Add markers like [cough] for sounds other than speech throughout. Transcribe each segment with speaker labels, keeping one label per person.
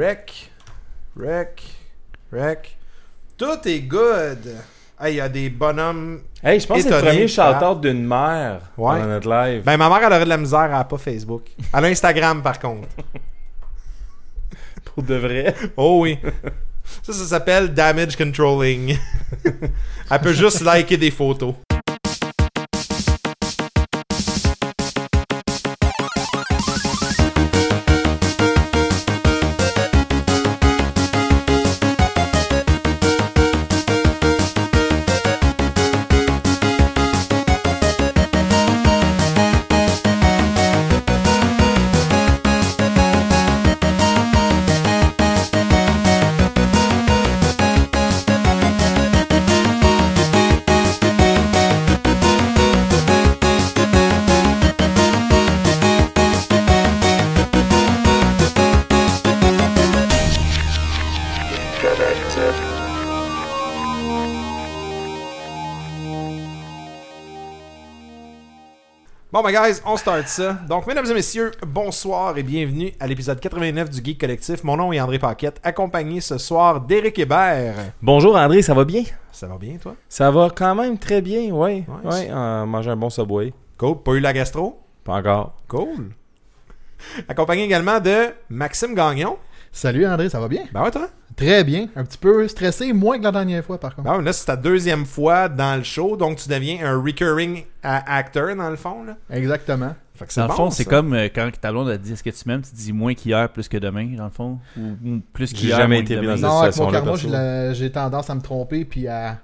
Speaker 1: Rec. Rec. Rec. Tout est good. Hey, il y a des bonhommes.
Speaker 2: Hey, je pense que c'est le
Speaker 1: Étonné,
Speaker 2: premier
Speaker 1: Pat.
Speaker 2: shout-out d'une mère
Speaker 1: Ouais.
Speaker 2: dans notre live.
Speaker 1: Ben, ma mère, elle aurait de la misère, elle a pas Facebook. Elle a Instagram, par contre.
Speaker 2: Pour de vrai.
Speaker 1: Oh oui. Ça, ça s'appelle Damage Controlling. elle peut juste liker des photos. Bon, ben, guys, on start ça. Donc, mesdames et messieurs, bonsoir et bienvenue à l'épisode 89 du Geek Collectif. Mon nom est André Paquette, accompagné ce soir d'Éric Hébert.
Speaker 2: Bonjour André, ça va bien?
Speaker 1: Ça va bien, toi?
Speaker 2: Ça va quand même très bien, ouais.
Speaker 1: Ouais,
Speaker 2: Ouais,
Speaker 1: c'est-
Speaker 2: euh, manger un bon subway.
Speaker 1: Cool. Pas eu la gastro?
Speaker 2: Pas encore.
Speaker 1: Cool. Accompagné également de Maxime Gagnon.
Speaker 3: Salut André, ça va bien?
Speaker 1: Ben ouais, toi?
Speaker 3: Très bien. Un petit peu stressé, moins que la dernière fois par contre.
Speaker 1: Ben ouais, là, c'est ta deuxième fois dans le show, donc tu deviens un recurring euh, actor, dans le fond, là.
Speaker 3: Exactement.
Speaker 1: Fait que
Speaker 4: Dans le
Speaker 1: bon,
Speaker 4: fond, c'est
Speaker 1: ça.
Speaker 4: comme euh, quand ta blonde a dit Est-ce que tu m'aimes Tu dis moins qu'hier, plus que demain, dans le fond. Ou, ou plus
Speaker 2: J'ai
Speaker 4: qu'hier.
Speaker 2: jamais
Speaker 4: moins
Speaker 2: été
Speaker 4: que
Speaker 1: Ah,
Speaker 2: bien
Speaker 4: demain.
Speaker 2: dans
Speaker 3: Non, avec mon
Speaker 2: situation-là,
Speaker 3: karma,
Speaker 2: perso.
Speaker 3: j'ai la- j'ai tendance à me tromper puis à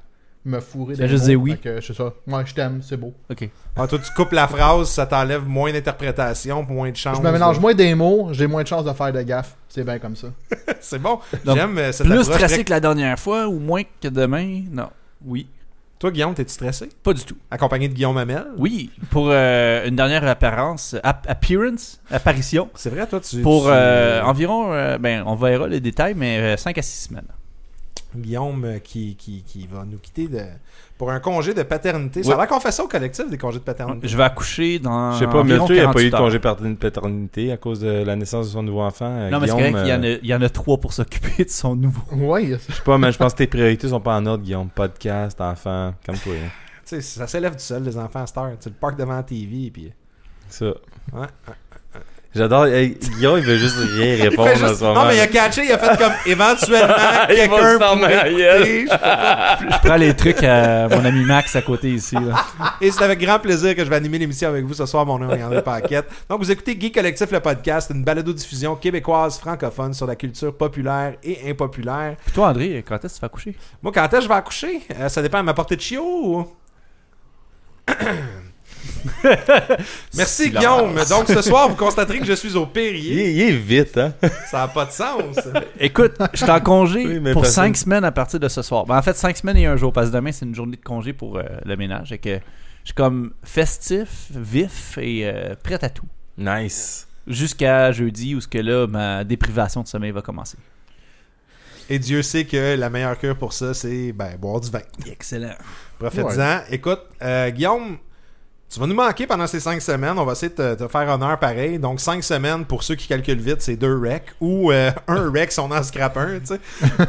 Speaker 3: me fourrer
Speaker 4: Tu
Speaker 3: des
Speaker 4: fais juste
Speaker 3: mots.
Speaker 4: dire oui.
Speaker 3: Fait que c'est ça. Moi, je t'aime, c'est beau.
Speaker 4: Ok.
Speaker 1: Ah, toi, tu coupes la phrase, ça t'enlève moins d'interprétation, moins de euh, chance.
Speaker 3: Je me mélange moins des mots, j'ai moins de chances de faire de gaffe. C'est bien comme ça.
Speaker 1: [laughs] C'est bon.
Speaker 4: Donc,
Speaker 1: J'aime euh, cette
Speaker 4: Plus
Speaker 1: approche.
Speaker 4: stressé que la dernière fois ou moins que demain Non. Oui.
Speaker 1: Toi, Guillaume, t'es-tu stressé?
Speaker 4: Pas du tout.
Speaker 1: Accompagné de Guillaume Hamel?
Speaker 4: Oui. Pour euh, une dernière apparence, ap- appearance, apparition.
Speaker 1: C'est vrai, toi, tu...
Speaker 4: Pour
Speaker 1: tu-
Speaker 4: euh, environ, euh, ben, on verra les détails, mais 5 à 6 semaines.
Speaker 1: Guillaume euh, qui, qui, qui va nous quitter de... pour un congé de paternité. Ça a
Speaker 4: Oui.
Speaker 1: l'air qu'on fait ça au collectif, des congés de paternité.
Speaker 4: Je vais accoucher dans.
Speaker 2: Je sais pas,
Speaker 4: environ
Speaker 2: Mathieu, il a pas eu
Speaker 4: 48
Speaker 2: de
Speaker 4: heures.
Speaker 2: congé patern- paternité à cause de la naissance de son nouveau enfant. Euh,
Speaker 4: Non, mais c'est
Speaker 2: Guillaume,
Speaker 4: correct, il y en
Speaker 2: euh,
Speaker 4: a- il y en a 3 pour s'occuper de son nouveau.
Speaker 3: Oui,
Speaker 2: Je sais pas, mais je pense que tes priorités sont pas en ordre, Guillaume. Podcast, enfant, comme toi. hein.
Speaker 1: Tu sais, ça s'élève du sol, les enfants à cette heure. Tu le parques devant la TV, puis...
Speaker 2: Ça.
Speaker 1: Ouais.
Speaker 2: J'adore. Hey, Guillaume, il veut juste rien
Speaker 1: Il
Speaker 2: répondre
Speaker 1: fait
Speaker 2: en
Speaker 1: juste-
Speaker 2: ce moment.
Speaker 1: Non, mais il a catché, il a fait comme éventuellement
Speaker 2: [laughs] Il va
Speaker 1: quelqu'un
Speaker 2: se faire
Speaker 1: pourrait
Speaker 2: ma gueule.
Speaker 1: écouter. Je-
Speaker 4: Je prends les trucs à mon ami Max à côté ici. là.
Speaker 2: [laughs]
Speaker 1: Et c'est avec grand plaisir que je vais animer l'émission avec vous ce soir, mon nom est André Paquette. Donc, vous écoutez Guy Collectif, le podcast, une balado-diffusion québécoise francophone sur la culture populaire et impopulaire.
Speaker 4: Puis toi, André, quand est-ce que tu vas coucher?
Speaker 1: Moi, quand est-ce que je vais accoucher Euh, Ça dépend de ma portée de chiot ou-
Speaker 2: [laughs]
Speaker 1: Merci
Speaker 4: Silence.
Speaker 1: Guillaume. Donc ce soir, vous constaterez que je suis au
Speaker 2: Il,
Speaker 1: Périer.
Speaker 2: est- il est vite, hein.
Speaker 1: Ça n'a pas de sens.
Speaker 4: Écoute, je suis en congé
Speaker 2: Oui, mais
Speaker 4: pour
Speaker 2: personne-
Speaker 4: 5 semaines à partir de ce soir. Ben, en fait, 5 semaines et un jour, parce que demain, c'est une journée de congé pour euh, le ménage. Et que je suis comme festif, vif et euh, prêt à tout.
Speaker 2: Nice.
Speaker 4: Jusqu'à jeudi, où ce que là, ma déprivation de sommeil va commencer.
Speaker 1: Et Dieu sait que la meilleure cure pour ça, c'est ben, boire du vin.
Speaker 4: Excellent.
Speaker 1: Profites-en. Écoute, euh, Guillaume, tu vas nous manquer pendant ces cinq semaines. On va essayer de te, te faire honneur pareil. Donc, cinq semaines, pour ceux qui calculent vite, c'est deux recs. Ou euh, [laughs] un rec si on en scrape un, tu sais.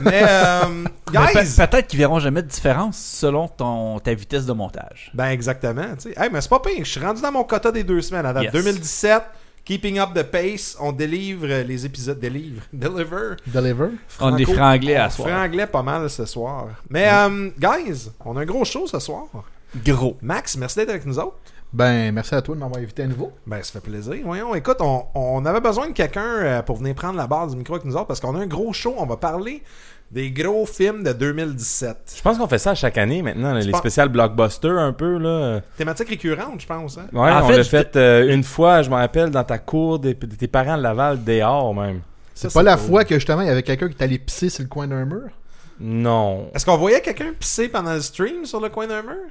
Speaker 1: Mais, euh, guys!
Speaker 4: Peut-être qu'ils verront jamais de différence selon ton, ta vitesse de montage.
Speaker 1: Ben, exactement, tu sais. Hey, mais c'est pas pire. Je suis rendu dans mon quota des deux semaines. À date.
Speaker 4: Yes.
Speaker 1: 2017, Keeping Up the Pace, on délivre euh, les épisodes. Délivre. [laughs] Deliver.
Speaker 3: [laughs] deliver.
Speaker 4: On est
Speaker 1: Franco-
Speaker 4: franglais à
Speaker 1: on
Speaker 4: soir.
Speaker 1: franglais pas mal ce soir. Mais, euh, guys, on a un gros show ce soir.
Speaker 4: Gros.
Speaker 1: Max, merci d'être avec nous autres.
Speaker 3: Ben, merci à toi de m'avoir invité à nouveau.
Speaker 1: Ben, ça fait plaisir. Voyons, écoute, on, on avait besoin de quelqu'un euh, pour venir prendre la barre du micro avec nous autres parce qu'on a un gros show. On va parler des gros films de 2017.
Speaker 2: Je pense qu'on fait ça à chaque année maintenant, là, les
Speaker 1: pense-
Speaker 2: spéciales blockbusters un peu, là.
Speaker 1: Thématique récurrente, je pense. Hein?
Speaker 2: Ouais,
Speaker 4: En
Speaker 2: on
Speaker 4: fait,
Speaker 2: l'a
Speaker 4: je-
Speaker 2: fait euh, une fois, je me rappelle, dans ta cour des- de tes parents de Laval, dehors même.
Speaker 1: Ça,
Speaker 3: C'est pas la
Speaker 1: cool.
Speaker 3: fois que justement, il y avait quelqu'un qui est allé pisser sur le coin d'un mur.
Speaker 2: Non.
Speaker 1: Est-ce qu'on voyait quelqu'un pisser pendant le stream sur le coin d'un mur?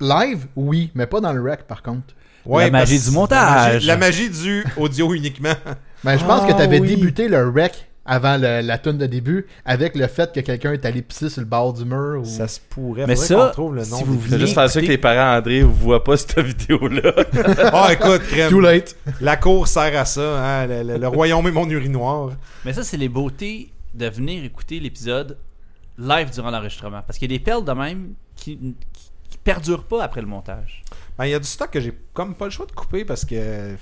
Speaker 3: Live, oui, mais pas dans le rec par contre.
Speaker 1: Ouais,
Speaker 4: La magie
Speaker 1: parce-
Speaker 4: du montage.
Speaker 1: La magie, la magie du audio uniquement.
Speaker 3: Ben, je pense
Speaker 2: Ah,
Speaker 3: que t'avais
Speaker 2: oui.
Speaker 3: débuté le rec avant le- la toune de début, avec le fait que quelqu'un est allé pisser sur le bord du mur. Ou...
Speaker 1: Ça se pourrait.
Speaker 4: Mais
Speaker 1: Faudrait
Speaker 4: ça,
Speaker 1: qu'on trouve le nom
Speaker 4: si vous
Speaker 1: des-
Speaker 2: C'est juste faire ça que les parents André voient pas [laughs] cette vidéo-là.
Speaker 1: Ah, écoute,
Speaker 3: Too
Speaker 1: crème,
Speaker 3: late.
Speaker 1: la cour sert à ça. hein, Le, le- le royaume est mon urinoir.
Speaker 4: Mais ça, c'est les beautés de venir écouter l'épisode live durant l'enregistrement. Parce qu'il y a des perles de même qui, qui, qui perdurent pas après le montage.
Speaker 1: Ben, il y a du stock que j'ai comme pas le choix de couper parce que.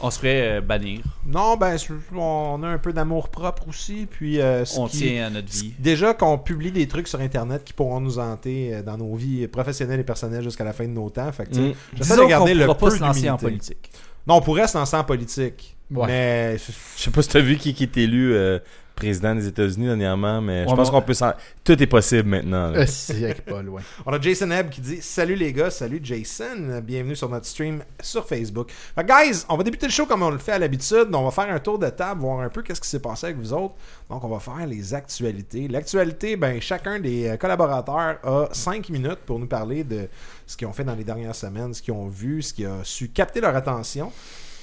Speaker 4: On se fait euh, bannir.
Speaker 1: Non, ben, c'est- on a un peu d'amour propre aussi. Puis, euh, ce
Speaker 4: On
Speaker 1: qui-
Speaker 4: tient à notre vie.
Speaker 1: Déjà qu'on publie des trucs sur Internet qui pourront nous hanter euh, dans nos vies professionnelles et personnelles jusqu'à la fin de nos temps. Fait que, tu sais,
Speaker 2: Mm.
Speaker 1: j'essaie
Speaker 4: Disons
Speaker 1: de garder
Speaker 4: qu'on
Speaker 1: le
Speaker 4: pourra
Speaker 1: peu
Speaker 4: pas se lancer en
Speaker 1: d'humilité.
Speaker 4: politique.
Speaker 1: Non, on pourrait se lancer en politique.
Speaker 3: Ouais.
Speaker 1: Mais
Speaker 2: Je sais pas si t'as vu qui, qui est élu euh, président des États-Unis dernièrement, mais je
Speaker 4: Ouais,
Speaker 2: pense
Speaker 4: mais-
Speaker 2: qu'on peut s'en... Tout est possible maintenant. là.
Speaker 3: Euh, si, avec pas loin.
Speaker 1: on a Jason Hebb qui dit Salut les gars, salut Jason, bienvenue sur notre stream sur Facebook. Fait que, guys, on va débuter le show comme on le fait à l'habitude. On va faire un tour de table, voir un peu qu'est-ce qui s'est passé avec vous autres. Donc, on va faire les actualités. L'actualité, ben, chacun des euh, collaborateurs a 5 minutes pour nous parler de ce qu'ils ont fait dans les dernières semaines, ce qu'ils ont vu, ce qui a su capter leur attention.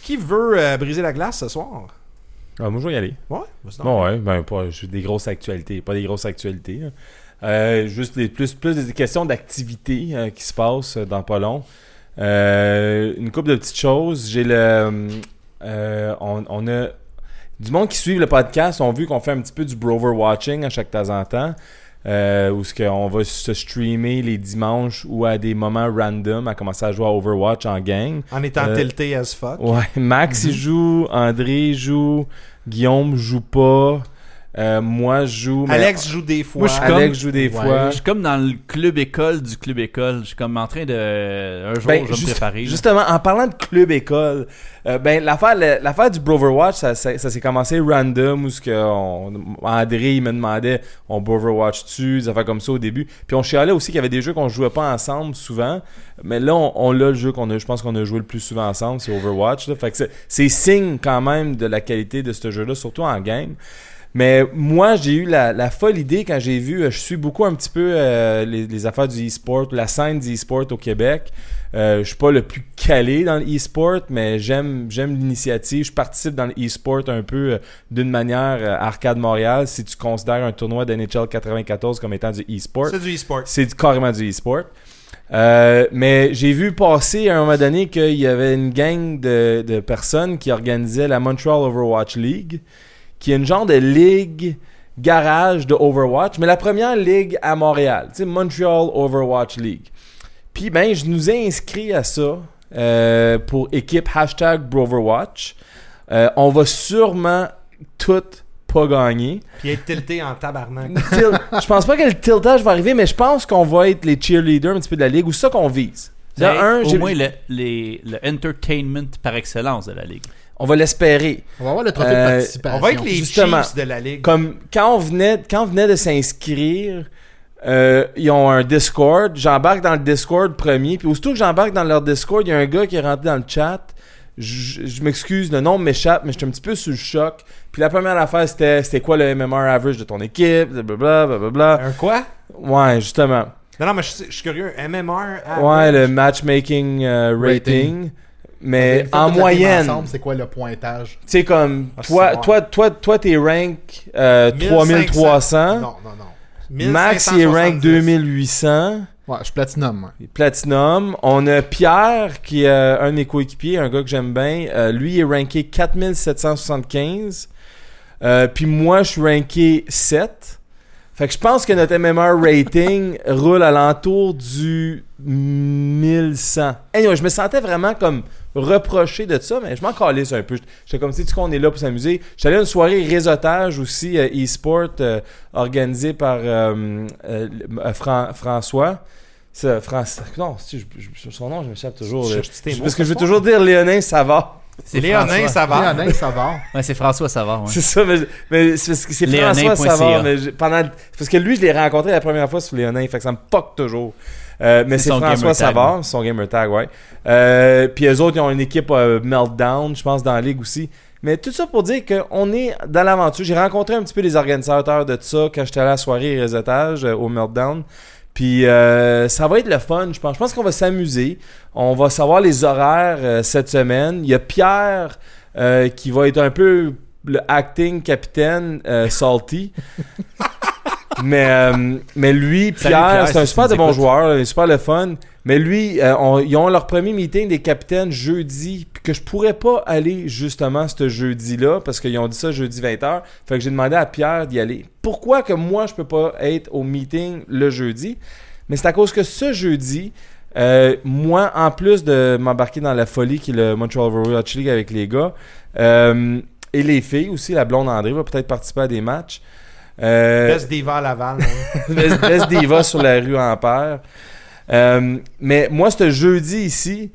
Speaker 1: Qui veut euh, briser la glace ce soir
Speaker 2: Ah, moi, je vais y aller.
Speaker 1: Ouais, vas-y donc.
Speaker 2: Bon, ouais, ben, pas je- des grosses actualités. Pas des grosses actualités. hein. Euh, juste des, plus, plus des questions d'activité euh, qui se passent euh, dans pas long. Euh, une couple de petites choses. J'ai le. hum, euh, on, on a. Du monde qui suit le podcast ont vu qu'on fait un petit peu du brover watching à chaque temps en temps. euh, où ce qu'on va se streamer les dimanches ou à des moments random à commencer à jouer à Overwatch en gang.
Speaker 1: En étant
Speaker 2: Euh,
Speaker 1: tilté as fuck.
Speaker 2: Ouais, Max il
Speaker 4: Mhm.
Speaker 2: joue, André joue, Guillaume joue pas, euh, moi je joue. mais-
Speaker 1: Alex joue des fois.
Speaker 4: Moi, je suis
Speaker 2: Alex
Speaker 4: comme-
Speaker 2: joue des
Speaker 3: Ouais.
Speaker 2: fois.
Speaker 4: Je suis comme dans le club école du club école. Je suis comme en train de. Un jour,
Speaker 2: Ben,
Speaker 4: je vais
Speaker 2: juste-
Speaker 4: me préparer.
Speaker 2: Justement, en parlant de club école, euh, ben l'affaire le- l'affaire du Broverwatch, ça, ça, ça s'est commencé random où ce que on- André il me demandait on Broverwatch tu des affaires comme ça au début. Puis on chialait aussi qu'il y avait des jeux qu'on jouait pas ensemble souvent, mais là on, on l'a le jeu qu'on a je pense qu'on a joué le plus souvent ensemble, c'est Overwatch là. Fait que c'est- c'est signe quand même de la qualité de ce jeu là surtout en game. Mais moi, j'ai eu la, la folle idée quand j'ai vu, euh, je suis beaucoup un petit peu euh, les, les affaires du e-sport, la scène du e-sport au Québec. Euh, je suis pas le plus calé dans le e-sport, mais j'aime j'aime l'initiative. Je participe dans le e-sport un peu euh, d'une manière euh, arcade Montréal. Si tu considères un tournoi de NHL 94 comme étant du e-sport,
Speaker 1: C'est du e-sport.
Speaker 2: c'est du- carrément du e-sport. Euh, mais j'ai vu passer à un moment donné qu'il y avait une gang de, de personnes qui organisait la Montreal Overwatch League, qui est une genre de ligue garage de Overwatch, mais la première ligue à Montréal, tu sais, Montreal Overwatch League. Puis ben, je nous ai inscrits à ça euh, pour équipe hashtag Broverwatch. Euh, on va sûrement toutes pas gagner.
Speaker 1: Puis être tilté en tabarnak.
Speaker 2: Til- je pense pas que le tiltage va arriver, mais je pense qu'on va être les cheerleaders un petit peu de la ligue ou ça qu'on vise. De
Speaker 4: Ben,
Speaker 2: un,
Speaker 4: au
Speaker 2: j'ai-
Speaker 4: moins, le, les- le entertainment par excellence de la Ligue.
Speaker 2: on va l'espérer.
Speaker 3: On va avoir le trophée
Speaker 2: Euh,
Speaker 3: de participation.
Speaker 1: On va être les
Speaker 2: Justement.
Speaker 1: Chiefs de la ligue.
Speaker 2: Comme quand on venait, quand on venait de s'inscrire, euh, ils ont un Discord. J'embarque dans le Discord premier, puis aussitôt que j'embarque dans leur Discord, il y a un gars qui est rentré dans le chat. Je je m'excuse, le nom m'échappe, mais j'étais un petit peu sous le choc. Puis la première affaire, c'était c'était quoi le MMR average de ton équipe, blablabla, blablabla.
Speaker 1: Un quoi
Speaker 2: Ouais, justement.
Speaker 1: Non, non, mais je, suis- je suis curieux. MMR. ah,
Speaker 2: Ouais, le matchmaking euh, rating, Mais
Speaker 3: Une fois
Speaker 2: Euh, en
Speaker 3: que vous êtes
Speaker 2: moyenne,
Speaker 3: ensemble, c'est quoi le
Speaker 2: tu
Speaker 3: pointage
Speaker 2: sais, comme
Speaker 1: Ah, c'est
Speaker 2: toi,
Speaker 1: bon.
Speaker 2: toi, toi, toi, t'es rank euh, 3300.
Speaker 1: Non, non, non.
Speaker 2: Max, il est rank
Speaker 1: 1570.
Speaker 2: 2800.
Speaker 3: Ouais, je suis platinum. moi.
Speaker 2: Platinum. On a Pierre, qui est euh, un de mes coéquipiers, un gars que j'aime bien. Euh, lui, il est ranké 4775. Euh, Puis moi, je suis ranké 7. Fait que je pense que notre MMR rating [laughs] roule à l'entour du 1100. Anyway, je me sentais vraiment comme reproché de ça, mais je m'en calisse un peu. J'étais comme, tu sais, on est là pour s'amuser. J'allais à une soirée réseautage aussi, euh, e-sport, euh, organisée par euh, euh, le- euh, Fran- François. C'est France... Non, si, je- je- son nom, je m'échappe toujours.
Speaker 1: Tu
Speaker 2: là.
Speaker 1: cherches-tu tes
Speaker 2: Je-
Speaker 1: mots
Speaker 2: parce que
Speaker 1: ce
Speaker 2: je veux
Speaker 1: soir?
Speaker 2: toujours dire Léonin Savard.
Speaker 4: C'est
Speaker 1: Léonin,
Speaker 4: François.
Speaker 1: ça va.
Speaker 3: Léonin Savard.
Speaker 4: Ouais, c'est François Savard. ouais.
Speaker 2: C'est ça, mais, mais c'est parce que c'est
Speaker 4: Léonin
Speaker 2: François
Speaker 4: point
Speaker 2: Savard.
Speaker 4: ca.
Speaker 2: Mais je- pendant, parce que lui, je l'ai rencontré la première fois sur Léonin, fait que ça me fuck toujours. Euh, mais
Speaker 4: C'est
Speaker 2: c'est
Speaker 4: son
Speaker 2: François
Speaker 4: gamer tag.
Speaker 2: Savard, son gamer tag, ouais. Euh, puis eux autres, ils ont une équipe euh, Meltdown, je pense, dans la ligue aussi. Mais tout ça pour dire qu'on est dans l'aventure. J'ai rencontré un petit peu les organisateurs de ça quand j'étais allé à la soirée réseautage euh, au Meltdown. Puis euh, ça va être le fun, je pense. Je pense qu'on va s'amuser. On va savoir les horaires euh, cette semaine. Il y a Pierre euh, qui va être un peu le acting capitaine euh, Salty.
Speaker 4: [laughs]
Speaker 2: mais, euh, mais lui, Pierre,
Speaker 4: Salut, Pierre,
Speaker 2: c'est un
Speaker 4: si
Speaker 2: super
Speaker 4: tu
Speaker 2: de
Speaker 4: nous
Speaker 2: bon
Speaker 4: écoutes.
Speaker 2: joueur, là, il est super le fun. Mais lui, euh, on- ils ont leur premier meeting des capitaines jeudi, puis que je pourrais pas aller justement ce jeudi-là, parce qu'ils ont dit ça jeudi 20h. Fait que j'ai demandé à Pierre d'y aller. Pourquoi que moi, je peux pas être au meeting le jeudi? Mais c'est à cause que ce jeudi, euh, moi, en plus de m'embarquer dans la folie qui est le Montreal Royal League avec les gars, euh, et les filles aussi, la blonde André va peut-être participer à des matchs. Euh,
Speaker 1: Best Diva à Laval. hein.
Speaker 2: Best, Best Diva sur la rue Ampère. Euh, mais moi, ce jeudi ici,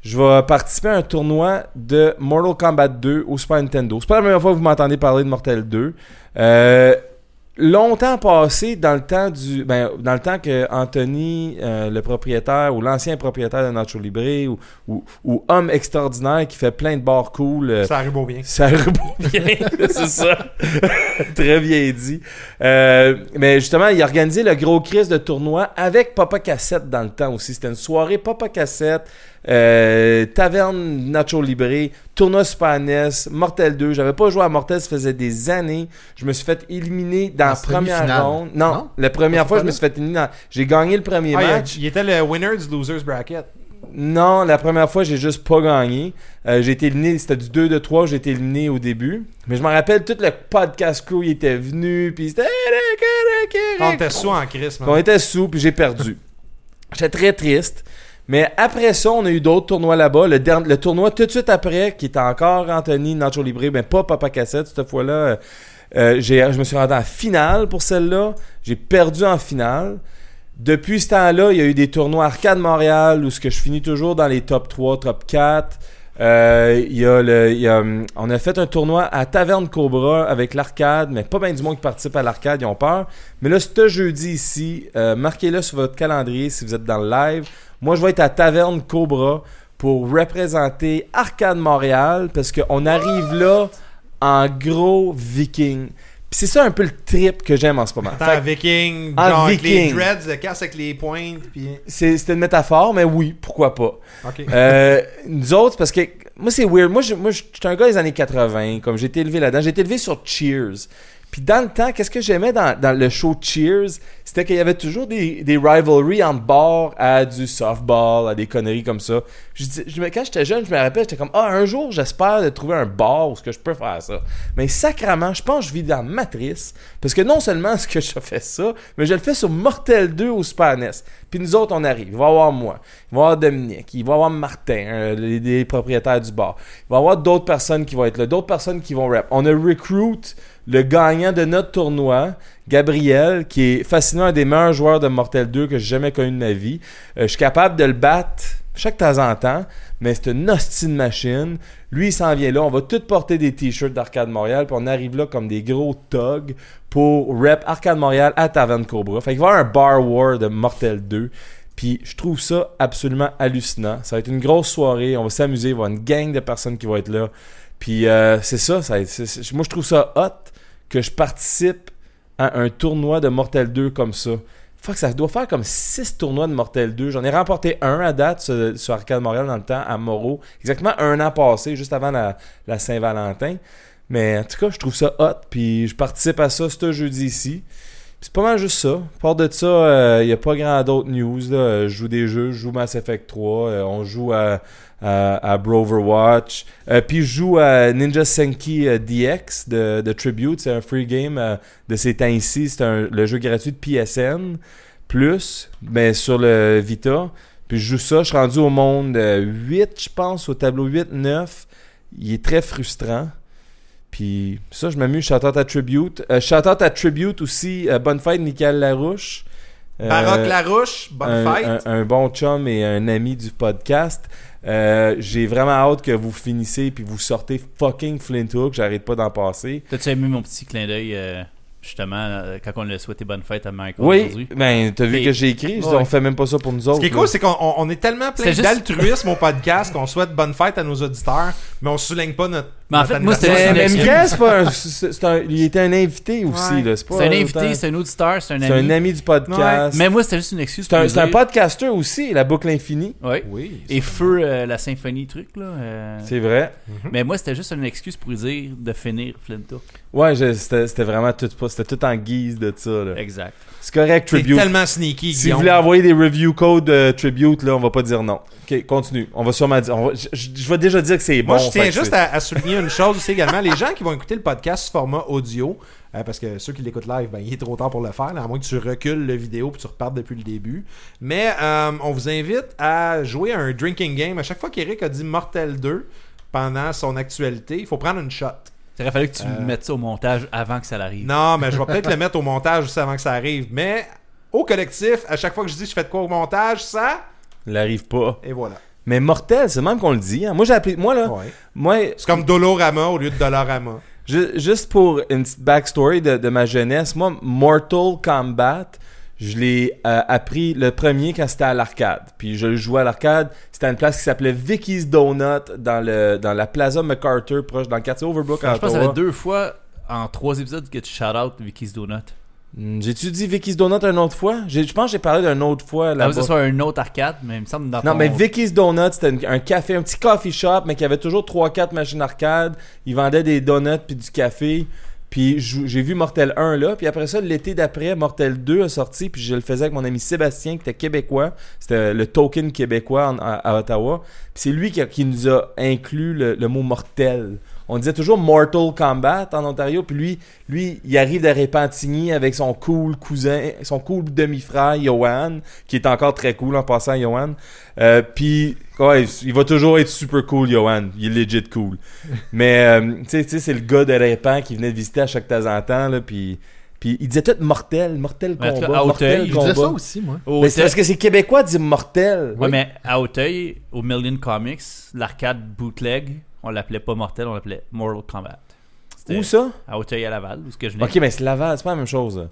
Speaker 2: je vais participer à un tournoi de Mortal Kombat 2 au Super Nintendo. C'est pas la première fois que vous m'entendez parler de Mortal 2. Euh, longtemps passé, dans le temps du, ben, dans le temps que Anthony, euh, le propriétaire ou l'ancien propriétaire de Nacho Libre ou, ou, ou homme extraordinaire qui fait plein de bars cool. euh,
Speaker 1: Ça arrive au bien. Ah,
Speaker 2: [laughs] ça rebond bien, c'est ça. [laughs] Très bien dit. Euh, mais justement, il a organisé le gros crise de tournoi avec Papa Cassette dans le temps aussi. C'était une soirée Papa Cassette, euh, Taverne Nacho Libre, Tournoi Super NES, Mortel 2. J'avais pas joué à Mortel, ça faisait des années. Je me suis fait éliminer dans
Speaker 3: En
Speaker 2: la première
Speaker 3: semi-finale.
Speaker 2: ronde. Non,
Speaker 3: Non?
Speaker 2: la première
Speaker 3: Pas
Speaker 2: fois, je
Speaker 3: là?
Speaker 2: me suis fait éliminer. dans- J'ai gagné le premier
Speaker 1: Ah, il,
Speaker 2: match.
Speaker 1: il était le winner du Losers Bracket.
Speaker 2: Non, la première fois, j'ai juste pas gagné. Euh, j'ai été éliminé, c'était du 2 de 3, j'ai été éliminé au début. Mais je me rappelle, tout le podcast crew, il était venu, puis c'était...
Speaker 1: On était sous hein. en crise, man.
Speaker 2: On était sous, puis
Speaker 1: [laughs]
Speaker 2: j'ai perdu. J'étais très triste. Mais après ça, on a eu d'autres tournois là-bas. Le, dernier, le tournoi tout de suite après, qui était encore Anthony, Nacho Libre, mais pas Papa Cassette, cette fois-là. euh, euh, j'ai- je me suis rendu en finale pour celle-là. J'ai perdu en finale. Depuis ce temps-là, il y a eu des tournois Arcade Montréal où ce que je finis toujours dans les top 3, top 4. Euh, il y a le, il y a, hum, on a fait un tournoi à Taverne Cobra avec l'arcade, mais pas bien du monde qui participe à l'arcade, ils ont peur. Mais là, ce jeudi ici, euh, marquez-le sur votre calendrier si vous êtes dans le live. Moi, je vais être à Taverne Cobra pour représenter Arcade Montréal parce qu'on arrive là en gros viking. Puis c'est ça un peu le trip que j'aime en ce moment.
Speaker 1: Attends,
Speaker 2: Fait que-
Speaker 1: viking,
Speaker 2: En
Speaker 1: genre, avec les
Speaker 2: Ah, viking.
Speaker 1: dreads, le casse avec les pointes, puis...
Speaker 2: c'est c'était une métaphore, mais oui, pourquoi pas.
Speaker 1: Ok.
Speaker 2: Euh, nous autres, parce que moi, c'est weird. Moi, je, moi, je suis un gars des années 80, comme j'ai été élevé là-dedans. J'ai été élevé sur Cheers. Puis dans le temps, qu'est-ce que j'aimais dans, dans le show Cheers? C'était qu'il y avait toujours des, des rivalries en bord à du softball, à des conneries comme ça. Je, dis- je me- quand j'étais jeune, je me rappelle, j'étais comme, ah, un jour, j'espère de trouver un bar où ce que je peux faire ça. Mais sacrament, je pense que je vis dans la matrice. Parce que non seulement [laughs] est-ce que je fais ça, mais je le fais sur Mortel 2 au Super NES. Puis nous autres, on arrive. Il va y avoir moi. Il va y avoir Dominique. Il va y avoir Martin, euh, les, les propriétaires du bar. Il va y avoir d'autres personnes qui vont être là. D'autres personnes qui vont rap. On a recruit le gagnant de notre tournoi, Gabriel, qui est fascinant, un des meilleurs joueurs de Mortel 2 que j'ai jamais connu de ma vie. Euh, je suis capable de le battre chaque temps en temps, mais c'est une hostie de machine. Lui, il s'en vient là. On va tous porter des t-shirts d'Arcade Montréal, puis on arrive là comme des gros thugs pour rep Arcade Montréal à Taverne Cobra. Fait qu'il va y avoir un Bar War de Mortel 2. Puis je trouve ça absolument hallucinant. Ça va être une grosse soirée. On va s'amuser. Il va y avoir une gang de personnes qui vont être là. Puis euh, c'est ça. ça va être- c'est- c'est- moi, je trouve ça hot que je participe à un tournoi de Mortel 2 comme ça. Fuck, ça doit faire comme 6 tournois de Mortel 2. J'en ai remporté un à date sur, sur Arcade Montréal dans le temps, à Moreau. Exactement un an passé, juste avant la, la Saint-Valentin. Mais en tout cas, je trouve ça hot. Puis je participe à ça ce jeudi ici. Puis c'est pas mal juste ça. À part de ça, il n'y a pas grand d'autres news. là. Euh, Je joue des jeux, je joue Mass Effect 3, euh, on joue à, euh, à, à Broverwatch. Euh, puis je joue à Ninja Senki euh, DX de, de Tribute. C'est un free game euh, de ces temps-ci. C'est un- le jeu gratuit de PSN, plus, mais sur le Vita. Puis je joue ça, je suis rendu au monde euh, 8, je pense, au tableau 8-9. Il est très frustrant. Puis ça, je m'amuse. Shoutout à Tribute. Euh, Shoutout à Tribute aussi. euh, bonne fête, Michael Larouche. Euh,
Speaker 1: Baroque Larouche, bonne
Speaker 2: un,
Speaker 1: fête.
Speaker 2: un- un bon chum et un ami du podcast. Euh, J'ai vraiment hâte que vous finissiez puis vous sortez fucking Flint Hook. J'arrête pas d'en passer.
Speaker 4: T'as-tu aimé mon petit clin d'œil euh, justement, euh, quand on a souhaité bonne fête à Michael
Speaker 2: Oui,
Speaker 4: aujourd'hui.
Speaker 2: ben, t'as vu
Speaker 4: Et-
Speaker 2: que j'ai écrit, je dis,
Speaker 4: Ouais.
Speaker 2: on fait même pas ça pour nous autres.
Speaker 1: Ce qui est
Speaker 2: là.
Speaker 1: cool, c'est qu'on on- on est tellement plein
Speaker 4: C'est juste-
Speaker 1: d'altruisme au podcast qu'on souhaite bonne fête à nos auditeurs, mais on souligne pas notre.
Speaker 4: Mais en
Speaker 1: notre
Speaker 4: fait, moi, c'était
Speaker 1: anniversaire.
Speaker 2: Mais
Speaker 4: une
Speaker 2: mais
Speaker 4: excuse.
Speaker 2: Miguel, c'est pas un- c'est- c'est un- il était un invité aussi,
Speaker 1: Ouais.
Speaker 2: là. C'est pas
Speaker 4: C'est un
Speaker 2: autant-
Speaker 4: invité, c'est un auditeur, c'est un
Speaker 2: C'est un
Speaker 4: ami.
Speaker 2: ami du podcast.
Speaker 4: Mais moi, c'était juste une excuse.
Speaker 2: C'est
Speaker 4: pour
Speaker 2: un,
Speaker 4: nous
Speaker 2: c'est un
Speaker 4: dire-
Speaker 2: podcaster aussi, la boucle infinie.
Speaker 4: Ouais.
Speaker 1: Oui.
Speaker 4: Et feu euh, la symphonie truc là. euh,
Speaker 2: C'est vrai.
Speaker 4: Mais moi, c'était juste une excuse pour lui dire de finir Flinta.
Speaker 2: Ouais, je- c'était c'était vraiment tout, pas- c'était tout en guise de ça. là.
Speaker 4: Exact.
Speaker 2: C'est correct,
Speaker 1: T'es
Speaker 2: Tribute.
Speaker 1: tellement sneaky,
Speaker 2: Si
Speaker 1: Guillaume.
Speaker 2: vous voulez envoyer des review codes euh, Tribute, là, on va pas dire non. Ok, continue. On va sûrement dire. on va- je- Je je vais déjà dire que c'est bon.
Speaker 1: Moi, je tiens
Speaker 2: fait que
Speaker 1: juste
Speaker 2: c'est-
Speaker 1: à, à souligner une chose aussi également. Les gens qui vont écouter le podcast sous format audio, euh, parce que ceux qui l'écoutent live, ben, il est trop tard pour le faire, là, à moins que tu recules le vidéo puis tu repartes depuis le début. Mais euh, on vous invite à jouer à un drinking game. À chaque fois qu'Eric a dit Mortel 2 pendant son actualité, il faut prendre une shot.
Speaker 4: Il aurait fallu que tu
Speaker 1: Euh,
Speaker 4: mettes ça au montage avant que ça arrive.
Speaker 1: Non, mais je vais peut-être [laughs] le mettre au montage juste avant que ça arrive. Mais au collectif, à chaque fois que je dis je fais de quoi au montage, ça,
Speaker 2: L'arrive pas.
Speaker 1: et voilà.
Speaker 2: Mais mortel, c'est même qu'on le dit. hein. Moi, j'ai appelé. Moi, là.
Speaker 1: Ouais.
Speaker 2: Moi,
Speaker 1: C'est comme Dolorama au lieu de Dolorama.
Speaker 2: Ju- Juste pour une petite backstory de, de ma jeunesse, moi, Mortal Kombat, je l'ai euh, appris le premier quand c'était à l'arcade. Puis je le jouais à l'arcade. C'était à une place qui s'appelait Vicky's Donut dans, le, dans la Plaza MacArthur, proche dans le quartier Overbrook à
Speaker 4: je pense que ça
Speaker 2: Ottawa.
Speaker 4: fait deux fois en trois épisodes que tu shout out Vicky's Donut.
Speaker 2: Hmm, J'ai-tu dit Vicky's Donut une autre fois? J'ai- Je pense que j'ai parlé d'une autre fois
Speaker 4: Là, ce
Speaker 2: là-bas.
Speaker 4: soit un autre arcade, mais il me semble dans
Speaker 2: Non,
Speaker 4: ton-
Speaker 2: mais Vicky's Donut, c'était une- un café, un petit coffee shop, mais qui avait toujours 3-4 machines arcade. Ils vendaient des donuts puis du café. Puis jou- j'ai vu Mortel 1 là. Puis après ça, l'été d'après, Mortel 2 a sorti. Puis je le faisais avec mon ami Sébastien, qui était québécois. C'était le token québécois en- à, à Ottawa. Puis c'est lui qui, a- qui nous a inclus le, le mot mortel. On disait toujours Mortal Kombat en Ontario. Puis lui, lui, il arrive de Repentigny avec son cool cousin, son cool demi-frère, Johan, qui est encore très cool en passant, Johan. Euh, puis, ouais, il va toujours être super cool, Johan. Il est legit cool. Mais, euh, tu sais- tu sais, c'est le gars de Répan qui venait de visiter à chaque temps en temps, là, puis... Puis il disait tout mortel, mortel
Speaker 4: Mais en tout
Speaker 2: combat,
Speaker 4: cas, à
Speaker 2: mortel
Speaker 4: Auteuil, il
Speaker 3: Je disais ça
Speaker 2: combat.
Speaker 3: aussi, moi.
Speaker 4: Au
Speaker 2: Mais c'est
Speaker 4: hôtel-
Speaker 2: parce que c'est québécois dit mortel.
Speaker 4: Ouais, mais à Hauteuil, au Million Comics, l'arcade bootleg, on l'appelait pas Mortel, on l'appelait Mortal Kombat. C'était
Speaker 2: Où ça?
Speaker 4: À Hauteuil à Laval, où ce que je venais.
Speaker 2: Ok, mais c'est Laval, c'est pas la même chose.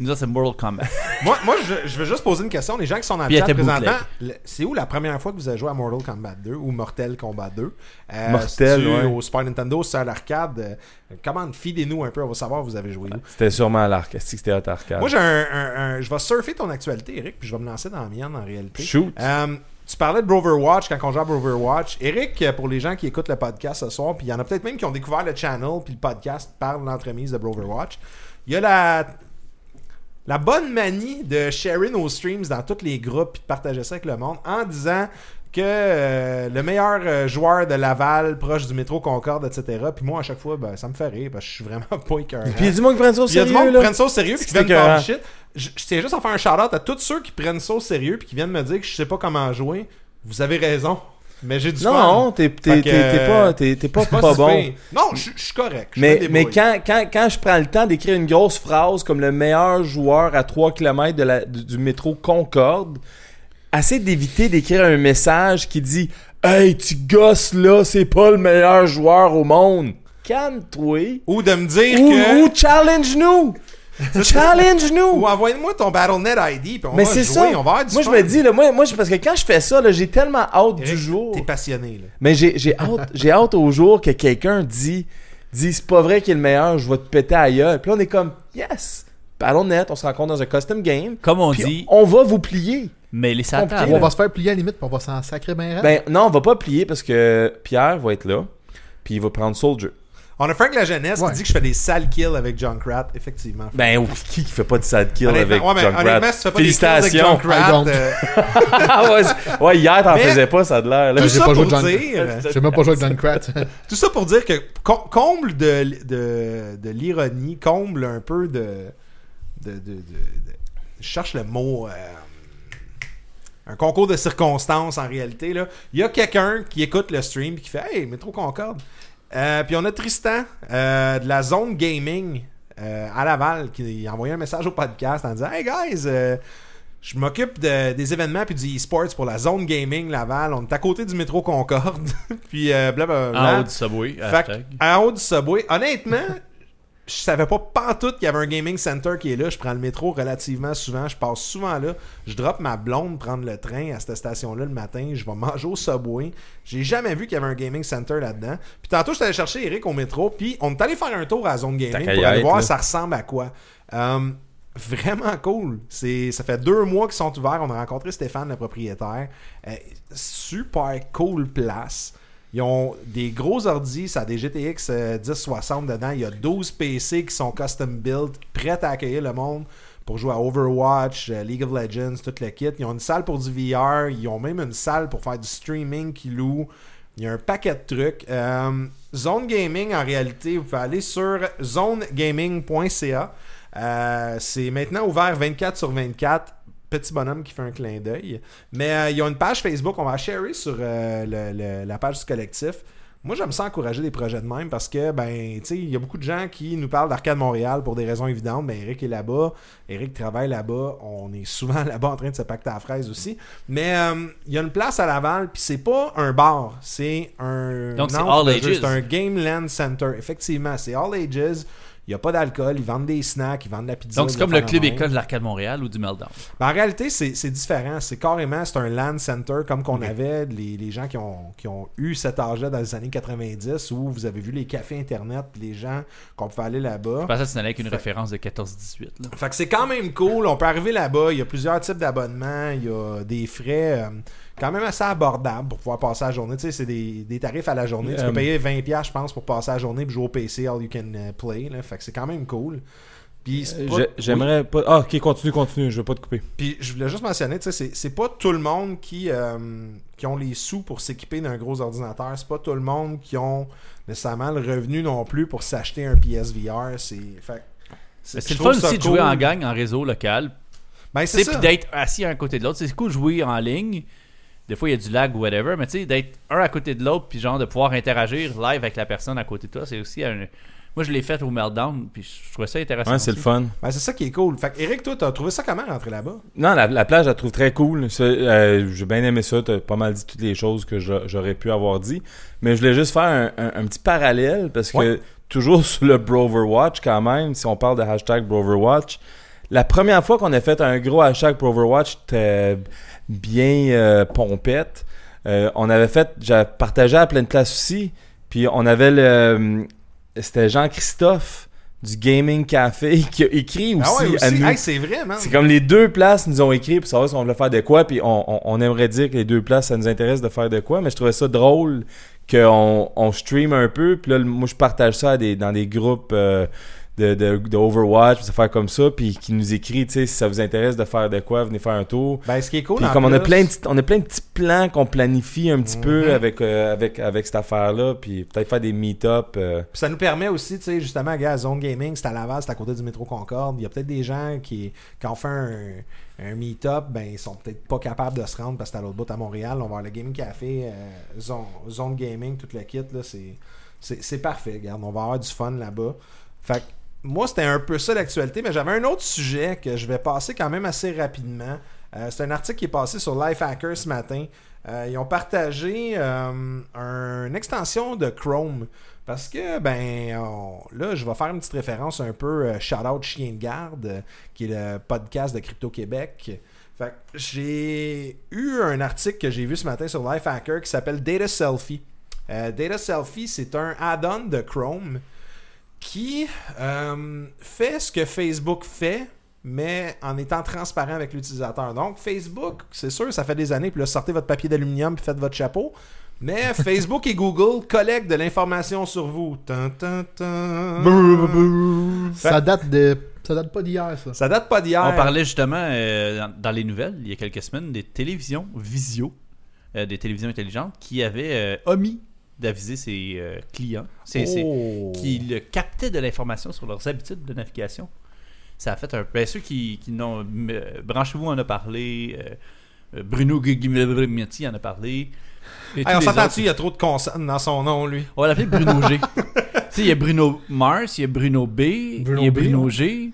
Speaker 4: Nous autres, c'est Mortal Kombat.
Speaker 1: moi, moi je, je veux juste poser une question. Les gens qui sont dans le
Speaker 4: Puis
Speaker 1: chat
Speaker 4: elle était
Speaker 1: présentement, le- c'est où la première fois que vous avez joué à Mortal Kombat 2 ou Mortal Kombat 2 Euh,
Speaker 2: Mortel,
Speaker 1: c'est-tu
Speaker 2: ouais.
Speaker 1: Au Super Nintendo, c'est à l'arcade. Euh, Comment, fidez-nous un peu, on va savoir où vous avez joué. où.
Speaker 2: C'était sûrement à l'arc, est-ce que c'était à l'arcade?
Speaker 1: Moi, j'ai un, un- un- je vais surfer ton actualité, Eric, puis je vais me lancer dans la mienne en réalité.
Speaker 2: Shoot.
Speaker 1: Euh, tu parlais de Broverwatch quand on joue à Broverwatch. Eric, euh, pour les gens qui écoutent le podcast ce soir, puis il y en a peut-être même qui ont découvert le channel, puis le podcast parle de l'entremise de Broverwatch. Il y a la, la bonne manie de sharing nos streams dans tous les groupes, puis de partager ça avec le monde en disant que euh, le meilleur euh, joueur de Laval, proche du métro Concorde, etc. Puis moi, à chaque fois, ben, ça me fait rire, parce que je suis vraiment [laughs] pas écœurant.
Speaker 2: Puis il y a du monde qui prend ça au
Speaker 1: Il y a
Speaker 2: sérieux,
Speaker 1: du monde qui
Speaker 2: là.
Speaker 1: prennent ça au sérieux puis
Speaker 2: C'est
Speaker 1: qui viennent
Speaker 2: écœurant.
Speaker 1: parler shit. Je, je tiens juste à faire un shout-out à tous ceux qui prennent ça au sérieux puis qui viennent me dire que je sais pas comment jouer. Vous avez raison, mais j'ai du fun.
Speaker 2: Non, t'es t'es-
Speaker 1: Fait
Speaker 2: t'es-
Speaker 1: que,
Speaker 2: t'es pas, t'es- t'es
Speaker 1: Je
Speaker 2: pas,
Speaker 1: suis
Speaker 2: pas
Speaker 1: si
Speaker 2: bon.
Speaker 1: pire. Non, je je suis correct. Je me
Speaker 2: Mais, mais
Speaker 1: débrouille.
Speaker 2: quand, quand, quand je prends le temps d'écrire une grosse phrase comme le meilleur joueur à 3 km de la, du, du métro Concorde, assez d'éviter d'écrire un message qui dit Hey, tu gosses là, c'est pas le meilleur joueur au monde. Calme-toi.
Speaker 1: Ou de me
Speaker 2: Ou,
Speaker 1: dire que.
Speaker 2: ou challenge-nous. Challenge-nous.
Speaker 1: Ou envoyez-moi ton BattleNet ID puis on
Speaker 2: Mais
Speaker 1: va
Speaker 2: c'est
Speaker 1: jouer.
Speaker 2: ça.
Speaker 1: On va avoir du
Speaker 2: moi, je
Speaker 1: fun.
Speaker 2: me dis, là, moi, moi, je- parce que quand je fais ça, là, j'ai tellement hâte
Speaker 1: Eric,
Speaker 2: du jour.
Speaker 1: T'es passionné, là.
Speaker 2: Mais j'ai
Speaker 1: [laughs]
Speaker 2: j'ai hâte, j'ai hâte au jour que quelqu'un dit, dit c'est pas vrai qu'il est le meilleur, je vais te péter à gueule. Puis là, on est comme yes, parlons net, on se rencontre dans un custom game.
Speaker 4: Comme on
Speaker 2: Puis
Speaker 4: dit,
Speaker 2: on va vous plier.
Speaker 4: mais les satans.
Speaker 2: Compliqué,
Speaker 3: On
Speaker 2: là.
Speaker 3: va se faire plier à la limite, puis on va s'en sacrer bien raide.
Speaker 2: Ben non, on va pas plier parce que Pierre va être là, puis il va prendre Soldier.
Speaker 1: On a Frank La Jeunesse
Speaker 3: Ouais.
Speaker 1: qui dit que je fais des sales kills avec John Krat, effectivement.
Speaker 2: Ben oui, qui qui fait pas de sad kill
Speaker 1: Honnêtement-
Speaker 2: avec
Speaker 1: ouais, mais
Speaker 2: John Pratt?
Speaker 1: honnêtement, si tu fais pas des kills avec John
Speaker 2: Félicitations.
Speaker 3: I
Speaker 1: Krat,
Speaker 2: [laughs]
Speaker 3: don't.
Speaker 1: euh,
Speaker 2: Ah ouais, c'est- ouais, hier t'en
Speaker 1: Mais-
Speaker 2: faisais pas, ça de l'air. là.
Speaker 1: tout
Speaker 3: j'ai
Speaker 1: ça
Speaker 3: pas joué
Speaker 1: pour
Speaker 3: John-
Speaker 1: dire.
Speaker 3: J'ai même pas joué avec John Krat. [laughs]
Speaker 1: Tout ça pour dire que com- comble de, de, de l'ironie, comble un peu de. de, de- de- de- je cherche le mot. euh, un concours de circonstances en réalité. Là. Il y a quelqu'un qui écoute le stream et qui fait Hey, Métro Concorde. Euh, puis on a Tristan euh, de la zone gaming euh, à Laval qui a envoyé un message au podcast en disant Hey guys, euh, je m'occupe de- des événements puis du e-sports pour la zone gaming Laval. On est à côté du métro Concorde. [laughs] puis euh, blablabla.
Speaker 4: En haut du subway.
Speaker 1: Fait que,
Speaker 4: hashtag.
Speaker 1: en haut du subway, honnêtement, [laughs] je savais pas pantoute qu'il y avait un gaming center qui est là. Je prends le métro relativement souvent. Je passe souvent là. Je drop ma blonde prendre le train à cette station-là le matin. Je vais manger au Subway. J'ai jamais vu qu'il y avait un gaming center là-dedans. Puis tantôt, je suis allé chercher Eric au métro. Puis on est allé faire un tour à la zone gaming
Speaker 2: qu'à y
Speaker 1: pour aller
Speaker 2: être,
Speaker 1: voir
Speaker 2: là.
Speaker 1: ça ressemble à quoi. Euh, vraiment cool. C'est, ça fait deux mois qu'ils sont ouverts. On a rencontré Stéphane, le propriétaire. Euh, super cool place. Ils ont des gros ordi, ça a des GTX euh, 1060 dedans. Il y a 12 PC qui sont custom built, prêts à accueillir le monde pour jouer à Overwatch, euh, League of Legends, tout le kit. Ils ont une salle pour du VR, ils ont même une salle pour faire du streaming qui loue. Il y a un paquet de trucs. Euh, Zone Gaming, en réalité, vous pouvez aller sur zonegaming.ca. Euh, c'est maintenant ouvert 24 sur 24. Petit bonhomme qui fait un clin d'œil. Mais euh, ils ont une page Facebook, on va la sharer sur euh, le- le- la page du collectif. Moi, j'aime ça encourager des projets de même parce que, ben, tu sais, il y a beaucoup de gens qui nous parlent d'Arcade Montréal pour des raisons évidentes. Ben, Eric est là-bas, Eric travaille là-bas, on est souvent [laughs] là-bas en train de se pacter à la fraise aussi. Mais euh, il y a une place à Laval, puis c'est pas un bar, c'est un.
Speaker 4: Donc, c'est
Speaker 1: antre
Speaker 4: all
Speaker 1: de jeu,
Speaker 4: ages.
Speaker 1: C'est un Game Land Center, effectivement, c'est All Ages. Il n'y a pas d'alcool, ils vendent des snacks, ils vendent de la pizza.
Speaker 4: Donc, c'est
Speaker 1: des
Speaker 4: comme le
Speaker 1: affaires
Speaker 4: club
Speaker 1: de même.
Speaker 4: école de l'Arcade Montréal ou du Meltdown.
Speaker 1: Ben, en réalité, c'est c'est différent. C'est carrément, c'est un land center comme qu'on avait les, les gens qui ont, qui ont eu cet âge-là dans les années 90 où vous avez vu les cafés Internet, les gens qu'on pouvait aller là-bas.
Speaker 4: Je pensais que tu n'allais avec une référence de 14-18. là.
Speaker 1: Fait que c'est quand même cool. On peut arriver là-bas. Il y a plusieurs types d'abonnements. Il y a des frais euh, quand même assez abordables pour pouvoir passer la journée. Tu sais, c'est des, des tarifs à la journée. Tu
Speaker 2: Euh,
Speaker 1: peux payer 20$, je pense, pour passer la journée et jouer au PC, All You Can euh, Play. Là. Fait que c'est quand même cool. Puis c'est pas-
Speaker 2: J'ai- J'aimerais pas. Ah, ok, continue, continue, je veux pas te couper.
Speaker 1: Puis je voulais juste mentionner, tu sais, c'est- c'est pas tout le monde qui, euh, qui ont les sous pour s'équiper d'un gros ordinateur. C'est pas tout le monde qui ont nécessairement le revenu non plus pour s'acheter un PSVR. C'est fait que
Speaker 4: Mais C'est
Speaker 1: je
Speaker 4: le fun
Speaker 1: trouve ça
Speaker 4: aussi de jouer
Speaker 1: cool.
Speaker 4: en gang, en réseau local.
Speaker 1: Ben,
Speaker 4: Tu
Speaker 1: c'est
Speaker 4: sais, puis
Speaker 1: ça.
Speaker 4: d'être assis à un côté de l'autre. C'est cool de jouer en ligne. Des fois, il y a du lag ou whatever, mais tu sais, d'être un à côté de l'autre, puis genre de pouvoir interagir live avec la personne à côté de toi, c'est aussi un. Moi, je l'ai fait au Meltdown, puis je trouvais ça intéressant.
Speaker 2: Ouais, c'est le
Speaker 4: aussi.
Speaker 2: fun.
Speaker 1: Ben, c'est ça qui est cool. Fait que, Eric, toi, t'as trouvé ça comment rentrer là-bas?
Speaker 2: Non, la, la plage, je la trouve très cool. Ça, euh, J'ai bien aimé ça. T'as pas mal dit toutes les choses que j'a- j'aurais pu avoir dit. Mais je voulais juste faire un, un- un petit parallèle parce que
Speaker 1: Ouais.
Speaker 2: toujours [laughs] sur le Broverwatch, quand même, si on parle de hashtag Broverwatch, la première fois qu'on a fait un gros hashtag Broverwatch, c'était bien euh, pompette. Euh, on avait fait, j'avais partagé à pleine place aussi. Puis on avait le. euh, C'était Jean-Christophe du Gaming Café [laughs] qui a écrit aussi,
Speaker 1: ah ouais, aussi.
Speaker 2: à nous.
Speaker 1: Hey, c'est vrai, man.
Speaker 2: C'est comme les deux places nous ont écrit pour savoir si on voulait faire de quoi, puis on, on- on aimerait dire que les deux places, ça nous intéresse de faire de quoi, mais je trouvais ça drôle qu'on on stream un peu, puis là, le- moi, je partage ça à des, dans des groupes euh, de, de, de Overwatch, puis ça faire comme ça, puis qui nous écrit, tu sais, si ça vous intéresse de faire de quoi, venez faire un tour.
Speaker 1: Ben, ce qui est cool.
Speaker 2: Puis
Speaker 1: en
Speaker 2: comme on a,
Speaker 1: plus-
Speaker 2: plein de, petites- on a plein de petits plans qu'on planifie un petit
Speaker 1: Mhm.
Speaker 2: peu avec, euh, avec, avec cette affaire-là, puis peut-être faire des meet-ups. euh,
Speaker 1: Puis ça nous permet aussi, tu sais, justement, gars, Zone Gaming, c'est à Laval, c'est à côté du métro Concorde. Il y a peut-être des gens qui, quand on fait un, un meet-up, ben, ils sont peut-être pas capables de se rendre parce que c'est à l'autre bout à Montréal. On va avoir le Gaming Café, euh, zone, Zone Gaming, tout le kit, là, c'est, c'est, c'est parfait. Regarde, on va avoir du fun là-bas. Fait que, moi, c'était un peu ça l'actualité, mais j'avais un autre sujet que je vais passer quand même assez rapidement. Euh, c'est un article qui est passé sur Lifehacker ce matin. Euh, ils ont partagé euh, un- une extension de Chrome. Parce que, ben, on- là, je vais faire une petite référence un peu euh, Shout Out Chien de Garde, euh, qui est le podcast de Crypto-Québec. Fait que j'ai eu un article que j'ai vu ce matin sur Lifehacker qui s'appelle Data Selfie. Euh, Data Selfie, c'est un add-on de Chrome qui euh, fait ce que Facebook fait, mais en étant transparent avec l'utilisateur. Donc, Facebook, c'est sûr, ça fait des années, puis là, sortez votre papier d'aluminium, puis faites votre chapeau. Mais
Speaker 4: [laughs]
Speaker 1: Facebook et Google collectent de l'information sur vous. Tin, tin, tin.
Speaker 3: Ça date de. Ça date pas d'hier, ça.
Speaker 1: Ça date pas d'hier.
Speaker 4: On parlait justement euh, dans, dans les nouvelles, il y a quelques semaines, des télévisions visio, euh, des télévisions intelligentes, qui avaient euh, omis d'aviser ses euh, clients. C'est- c'est-
Speaker 1: Oh.
Speaker 4: qui le captaient de l'information sur leurs habitudes de navigation. Ça a fait un. Ben, ceux qui, qui n'ont. m- euh, Branchez-vous en a parlé. euh, euh, Bruno Guglielminetti en a parlé. et
Speaker 1: Hey,
Speaker 4: tous
Speaker 1: on
Speaker 4: les
Speaker 1: s'entend-tu,
Speaker 4: autres.
Speaker 1: il y a trop de consonnes dans son nom, lui.
Speaker 4: On va l'appeler Bruno
Speaker 1: [laughs]
Speaker 4: G. tu sais, il y a Bruno Mars, il y a Bruno B,
Speaker 3: Bruno
Speaker 4: il y a
Speaker 3: B,
Speaker 4: Bruno
Speaker 3: ouais.
Speaker 4: G.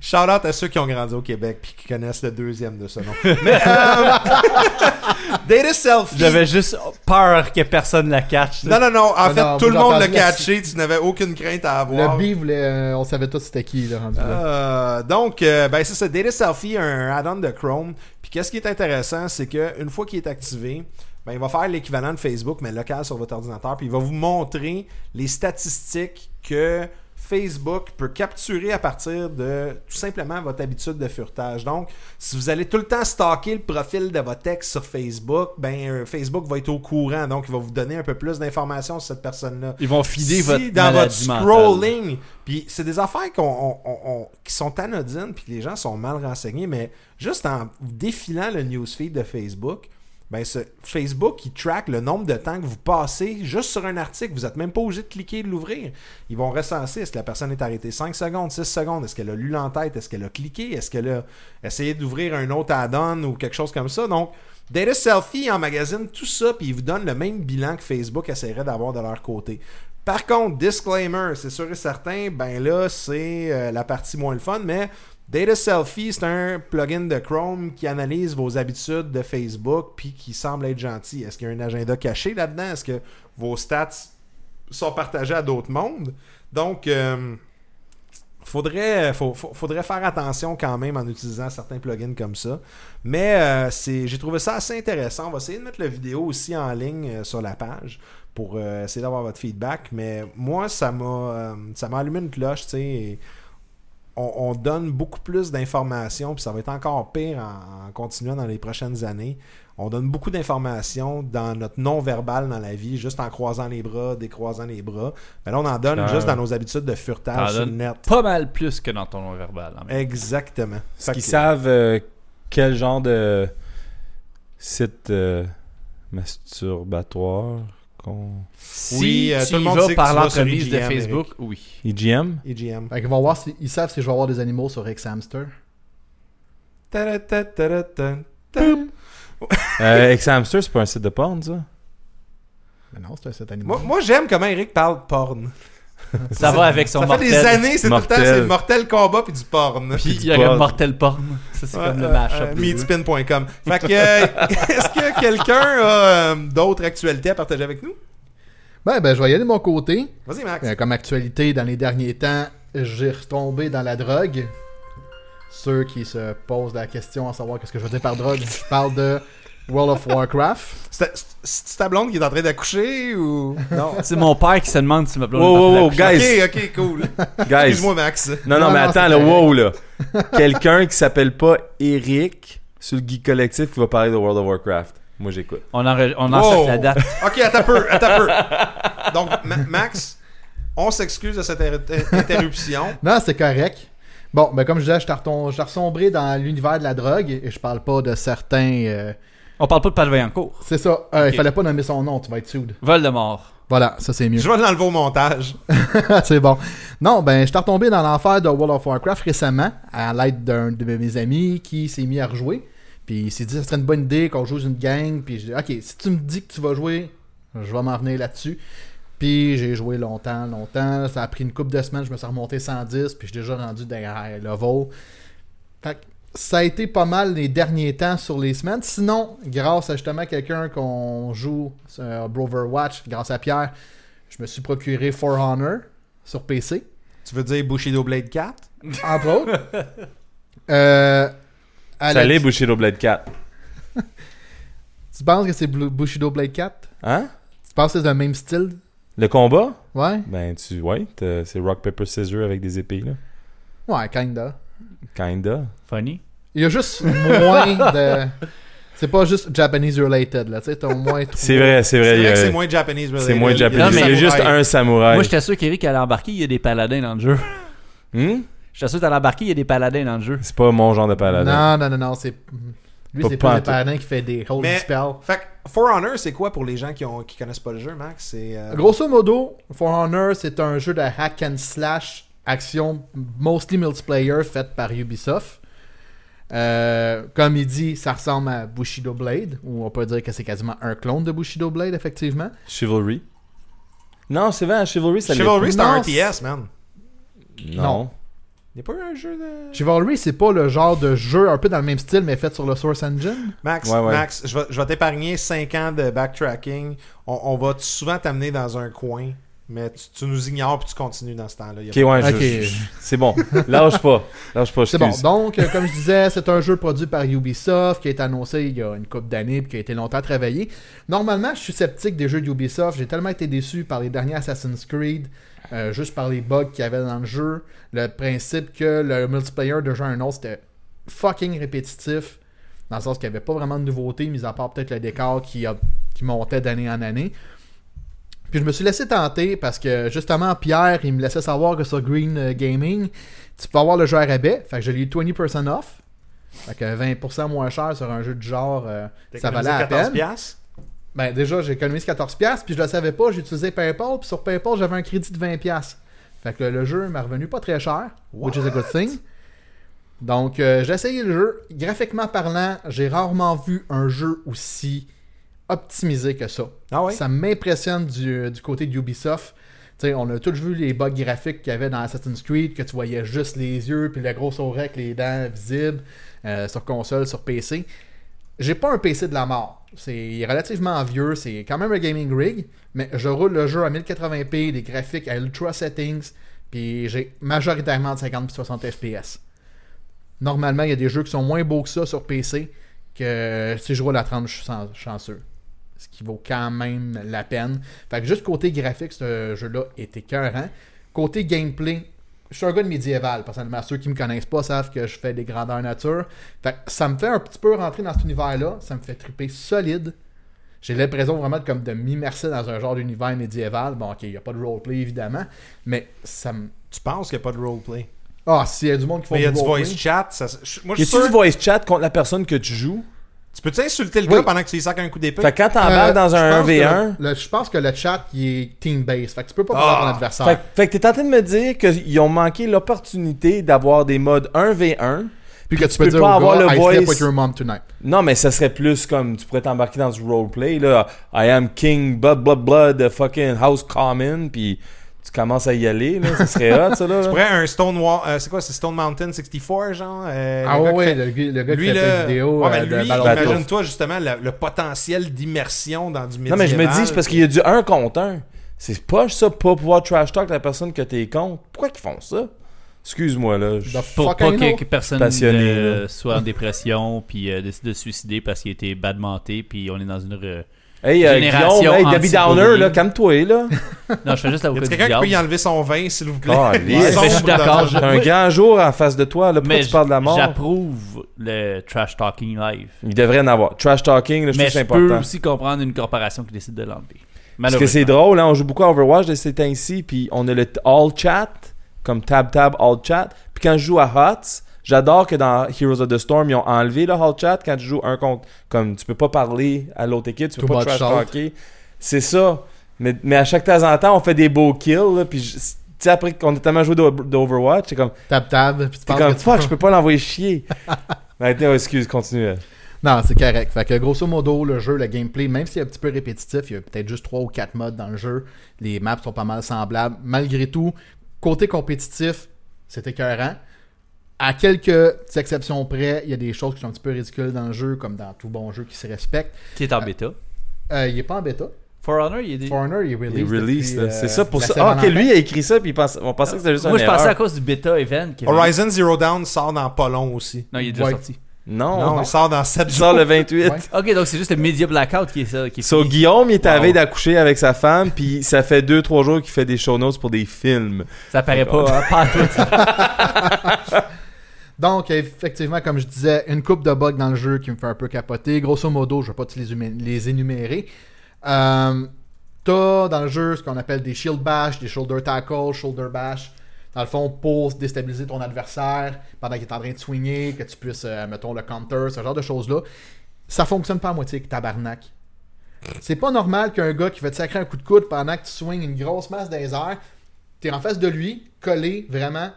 Speaker 1: Shout out à ceux qui ont grandi au Québec puis qui [laughs]
Speaker 3: [laughs]
Speaker 1: connaissent le deuxième de ce nom. Mais, euh, Data Selfie.
Speaker 4: J'avais juste peur que personne la catch.
Speaker 1: Non, non, non. En
Speaker 3: Non,
Speaker 1: fait,
Speaker 3: Ah non,
Speaker 1: tout le
Speaker 3: moi, j'ai
Speaker 1: monde l'a
Speaker 3: entendu la-
Speaker 1: catché. Tu n'avais aucune crainte à avoir.
Speaker 3: Le B, voulait, euh, on savait tous c'était qui, là, rendu là.
Speaker 1: Euh, donc, euh, ben c'est ça, Data Selfie, un add-on de Chrome. Puis qu'est-ce qui est intéressant, c'est que une fois qu'il est activé, ben, il va faire l'équivalent de Facebook, mais local sur votre ordinateur. Puis il va vous montrer les statistiques que Facebook peut capturer à partir de tout simplement votre habitude de furtage. Donc, si vous allez tout le temps stocker le profil de votre ex sur Facebook, ben euh, Facebook va être au courant. Donc, il va vous donner un peu plus d'informations sur cette personne-là
Speaker 4: Ils vont fider
Speaker 1: si
Speaker 4: votre
Speaker 1: dans votre
Speaker 4: maladie mentale.
Speaker 1: scrolling, puis c'est des affaires qu'on, on- on- on- qui sont anodines, puis que les gens sont mal renseignés, mais juste en défilant le newsfeed de Facebook, ben ce Facebook il track le nombre de temps que vous passez juste sur un article. Vous n'êtes même pas obligé de cliquer et de l'ouvrir. Ils vont recenser est-ce que la personne est arrêtée 5 secondes, 6 secondes, est-ce qu'elle a lu l'entête, est-ce qu'elle a cliqué, est-ce qu'elle a essayé d'ouvrir un autre add-on ou quelque chose comme ça. Donc, Data Selfie emmagasine tout ça, puis ils vous donnent le même bilan que Facebook essaierait d'avoir de leur côté. Par contre, disclaimer, c'est sûr et certain, ben là, c'est euh, la partie moins le fun, mais Data Selfie, c'est un plugin de Chrome qui analyse vos habitudes de Facebook puis qui semble être gentil. Est-ce qu'il y a un agenda caché là-dedans? Est-ce que vos stats sont partagés à d'autres mondes? Donc, euh, faudrait, euh, faut- faut- faudrait faire attention quand même en utilisant certains plugins comme ça. Mais euh, c'est, j'ai trouvé ça assez intéressant. On va essayer de mettre la vidéo aussi en ligne euh, sur la page pour euh, essayer d'avoir votre feedback. Mais moi, ça m'a, euh, ça m'a allumé une cloche, tu sais. et On, on donne beaucoup plus d'informations, puis ça va être encore pire en, en continuant dans les prochaines années. On donne beaucoup d'informations dans notre non-verbal dans la vie, juste en croisant les bras, décroisant les bras. Mais là, on en donne
Speaker 2: Claire.
Speaker 1: juste dans nos habitudes de
Speaker 4: T'en
Speaker 1: furtage sur le
Speaker 4: donnes
Speaker 1: net.
Speaker 4: Pas mal plus que dans ton nom verbal.
Speaker 1: Eh,
Speaker 4: en même temps.
Speaker 1: Exactement.
Speaker 2: Parce qu'ils
Speaker 1: Fait que-
Speaker 2: savent euh, quel genre de site euh, masturbatoire qu'on.
Speaker 4: Si
Speaker 1: Oui, euh,
Speaker 4: tu
Speaker 1: tout le
Speaker 4: y
Speaker 1: monde
Speaker 4: vas
Speaker 1: sait que
Speaker 4: par
Speaker 1: tu vas sur
Speaker 4: l'entremise de
Speaker 1: IGN,
Speaker 4: Facebook, oui.
Speaker 2: EGM
Speaker 1: EGM.
Speaker 3: Fait qu'ils vont voir, si, ils savent si je vais avoir des animaux sur Rex Hamster.
Speaker 2: euh, Ex-Hamster, c'est pas un site de porn, ça
Speaker 3: Mais Ben non, c'est un cet
Speaker 1: Moi,
Speaker 3: animal.
Speaker 1: moi, j'aime comment Eric parle porn.
Speaker 4: Ça va avec son
Speaker 1: Ça fait
Speaker 4: mortel.
Speaker 1: des années, c'est tout le temps
Speaker 2: Mortel.
Speaker 1: c'est mortel combat puis du porn.
Speaker 4: Puis il y
Speaker 2: du
Speaker 4: aurait
Speaker 2: porn.
Speaker 4: mortel porn. Ça, c'est
Speaker 1: Ouais,
Speaker 4: comme le
Speaker 1: euh,
Speaker 4: mashup.
Speaker 1: euh,
Speaker 4: des deux.
Speaker 1: meatspin.com. Fait que, euh, [laughs] est-ce que quelqu'un a euh, d'autres actualités à partager avec nous?
Speaker 3: Ben, ben, je vais y aller de mon côté.
Speaker 1: Vas-y, Max.
Speaker 3: Euh, comme actualité, dans les derniers temps, j'ai retombé dans la drogue. Ceux qui se posent la question à savoir qu'est-ce que je veux dire par drogue, je parle de World of Warcraft.
Speaker 1: C'est c'est ta blonde qui est en train d'accoucher ou. [laughs] Non.
Speaker 4: C'est mon père qui se demande si ma blonde
Speaker 2: Wow,
Speaker 4: est en train
Speaker 2: wow, wow,
Speaker 4: d'accoucher.
Speaker 2: guys.
Speaker 1: Ok, ok,
Speaker 4: [laughs]
Speaker 1: cool.
Speaker 2: Guys.
Speaker 1: Excuse-moi, Max.
Speaker 2: Non, non,
Speaker 3: Non,
Speaker 2: mais
Speaker 3: non,
Speaker 2: attends,
Speaker 3: c'est
Speaker 2: là,
Speaker 3: correct.
Speaker 1: [laughs]
Speaker 2: wow, là. Quelqu'un qui s'appelle pas Eric sur le Geek Collectif qui va parler de World of Warcraft. Moi, j'écoute.
Speaker 4: On en, re- on
Speaker 1: Wow.
Speaker 4: encercle la date.
Speaker 1: Ok, attends un peu, attends un peu. Donc, Ma- Max, on s'excuse de cette inter-
Speaker 3: [laughs]
Speaker 1: interruption.
Speaker 3: Non, c'est correct. Bon, ben comme je disais, je t'ai retom- je t'ai ressombré dans l'univers de la drogue et je parle pas de certains. euh,
Speaker 4: On parle pas de Pat Vaillancourt.
Speaker 3: C'est ça, euh,
Speaker 4: Ok.
Speaker 3: il fallait pas nommer son nom, tu vas être sued.
Speaker 4: Voldemort.
Speaker 3: Voilà, ça c'est mieux.
Speaker 1: Je vais l'enlever au montage.
Speaker 3: [laughs] c'est bon. Non, ben, je t'ai retombé dans l'enfer de World of Warcraft récemment, à l'aide d'un de mes amis qui s'est mis à rejouer. Puis il s'est dit, ça serait une bonne idée qu'on joue une gang. Puis j'ai dit, ok, si tu me dis que tu vas jouer, je vais m'en venir là-dessus. Puis j'ai joué longtemps, longtemps. Ça a pris une couple de semaines, je me suis remonté 110, puis je suis déjà rendu derrière level. Fait que ça a été pas mal les derniers temps sur les semaines. Sinon, grâce à justement quelqu'un qu'on joue sur Broverwatch, grâce à Pierre, je me suis procuré For Honor sur PC,
Speaker 1: Tu veux dire Bushido Blade 4?
Speaker 3: entre autres. Euh, à la-
Speaker 2: Salut, Bushido Blade 4.
Speaker 3: Tu penses que c'est Blu- Bushido Blade 4
Speaker 2: Hein
Speaker 3: Tu penses que c'est le même style
Speaker 2: Le combat
Speaker 3: Ouais
Speaker 2: Ben, tu. Ouais, t'as- c'est Rock, Paper, Scissors avec des épées, là.
Speaker 3: Ouais, kinda.
Speaker 2: Kinda.
Speaker 4: Funny.
Speaker 3: Il y a juste
Speaker 2: [laughs]
Speaker 3: moins de. C'est pas juste Japanese related, là. Tu sais, t'as au moins. trois-
Speaker 2: C'est vrai, c'est
Speaker 1: C'est
Speaker 2: vrai. il y
Speaker 1: vrai
Speaker 2: a-
Speaker 1: que c'est moins Japanese.
Speaker 2: C'est moins
Speaker 1: related.
Speaker 2: japonais.
Speaker 4: Non, mais-
Speaker 2: Il y a juste un samouraï.
Speaker 4: Moi, je t'assure qu'Eric allait embarquer, il y a des paladins dans le jeu.
Speaker 2: Hmm?
Speaker 4: Je t'assure t'allais embarquer, il y a des paladins dans le jeu.
Speaker 2: C'est pas mon genre de paladin.
Speaker 3: Non, non, non, non, c'est. Lui,
Speaker 2: Pas-
Speaker 3: c'est
Speaker 2: pas
Speaker 3: pas
Speaker 2: en
Speaker 3: le
Speaker 2: tout.
Speaker 3: paladin qui fait des hold
Speaker 1: Mais-
Speaker 3: spells.
Speaker 1: Fait que For Honor, c'est quoi pour les gens qui, ont, qui connaissent pas le jeu, Max? C'est euh,
Speaker 3: Grosso modo, For Honor, c'est un jeu de hack and slash action, mostly multiplayer, fait par Ubisoft. Euh, comme il dit, ça ressemble à Bushido Blade, ou on peut dire que c'est quasiment un clone de Bushido Blade, effectivement.
Speaker 2: Chivalry. Non, c'est vrai, Chivalry, ça l'est-
Speaker 1: Chivalry, c'est un
Speaker 3: Non,
Speaker 1: RTS, man.
Speaker 2: Non.
Speaker 3: Non.
Speaker 1: Il
Speaker 2: n'y a pas eu un jeu de.
Speaker 3: Chivalry, c'est pas le genre de jeu un peu dans le même style, mais fait sur le Source Engine.
Speaker 1: Max,
Speaker 2: Ouais, ouais.
Speaker 1: Max, je vais, je vais t'épargner 5 ans de backtracking. On, on va t- souvent t'amener dans un coin, mais tu, tu nous ignores puis tu continues dans ce temps-là. Y a
Speaker 2: Ok, ouais, je-
Speaker 3: Ok.
Speaker 2: je- je- c'est bon. Lâche pas. Lâche pas,
Speaker 3: C'est bon.
Speaker 2: excuse.
Speaker 3: Donc, euh, comme je disais, c'est un jeu produit par Ubisoft qui a été annoncé il y a une couple d'années puis qui a été longtemps travaillé. Normalement, je suis sceptique des jeux d'Ubisoft. J'ai tellement été déçu par les derniers Assassin's Creed, euh, juste par les bugs qu'il y avait dans le jeu. Le principe que le multiplayer de jeu à un autre, c'était fucking répétitif. Dans le sens qu'il n'y avait pas vraiment de nouveauté, mis à part peut-être le décor qui, a- qui montait d'année en année. Puis je me suis laissé tenter parce que justement Pierre, il me laissait savoir que sur Green euh, Gaming, tu peux avoir le jeu à rabais. Fait que je l'ai eu 20% off. Fait que 20% moins cher sur un jeu du genre, euh,
Speaker 1: T'as
Speaker 3: ça valait
Speaker 1: économisé
Speaker 3: la
Speaker 1: 14
Speaker 3: peine.
Speaker 1: piastres?
Speaker 3: Ben déjà, j'ai économisé 14$, piastres, puis je le savais pas, j'ai utilisé PayPal, puis sur PayPal, j'avais un crédit de 20$. piastres. Fait que le, le jeu m'a revenu pas très cher, which is a good thing. Donc, euh, j'ai essayé le jeu. Graphiquement parlant, j'ai rarement vu un jeu aussi optimisé que ça.
Speaker 1: Ah ouais?
Speaker 3: Ça m'impressionne du, du côté d'Ubisoft. Tu sais, on a tous vu les bugs graphiques qu'il y avait dans Assassin's Creed, que tu voyais juste les yeux, puis le gros sourire avec les dents visibles euh, sur console, sur PC. J'ai pas un PC de la mort. C'est il est relativement vieux, c'est quand même un gaming rig, mais je roule le jeu à 1080p, des graphiques à ultra settings, puis j'ai majoritairement de 50 puis 60 FPS. Normalement, il y a des jeux qui sont moins beaux que ça sur PC, que si je roule à 30, je suis chan- chanceux ce qui vaut quand même la peine. Fait que juste côté graphique, ce jeu-là est écœurant. Côté gameplay, je suis un gars de médiéval, personnellement. Ceux qui me connaissent pas savent que je fais des grandeurs nature. Fait que ça me fait un petit peu rentrer dans cet univers-là. Ça me fait triper solide. J'ai l'impression vraiment de, comme de m'immerser dans un genre d'univers médiéval. Bon, ok, il n'y a pas de roleplay, évidemment. Mais ça me.
Speaker 1: Tu penses qu'il n'y a pas de roleplay?
Speaker 3: Ah, s'il y a du monde qui font
Speaker 1: Mais il y a
Speaker 3: du
Speaker 1: du
Speaker 3: roleplay-
Speaker 1: voice chat. ça- je- moi, je
Speaker 2: Y
Speaker 1: suis
Speaker 2: a-tu
Speaker 1: sûr.
Speaker 2: du voice chat contre la personne que tu joues
Speaker 1: Tu peux-tu insulter le
Speaker 3: Oui.
Speaker 1: gars pendant que tu lui sacs un coup d'épée?
Speaker 2: Fait que quand t'embarques
Speaker 3: Euh,
Speaker 2: dans
Speaker 3: je
Speaker 2: un
Speaker 3: pense que
Speaker 2: 1v1.
Speaker 3: le- le- Je pense que le chat, il est team-based. Fait que tu peux pas
Speaker 1: Ah.
Speaker 3: parler à ton adversaire.
Speaker 2: Fait, que- fait que t'es en train de me dire qu'ils ont manqué l'opportunité d'avoir des modes 1v1.
Speaker 3: Puis que tu, peux,
Speaker 2: peux
Speaker 3: dire
Speaker 2: pas
Speaker 3: au
Speaker 2: avoir
Speaker 3: gars,
Speaker 2: le
Speaker 3: I
Speaker 2: voice-
Speaker 3: slept with your mom tonight.
Speaker 2: Non, mais ça serait plus comme tu pourrais t'embarquer dans du roleplay. Là. I am king, blah blah blah, de fucking house common. Puis tu commences à y aller. Là. Ça serait hot, ça. Là,
Speaker 1: Tu
Speaker 2: là.
Speaker 1: pourrais un Stone Wall- euh, c'est quoi, c'est Stone Mountain 64, genre? euh,
Speaker 3: Ah
Speaker 1: le gars
Speaker 3: ouais,
Speaker 1: qui
Speaker 3: ouais,
Speaker 1: fait-
Speaker 3: le, gars- le gars
Speaker 1: Lui,
Speaker 3: qui fait
Speaker 1: là,
Speaker 3: des vidéos
Speaker 1: ouais, mais
Speaker 3: euh, de
Speaker 1: lui,
Speaker 3: Battlefield.
Speaker 2: imagine-
Speaker 1: imagine-toi justement le, le potentiel d'immersion dans du
Speaker 2: non,
Speaker 1: médiéval.
Speaker 2: mais je me dis, c'est parce qu'il y a du 1 contre 1. C'est poche, ça, pas pouvoir trash talk la personne que t'es contre. Pourquoi qu'ils font ça Excuse-moi, là. je-
Speaker 3: The
Speaker 4: Pour
Speaker 3: fuck
Speaker 4: pas
Speaker 3: I
Speaker 4: que,
Speaker 3: know.
Speaker 4: que personne
Speaker 2: Passionné,
Speaker 4: euh, soit en dépression [laughs] puis euh, décide de se suicider parce qu'il a été badmenté puis on est dans une... re-
Speaker 2: Hey, euh,
Speaker 4: Génération
Speaker 2: Guillaume, hey, Debbie
Speaker 4: anti-bullying.
Speaker 2: Downer, là, calme-toi,
Speaker 4: [laughs]
Speaker 2: là.
Speaker 4: Non, je fais juste la
Speaker 1: Y a
Speaker 4: voix du
Speaker 1: quelqu'un qui peut y
Speaker 4: diable.
Speaker 1: enlever son vin, s'il vous plaît? [laughs]
Speaker 2: Ah,
Speaker 1: Il
Speaker 2: lisse.
Speaker 1: sombre
Speaker 4: mais je suis
Speaker 1: dans
Speaker 4: d'accord,
Speaker 1: un
Speaker 4: je-
Speaker 2: T'as un
Speaker 4: Oui.
Speaker 2: grand jour en face de toi, là. Pourquoi
Speaker 4: Mais
Speaker 2: tu parles de la mort
Speaker 4: j'approuve le trash talking live.
Speaker 2: Il devrait en avoir. Trash talking, là, je trouve
Speaker 4: Mais
Speaker 2: que
Speaker 4: je
Speaker 2: c'est important.
Speaker 4: peux aussi comprendre une corporation qui décide de l'enlever.
Speaker 2: Parce que c'est
Speaker 4: Malheureusement.
Speaker 2: drôle, hein, on joue beaucoup à Overwatch de ces temps-ci, puis on a le t- All Chat, comme Tab Tab All Chat. Puis quand je joue à Hots, j'adore que dans Heroes of the Storm, ils ont enlevé le All Chat quand tu joues un contre. Comme tu peux pas parler à l'autre équipe, tu peux
Speaker 3: Too
Speaker 2: pas
Speaker 3: much
Speaker 2: trash
Speaker 3: salt.
Speaker 2: talker. C'est ça. Mais, mais à chaque temps en temps, on fait des beaux kills, là, puis je- tu sais, après qu'on a tellement joué d'O- d'Overwatch, c'est comme,
Speaker 3: Tab tab, puis tu
Speaker 2: t'es
Speaker 3: penses
Speaker 2: comme
Speaker 3: que tu
Speaker 2: fuck, je peux pas l'envoyer
Speaker 3: [laughs]
Speaker 2: chier. Maintenant, excuse, continue.
Speaker 3: Non, c'est correct. Fait que grosso modo, le jeu, le gameplay, même s'il est un petit peu répétitif, il y a peut-être juste 3 ou 4 modes dans le jeu. Les maps sont pas mal semblables. Malgré tout, côté compétitif, c'est écœurant. À quelques petites exceptions près, il y a des choses qui sont un petit peu ridicules dans le jeu, comme dans tout bon jeu qui se respecte.
Speaker 4: Qui est en bêta.
Speaker 3: Euh, il est pas en bêta.
Speaker 4: For Honor, il est des...
Speaker 3: Foreigner, il est
Speaker 2: Il
Speaker 3: release.
Speaker 2: release,
Speaker 3: depuis,
Speaker 2: là. c'est
Speaker 3: euh,
Speaker 2: ça pour
Speaker 3: la
Speaker 2: ça.
Speaker 3: semaine
Speaker 2: Ah, ok,
Speaker 3: en-
Speaker 2: lui, il a écrit ça, puis il pense- on pensait que c'était juste un
Speaker 4: Moi, je pensais
Speaker 2: erreur.
Speaker 4: à cause du bêta event. qu'il y avait.
Speaker 1: Horizon Zero Dawn sort dans pas long aussi.
Speaker 4: Non, il est déjà
Speaker 3: Ouais.
Speaker 4: sorti.
Speaker 2: Non,
Speaker 1: Non, il sort dans 7
Speaker 2: Il sort
Speaker 1: jours. [laughs]
Speaker 2: le 28.
Speaker 3: Ouais.
Speaker 4: Ok, donc c'est juste le Media Blackout qui est ça. Qui est
Speaker 2: So,
Speaker 4: fini.
Speaker 2: Guillaume, il est à la
Speaker 4: Wow.
Speaker 2: veille d'accoucher avec sa femme, puis ça fait 2-3 jours qu'il fait des show notes pour des films.
Speaker 4: Ça paraît pas, hein, pas en tout.
Speaker 3: Donc, effectivement, comme je disais, une coupe de bugs dans le jeu qui me fait un peu capoter. Grosso modo, je ne vais pas tous les, humé- les énumérer. Euh, T'as dans le jeu ce qu'on appelle des shield bash, des shoulder tackle, shoulder bash. Dans le fond, pour déstabiliser ton adversaire pendant qu'il est en train de swinguer, que tu puisses, euh, mettons, le counter, ce genre de choses-là. Ça fonctionne pas à moitié, tabarnak. C'est pas normal qu'un gars qui va te sacrer un coup de coude pendant que tu swings une grosse masse dans les airs, t'es en face de lui, collé, vraiment,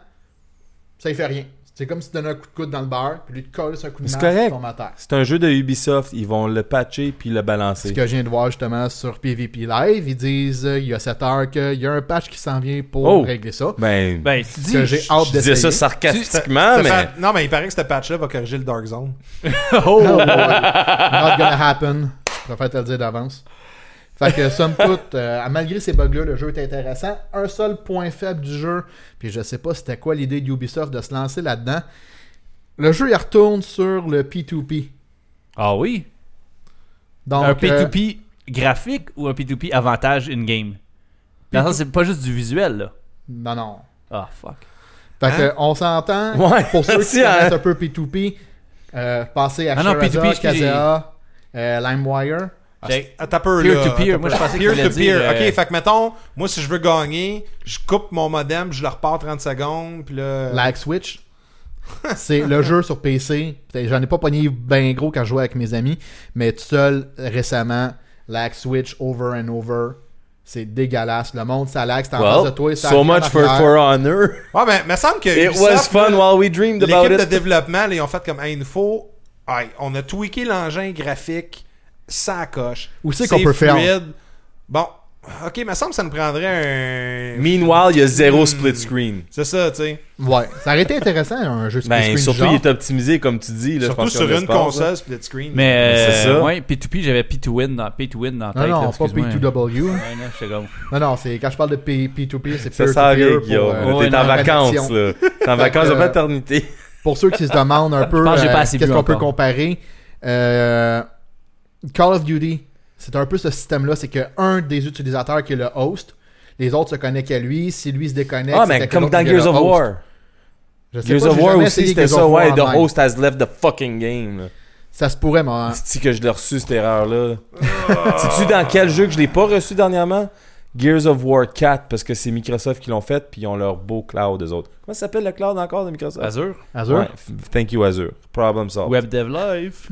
Speaker 3: ça y fait rien. C'est comme si tu donnais un coup de coude dans le beurre, puis lui, tu colles un coup de
Speaker 2: C'est
Speaker 3: masse,
Speaker 2: correct.
Speaker 3: tu tombes à terre.
Speaker 2: C'est un jeu de Ubisoft, ils vont le patcher puis le
Speaker 3: Ce
Speaker 2: balancer.
Speaker 3: que je viens de voir justement sur PvP Live, ils disent euh, il y a 7 heures qu'il y a un patch qui s'en vient pour
Speaker 2: Oh.
Speaker 3: régler ça.
Speaker 2: [laughs] Ben,
Speaker 4: Ben, tu dis.
Speaker 3: que j'ai
Speaker 4: [laughs] je-
Speaker 3: hâte
Speaker 2: je disais ça
Speaker 3: d'essayer. [laughs]
Speaker 2: sarcastiquement,
Speaker 1: Ça
Speaker 2: mais
Speaker 1: fait- Non, mais il paraît que ce patch-là va corriger le Dark Zone.
Speaker 4: Oh!
Speaker 3: No way. Oh, Not gonna happen. Je préfère te le dire d'avance. Fait que, somme toute, euh, malgré ces bugs-là, le jeu est intéressant. Un seul point faible du jeu, puis je sais pas c'était quoi l'idée d'Ubisoft de se lancer là-dedans. Le jeu, il retourne sur le P2P.
Speaker 4: Ah oui.
Speaker 3: Donc,
Speaker 4: un
Speaker 3: euh,
Speaker 4: P2P graphique ou un P2P avantage in-game Dans le sens, c'est pas juste du visuel, là.
Speaker 3: non, non.
Speaker 4: Ah, fuck.
Speaker 3: Fait
Speaker 1: Hein?
Speaker 3: que, on s'entend.
Speaker 2: Ouais,
Speaker 3: pour ceux qui
Speaker 2: si, hein.
Speaker 3: connaissent un peu P2P, euh, passez à
Speaker 4: Ah non, P2P,
Speaker 3: Sherazade,
Speaker 4: excusez.
Speaker 3: Kazea, euh, LimeWire.
Speaker 1: Ah,
Speaker 4: Check.
Speaker 1: c'est- ah, t'as peur,
Speaker 4: Peer
Speaker 1: là.
Speaker 4: to peer,
Speaker 1: T'as
Speaker 4: moi,
Speaker 1: peur.
Speaker 4: je pensais qu'il
Speaker 1: Peer
Speaker 4: voulait
Speaker 1: to peer.
Speaker 4: dire, euh,
Speaker 1: Ok, fait que mettons, moi si je veux gagner, je coupe mon modem, puis je le repars 30 secondes, puis là.
Speaker 3: Lag Switch. C'est le jeu sur PC. Putain, J'en ai pas pogné bien gros quand je jouais avec mes amis, mais tout seul récemment, Lag Switch over and over. C'est dégueulasse. Le monde, ça lag, c'est en face de
Speaker 2: well,
Speaker 3: toi. ça
Speaker 2: so
Speaker 3: arrive en
Speaker 2: much for,
Speaker 3: arrière.
Speaker 2: for
Speaker 3: [laughs]
Speaker 2: honor.
Speaker 1: Ouais, mais me semble que.
Speaker 2: It
Speaker 1: Ubisoft,
Speaker 2: was fun
Speaker 1: là,
Speaker 2: while we dreamed about
Speaker 1: L'équipe de
Speaker 2: it.
Speaker 1: développement, là, ils ont fait comme, hey, il nous faut. ouais, on a tweaké l'engin graphique, ça coche.
Speaker 3: Où c'est qu'on peut faire?
Speaker 1: fluide. Bon, ok, me semble que ça nous prendrait un.
Speaker 2: Meanwhile, il y a zéro
Speaker 1: Hmm.
Speaker 2: split screen.
Speaker 1: C'est ça, tu sais.
Speaker 3: Ouais, ça aurait été intéressant un jeu split
Speaker 2: Ben,
Speaker 3: screen
Speaker 2: surtout,
Speaker 3: genre.
Speaker 2: il est optimisé, comme tu dis. Là, je
Speaker 1: Surtout
Speaker 2: pense
Speaker 1: sur
Speaker 2: qu'on
Speaker 1: une
Speaker 2: espère, là.
Speaker 1: console split screen.
Speaker 4: Mais,
Speaker 2: C'est
Speaker 4: euh,
Speaker 2: ça.
Speaker 4: ouais, P2P, j'avais P2Win dans P2Win dans
Speaker 3: Non,
Speaker 4: la tête, là,
Speaker 3: non, pas
Speaker 4: excuse-moi.
Speaker 3: P2W.
Speaker 4: Ouais, non, j'étais comme-
Speaker 3: Non, non, c'est quand je parle de P, P2P, c'est
Speaker 2: Ça
Speaker 3: peer-to-peer
Speaker 2: sert à rien,
Speaker 3: pour,
Speaker 2: Guillaume.
Speaker 3: euh,
Speaker 2: T'es
Speaker 4: ouais,
Speaker 2: en
Speaker 4: non,
Speaker 2: vacances,
Speaker 3: compétition.
Speaker 2: là. T'es en vacances de Ah,
Speaker 3: euh,
Speaker 2: paternité.
Speaker 3: pour ceux qui se demandent un peu
Speaker 4: pense que j'ai
Speaker 3: euh,
Speaker 4: pas assez
Speaker 3: qu'est-ce
Speaker 4: bu
Speaker 3: qu'on peut
Speaker 4: encore.
Speaker 3: comparer, euh, Call of Duty, c'est un peu ce système-là, c'est que un des utilisateurs qui est le host, les autres se connectent à lui, si lui se déconnecte,
Speaker 2: Ah,
Speaker 3: c'est
Speaker 2: mais
Speaker 3: quelqu'un
Speaker 2: comme
Speaker 3: d'autre
Speaker 2: dans
Speaker 3: qui est le
Speaker 2: Gears of
Speaker 3: host.
Speaker 2: War.
Speaker 3: Je sais
Speaker 2: Gears
Speaker 3: pas,
Speaker 2: of
Speaker 3: j'ai
Speaker 2: War
Speaker 3: jamais
Speaker 2: aussi,
Speaker 3: essayé
Speaker 2: c'était
Speaker 3: Gears
Speaker 2: ça.
Speaker 3: of War
Speaker 2: Ouais, the
Speaker 3: en même.
Speaker 2: host has left the fucking game. là.
Speaker 3: Ça se pourrait, mais hein,
Speaker 2: C'est que je l'ai reçu cette erreur là.
Speaker 1: Ah.
Speaker 2: Sais-tu dans quel jeu que je l'ai pas reçu dernièrement Gears of War 4 parce que c'est Microsoft qui l'ont fait puis ils ont leur beau cloud eux autres. Comment ça s'appelle le cloud encore de Microsoft
Speaker 4: Azure.
Speaker 3: Azure.
Speaker 2: Ouais, f- thank you Azure. Problem solved.
Speaker 4: Web Dev Live.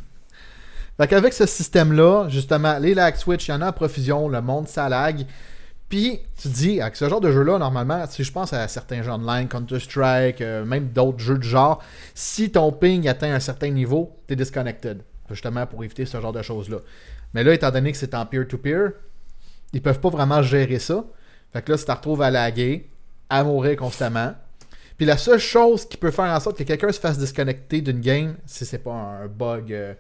Speaker 3: Fait qu'avec ce système-là, justement, les lag switch, il y en a à profusion, le monde, ça lag. Puis, tu te dis, avec ce genre de jeu-là, normalement, si je pense à certains jeux online, Counter-Strike, euh, même d'autres jeux du genre, si ton ping atteint un certain niveau, t'es disconnected. Justement, pour éviter ce genre de choses-là. Mais là, étant donné que c'est en peer-to-peer, ils peuvent pas vraiment gérer ça. Fait que là, tu te retrouves à laguer, à mourir constamment. Puis la seule chose qui peut faire en sorte que quelqu'un se fasse disconnecter d'une game, si c'est pas un bug euh,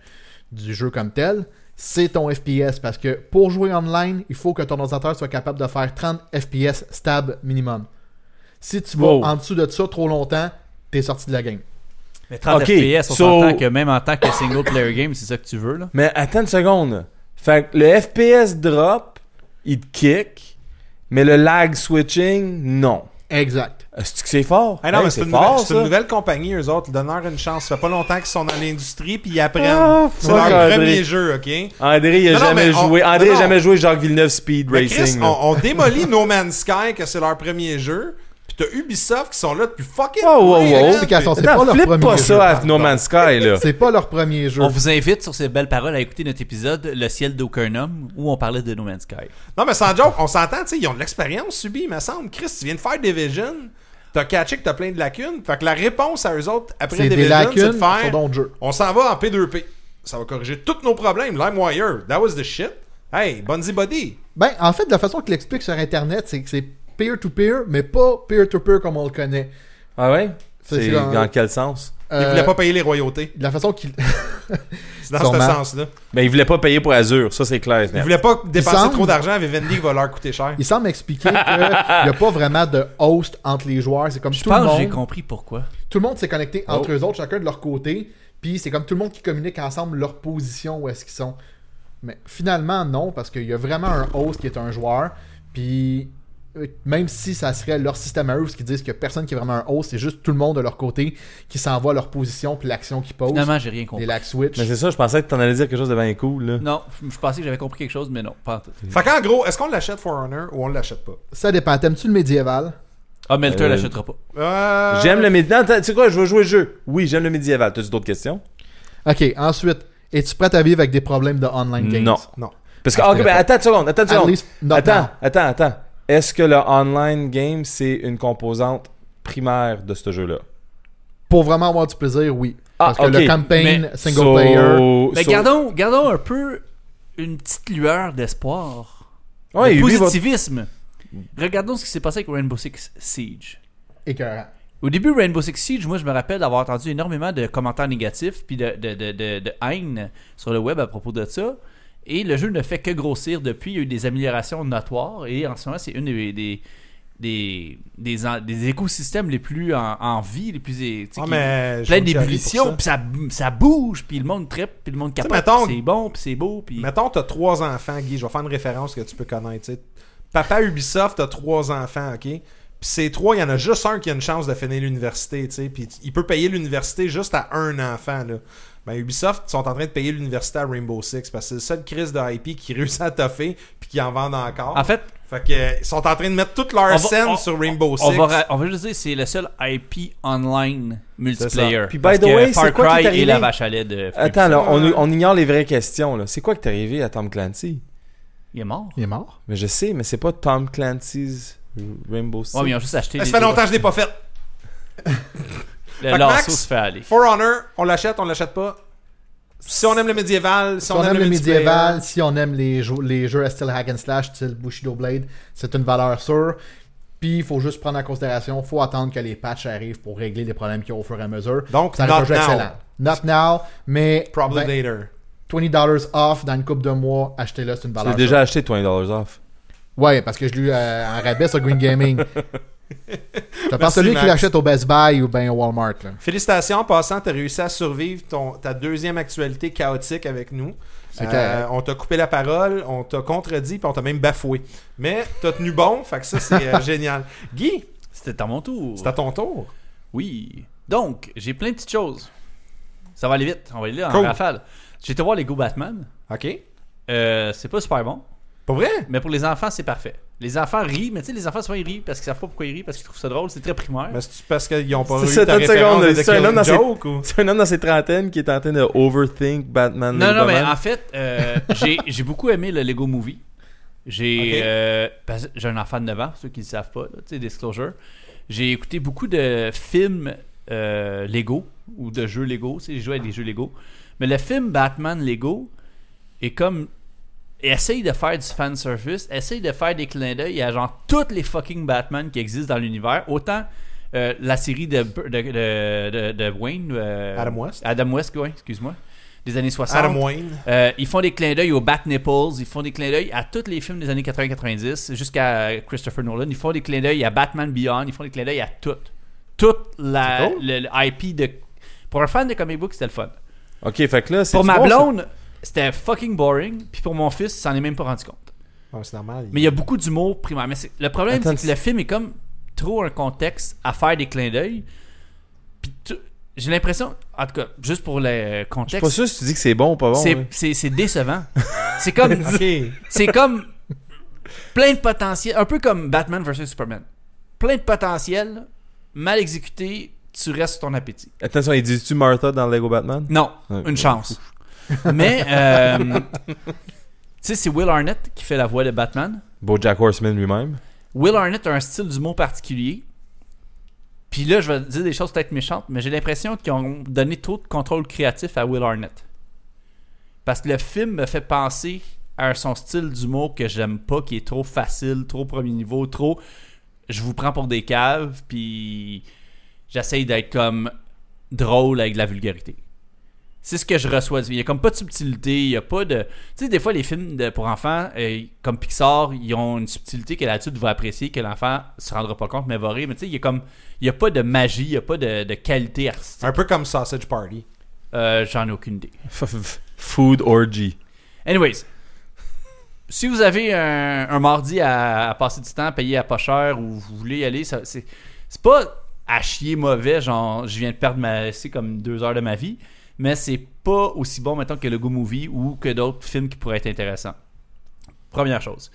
Speaker 3: du jeu comme tel, c'est ton FPS. Parce que pour jouer online, il faut que ton ordinateur soit capable de faire 30 FPS stable minimum. Si tu vas
Speaker 2: Wow.
Speaker 3: en dessous de ça trop longtemps, t'es sorti de la game.
Speaker 4: Mais 30
Speaker 2: Ok,
Speaker 4: FPS, on
Speaker 2: so-
Speaker 4: s'entend que même en tant que single player game, c'est ça que tu veux, là.
Speaker 2: Mais attends une seconde. Fait que le FPS drop, il te kick, mais le lag switching, non.
Speaker 3: Exact.
Speaker 2: Est-ce que c'est fort
Speaker 1: Ah non,
Speaker 2: Hey,
Speaker 1: mais c'est une,
Speaker 2: fort,
Speaker 1: nouvelle- c'est une
Speaker 2: ça.
Speaker 1: nouvelle compagnie, eux autres. Donneur une chance. Ça fait pas longtemps qu'ils sont dans l'industrie, puis ils apprennent.
Speaker 2: Ah,
Speaker 1: c'est
Speaker 2: fuck,
Speaker 1: leur
Speaker 2: André.
Speaker 1: premier jeu, ok?
Speaker 2: André, il a
Speaker 1: Non, non,
Speaker 2: jamais
Speaker 1: mais on-
Speaker 2: joué. André,
Speaker 1: non,
Speaker 2: a
Speaker 1: non.
Speaker 2: jamais joué Jacques Villeneuve Speed
Speaker 1: Mais
Speaker 2: Racing.
Speaker 1: Chris,
Speaker 2: là.
Speaker 1: on, on démolit No Man's Sky, que c'est leur premier jeu, puis t'as Ubisoft qui sont là depuis fucking.
Speaker 2: Oh, wow,
Speaker 1: longtemps,
Speaker 2: wow.
Speaker 1: là,
Speaker 3: C'est qu'à
Speaker 1: puis-
Speaker 3: son- c'est
Speaker 2: Attends,
Speaker 3: pas leur
Speaker 2: flippe
Speaker 3: premier
Speaker 2: pas
Speaker 3: jeu,
Speaker 2: ça à
Speaker 3: par
Speaker 2: No Man's Sky, là.
Speaker 3: C'est pas leur premier jeu.
Speaker 4: On vous invite sur ces belles paroles à écouter notre épisode Le ciel d'Okernum où on parlait de No Man's Sky.
Speaker 1: Non, mais sans joke, on s'entend, tu sais, ils ont de l'expérience subie, il me semble. Chris, tu viens de faire Division, t'as catché que t'as plein de lacunes. Fait que la réponse à eux autres après
Speaker 3: C'est des
Speaker 1: Division, c'est de
Speaker 3: lacunes sur
Speaker 1: faire.
Speaker 3: d'autres jeux.
Speaker 1: On s'en va en P2P. Ça va corriger tous nos problèmes. LimeWire, that was the shit. Hey, Bunzy Buddy.
Speaker 3: Ben, en fait, la façon qu'il explique sur Internet, c'est que c'est peer-to-peer, mais pas peer-to-peer comme on le connaît.
Speaker 2: Ah ouais?
Speaker 3: C'est-
Speaker 2: C'est
Speaker 3: c'est dans-
Speaker 2: dans quel sens?
Speaker 1: Ils
Speaker 3: Euh,
Speaker 1: voulaient pas payer les royautés.
Speaker 3: La façon qu'il. [laughs]
Speaker 1: C'est dans ce
Speaker 3: Sûrement.
Speaker 1: sens-là.
Speaker 2: Ben, il voulait pas payer pour Azure, ça c'est clair.
Speaker 1: Ils voulaient pas dépenser
Speaker 3: semble-
Speaker 1: trop d'argent avec Vivendi qui va leur coûter cher.
Speaker 3: Il semble expliquer qu'il n'y a pas vraiment de host entre les joueurs. C'est comme
Speaker 4: Je
Speaker 3: tout le,
Speaker 4: pense que j'ai
Speaker 3: monde,
Speaker 4: compris Oh. pourquoi.
Speaker 3: tout le monde s'est connecté entre eux autres, chacun de leur côté. Puis c'est comme tout le monde qui communique ensemble leur position, où est-ce qu'ils sont. Mais finalement, non, parce qu'il y a vraiment un host qui est un joueur. Puis euh, même si ça serait leur système à eux, parce qu'ils disent qu'il n'y a personne qui est vraiment un host, c'est juste tout le monde de leur côté qui s'envoie leur position puis l'action qu'ils posent.
Speaker 4: Finalement, j'ai rien
Speaker 3: les
Speaker 4: compris.
Speaker 3: lag switch.
Speaker 2: Mais c'est ça, je pensais que t'en allais dire quelque chose de bien cool, là.
Speaker 4: Non, je pensais que j'avais compris quelque chose, mais non, pas en tout.
Speaker 1: Fait qu'en gros, est-ce qu'on l'achète For Honor ou on l'achète pas?
Speaker 3: Ça dépend. T'aimes-tu le médiéval?
Speaker 4: Ah, Melter
Speaker 2: Euh,
Speaker 4: l'achètera pas.
Speaker 1: Euh,
Speaker 2: J'aime le médiéval. Tu sais quoi, je veux jouer le jeu. Oui, j'aime le médiéval. T'as-tu d'autres questions?
Speaker 3: Ok, ensuite, es-tu prêt à vivre avec des problèmes de online games?
Speaker 2: Non.
Speaker 1: Non.
Speaker 2: Parce que,
Speaker 3: Ah, je
Speaker 2: ok,
Speaker 3: connais
Speaker 2: ben,
Speaker 3: pas.
Speaker 2: attends une seconde, attends une
Speaker 3: At
Speaker 2: seconde.
Speaker 3: least not
Speaker 2: Attends,
Speaker 3: now.
Speaker 2: attends, attends. Est-ce que le online game, c'est une composante primaire de ce jeu-là?
Speaker 3: Pour vraiment avoir du plaisir, oui.
Speaker 2: Ah,
Speaker 3: Parce que
Speaker 2: ok.
Speaker 3: le campaign
Speaker 4: Mais-
Speaker 3: single player.
Speaker 1: Ben,
Speaker 4: Mais gardons, gardons un peu une petite lueur d'espoir.
Speaker 2: Ouais,
Speaker 4: Le
Speaker 2: Ubi va-
Speaker 4: positivisme. Regardons ce qui s'est passé avec Rainbow Six Siege.
Speaker 3: Écœurant.
Speaker 4: Au début, Rainbow Six Siege, moi, je me rappelle d'avoir entendu énormément de commentaires négatifs puis de, de, de, de- de haine sur le web à propos de ça. Et le jeu ne fait que grossir depuis. Il y a eu des améliorations notoires. Et en ce moment, c'est une des, des, des, des, en- des écosystèmes les plus en, en vie, les plus. tu sais,
Speaker 1: Ah,
Speaker 4: qui-
Speaker 1: mais je
Speaker 4: plein
Speaker 1: me carie pour
Speaker 4: d'ébullitions,
Speaker 1: ça.
Speaker 4: puis ça, ça bouge, puis le monde trippe, puis le monde capote,
Speaker 1: mettons-
Speaker 4: puis c'est bon, puis c'est beau, puis...
Speaker 1: Mettons, t'as trois enfants, Guy. Je vais faire une référence que tu peux connaître. tu sais. Papa Ubisoft a trois enfants, OK? Puis ces trois, il y en a juste un qui a une chance de finir l'université, tu sais. Puis il peut payer l'université juste à un enfant, là. Ben, Ubisoft sont en train de payer l'université à Rainbow Six parce que c'est le seul crise de IP qui réussit à toffer puis qui en vendent encore.
Speaker 4: En fait,
Speaker 1: Fait que, euh, ils sont en train de mettre toute leur
Speaker 4: Ah. on va-
Speaker 1: scène
Speaker 4: on-
Speaker 1: sur Rainbow Six.
Speaker 4: on va, ra- on va juste dire c'est le seul IP online multiplayer.
Speaker 2: Puis by
Speaker 4: Parce
Speaker 2: the
Speaker 4: que
Speaker 2: way, c'est
Speaker 4: Far
Speaker 2: quoi qui
Speaker 4: Cry
Speaker 2: est arrivé?
Speaker 4: et la vache à lait de...
Speaker 2: Attends, là, on, on ignore les vraies questions. là. C'est quoi qui t'est arrivé à Tom Clancy
Speaker 4: Il est mort.
Speaker 3: Il est mort.
Speaker 2: Mais je sais, mais c'est pas Tom Clancy's Rainbow Six.
Speaker 4: Ouais, mais ils ont juste acheté...
Speaker 1: Ça
Speaker 4: les-
Speaker 1: fait longtemps que je l'ai pas fait.
Speaker 4: Le
Speaker 1: Fait que
Speaker 4: lasso
Speaker 1: Max-
Speaker 4: se fait aller.
Speaker 1: For Honor, on l'achète, on l'achète pas. Si on aime le médiéval, si,
Speaker 3: Si on aime le
Speaker 1: multiplayer-
Speaker 3: médiéval, si on aime les, jeux- les jeux à style hack and slash, style Bushido Blade, c'est une valeur sûre. Puis il faut juste prendre en considération, il faut attendre que les patchs arrivent pour régler les problèmes qu'il y a au fur et à mesure.
Speaker 1: Donc,
Speaker 3: Ça reste
Speaker 1: not
Speaker 3: un jeu
Speaker 1: now.
Speaker 3: excellent. Not now, mais
Speaker 1: Probably
Speaker 3: ben,
Speaker 1: later.
Speaker 3: 20$ off dans une coupe de mois, achetez-le, c'est une
Speaker 2: Je
Speaker 3: valeur
Speaker 2: l'ai déjà acheté 20$ off.
Speaker 3: sûre. Ouais, parce que je l'ai eu euh, en rabais sur
Speaker 1: [laughs]
Speaker 3: Green Gaming. Je pense
Speaker 1: Merci,
Speaker 3: celui qui
Speaker 1: Max.
Speaker 3: l'achète au Best Buy ou bien au Walmart. là.
Speaker 1: Félicitations, en passant, t'as réussi à survivre ton, ta deuxième actualité chaotique avec nous.
Speaker 3: C'est
Speaker 1: Euh,
Speaker 3: correct.
Speaker 1: on t'a coupé la parole, on t'a contredit, puis on t'a même bafoué. Mais t'as tenu bon, fait que ça,
Speaker 2: [laughs]
Speaker 1: c'est euh, génial. Guy,
Speaker 4: C'était à mon tour.
Speaker 1: c'est à ton tour.
Speaker 4: Oui. Donc, j'ai plein de petites choses. Ça va aller vite. On va aller en
Speaker 1: Cool.
Speaker 4: rafale. J'ai été voir les Go Batman.
Speaker 1: OK?
Speaker 4: Euh, c'est pas super bon.
Speaker 1: Pas vrai?
Speaker 4: Mais pour les enfants, c'est parfait. Les enfants rient, mais tu sais, les enfants souvent ils rient parce qu'ils savent pas pourquoi ils rient, parce qu'ils trouvent ça drôle, c'est très primaire.
Speaker 1: Mais Ben, c'est parce qu'ils ont pas
Speaker 2: C'est
Speaker 1: eu
Speaker 2: ça,
Speaker 1: ta
Speaker 2: t'as une seconde,
Speaker 1: référence de The
Speaker 2: c'est un homme
Speaker 1: Killing
Speaker 2: dans ses-
Speaker 1: Joke
Speaker 2: [laughs]
Speaker 1: ou...
Speaker 2: C'est un homme dans ses trentaines qui est en train de overthink Batman.
Speaker 4: non,
Speaker 2: et
Speaker 4: non, mais
Speaker 2: Superman.
Speaker 4: en fait,
Speaker 1: [laughs]
Speaker 4: euh, j'ai j'ai beaucoup aimé le Lego Movie. J'ai
Speaker 1: Ok.
Speaker 4: euh, parce que j'ai un enfant de 9 ans, pour ceux qui ne le savent pas, là, tu sais, Disclosure. J'ai écouté beaucoup de films euh, Lego ou de jeux Lego. tu sais, J'ai joué à des jeux Lego. Mais le film Batman Lego est comme. Essaye de faire du fan service, essaye de faire des clins d'œil à genre toutes les fucking Batman qui existent dans l'univers. Autant euh, la série de, de, de- de- de Wayne. euh,
Speaker 1: Adam West.
Speaker 4: Adam West, oui, excuse-moi. Des années 60.
Speaker 1: Adam Wayne.
Speaker 4: Euh, ils font des clins d'œil aux Bat Nipples, ils font des clins d'œil à tous les films des années 80-90 jusqu'à Christopher Nolan, ils font des clins d'œil à Batman Beyond, ils font des clins d'œil à tout. Toute la
Speaker 1: C'est cool.
Speaker 4: le, le IP de pour un fan de comic book, c'était le fun.
Speaker 2: Ok, fait que là, c'est.
Speaker 4: Pour
Speaker 2: du
Speaker 4: ma
Speaker 2: bon, ça.
Speaker 4: blonde, c'était fucking boring, puis pour mon fils, il s'en est même pas rendu compte.
Speaker 1: Ouais, c'est normal.
Speaker 4: Mais il y a beaucoup d'humour primaire. Mais c'est- le problème,
Speaker 2: Attends,
Speaker 4: c'est que le film est comme trop un contexte à faire des clins d'œil. Puis tu- j'ai l'impression, en tout cas, juste pour le
Speaker 2: Je suis pas
Speaker 4: contexte,
Speaker 2: sûr si tu dis que c'est bon ou pas bon. hein.
Speaker 4: c'est-
Speaker 2: là.
Speaker 4: c'est c'est décevant. c'est
Speaker 2: [laughs]
Speaker 4: comme
Speaker 1: OK.
Speaker 4: c'est comme plein de potentiel, un peu comme Batman vs Superman. Plein de potentiel, mal exécuté, tu restes sur ton appétit.
Speaker 2: Attention, il dit-tu Martha dans Lego Batman
Speaker 4: Non,
Speaker 2: Ouais.
Speaker 4: une chance. Mais, euh, tu sais, c'est Will Arnett qui fait la voix de Batman.
Speaker 2: Beau Jack Horseman lui-même. [laughs]
Speaker 4: Will Arnett a un style d'humour particulier. Puis là, je vais dire des choses peut-être méchantes, mais j'ai l'impression qu'ils ont donné trop de contrôle créatif à Will Arnett. Parce que le film me fait penser à son style d'humour que j'aime pas, qui est trop facile, trop premier niveau, trop je vous prends pour des caves, puis j'essaye d'être comme drôle avec de la vulgarité. C'est ce que je reçois. Il n'y a comme pas de subtilité, il n'y a pas de. Tu sais, des fois, les films de- pour enfants, euh, comme Pixar, ils ont une subtilité que l'adulte va apprécier, que l'enfant se rendra pas compte, mais va rire. Mais tu sais, il y a comme. Il n'y a pas de magie, il n'y a pas de, de qualité artistique.
Speaker 1: Un peu comme Sausage Party.
Speaker 4: Euh, J'en ai aucune idée.
Speaker 2: Food orgy.
Speaker 4: Anyways, si vous avez un, un mardi à, à passer du temps, payer à pas cher ou vous voulez y aller, ça- c'est c'est pas à chier mauvais, genre je viens de perdre ma, c'est comme deux heures de ma vie, mais c'est pas aussi bon maintenant que le Go Movie ou que d'autres films qui pourraient être intéressants. Première chose.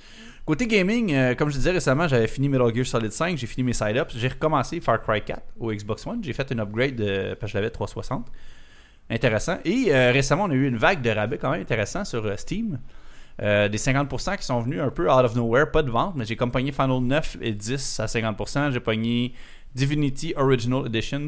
Speaker 4: Côté gaming, euh, comme je disais récemment, j'avais fini Metal Gear Solid 5, j'ai fini mes side-ups, j'ai recommencé Far Cry 4 au Xbox One, j'ai fait une upgrade de, parce que je l'avais 360. Intéressant. Et euh, récemment, on a eu une vague de rabais quand même intéressant sur euh, Steam. Euh, des 50% qui sont venus un peu out of nowhere, pas de vente, mais j'ai comme pogné Final 9 et 10 à 50%. J'ai pogné Divinity Original Edition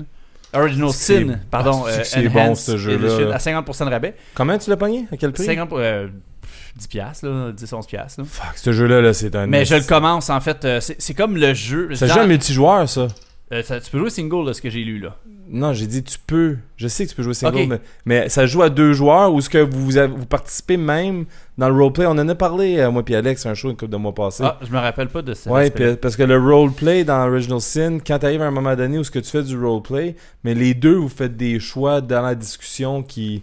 Speaker 4: Original
Speaker 2: C'est-
Speaker 4: Sin, pardon.
Speaker 2: Ah, c'est
Speaker 4: euh,
Speaker 2: que c'est bon,
Speaker 4: Enhanced
Speaker 2: ce jeu-là.
Speaker 4: Edition, À 50% de rabais.
Speaker 2: Comment tu l'as pogné À quel prix
Speaker 4: 50 euh, pff, 10 piastres, là, 10 11 piastres. là.
Speaker 2: Fuck, ce jeu-là, là, c'est un.
Speaker 4: Mais je le commence en fait, euh, c'est c'est comme le jeu.
Speaker 2: C'est un
Speaker 4: dans-
Speaker 2: jeu en multijoueur, ça.
Speaker 4: euh, ça- tu peux jouer single là, ce que j'ai lu là.
Speaker 2: Non, j'ai dit tu peux. Je sais que tu peux jouer single,
Speaker 4: Ok.
Speaker 2: mais, mais ça joue à deux joueurs ou est-ce que vous, avez- vous participez même dans le roleplay On en a parlé, euh, moi puis Alex, un show une couple de mois passés.
Speaker 4: Ah, je me rappelle pas de ça.
Speaker 2: Ouais, puis, euh, parce que le roleplay dans Original Sin, quand t'arrives à un moment donné où ce que tu fais du roleplay, mais les deux, vous faites des choix dans la discussion qui.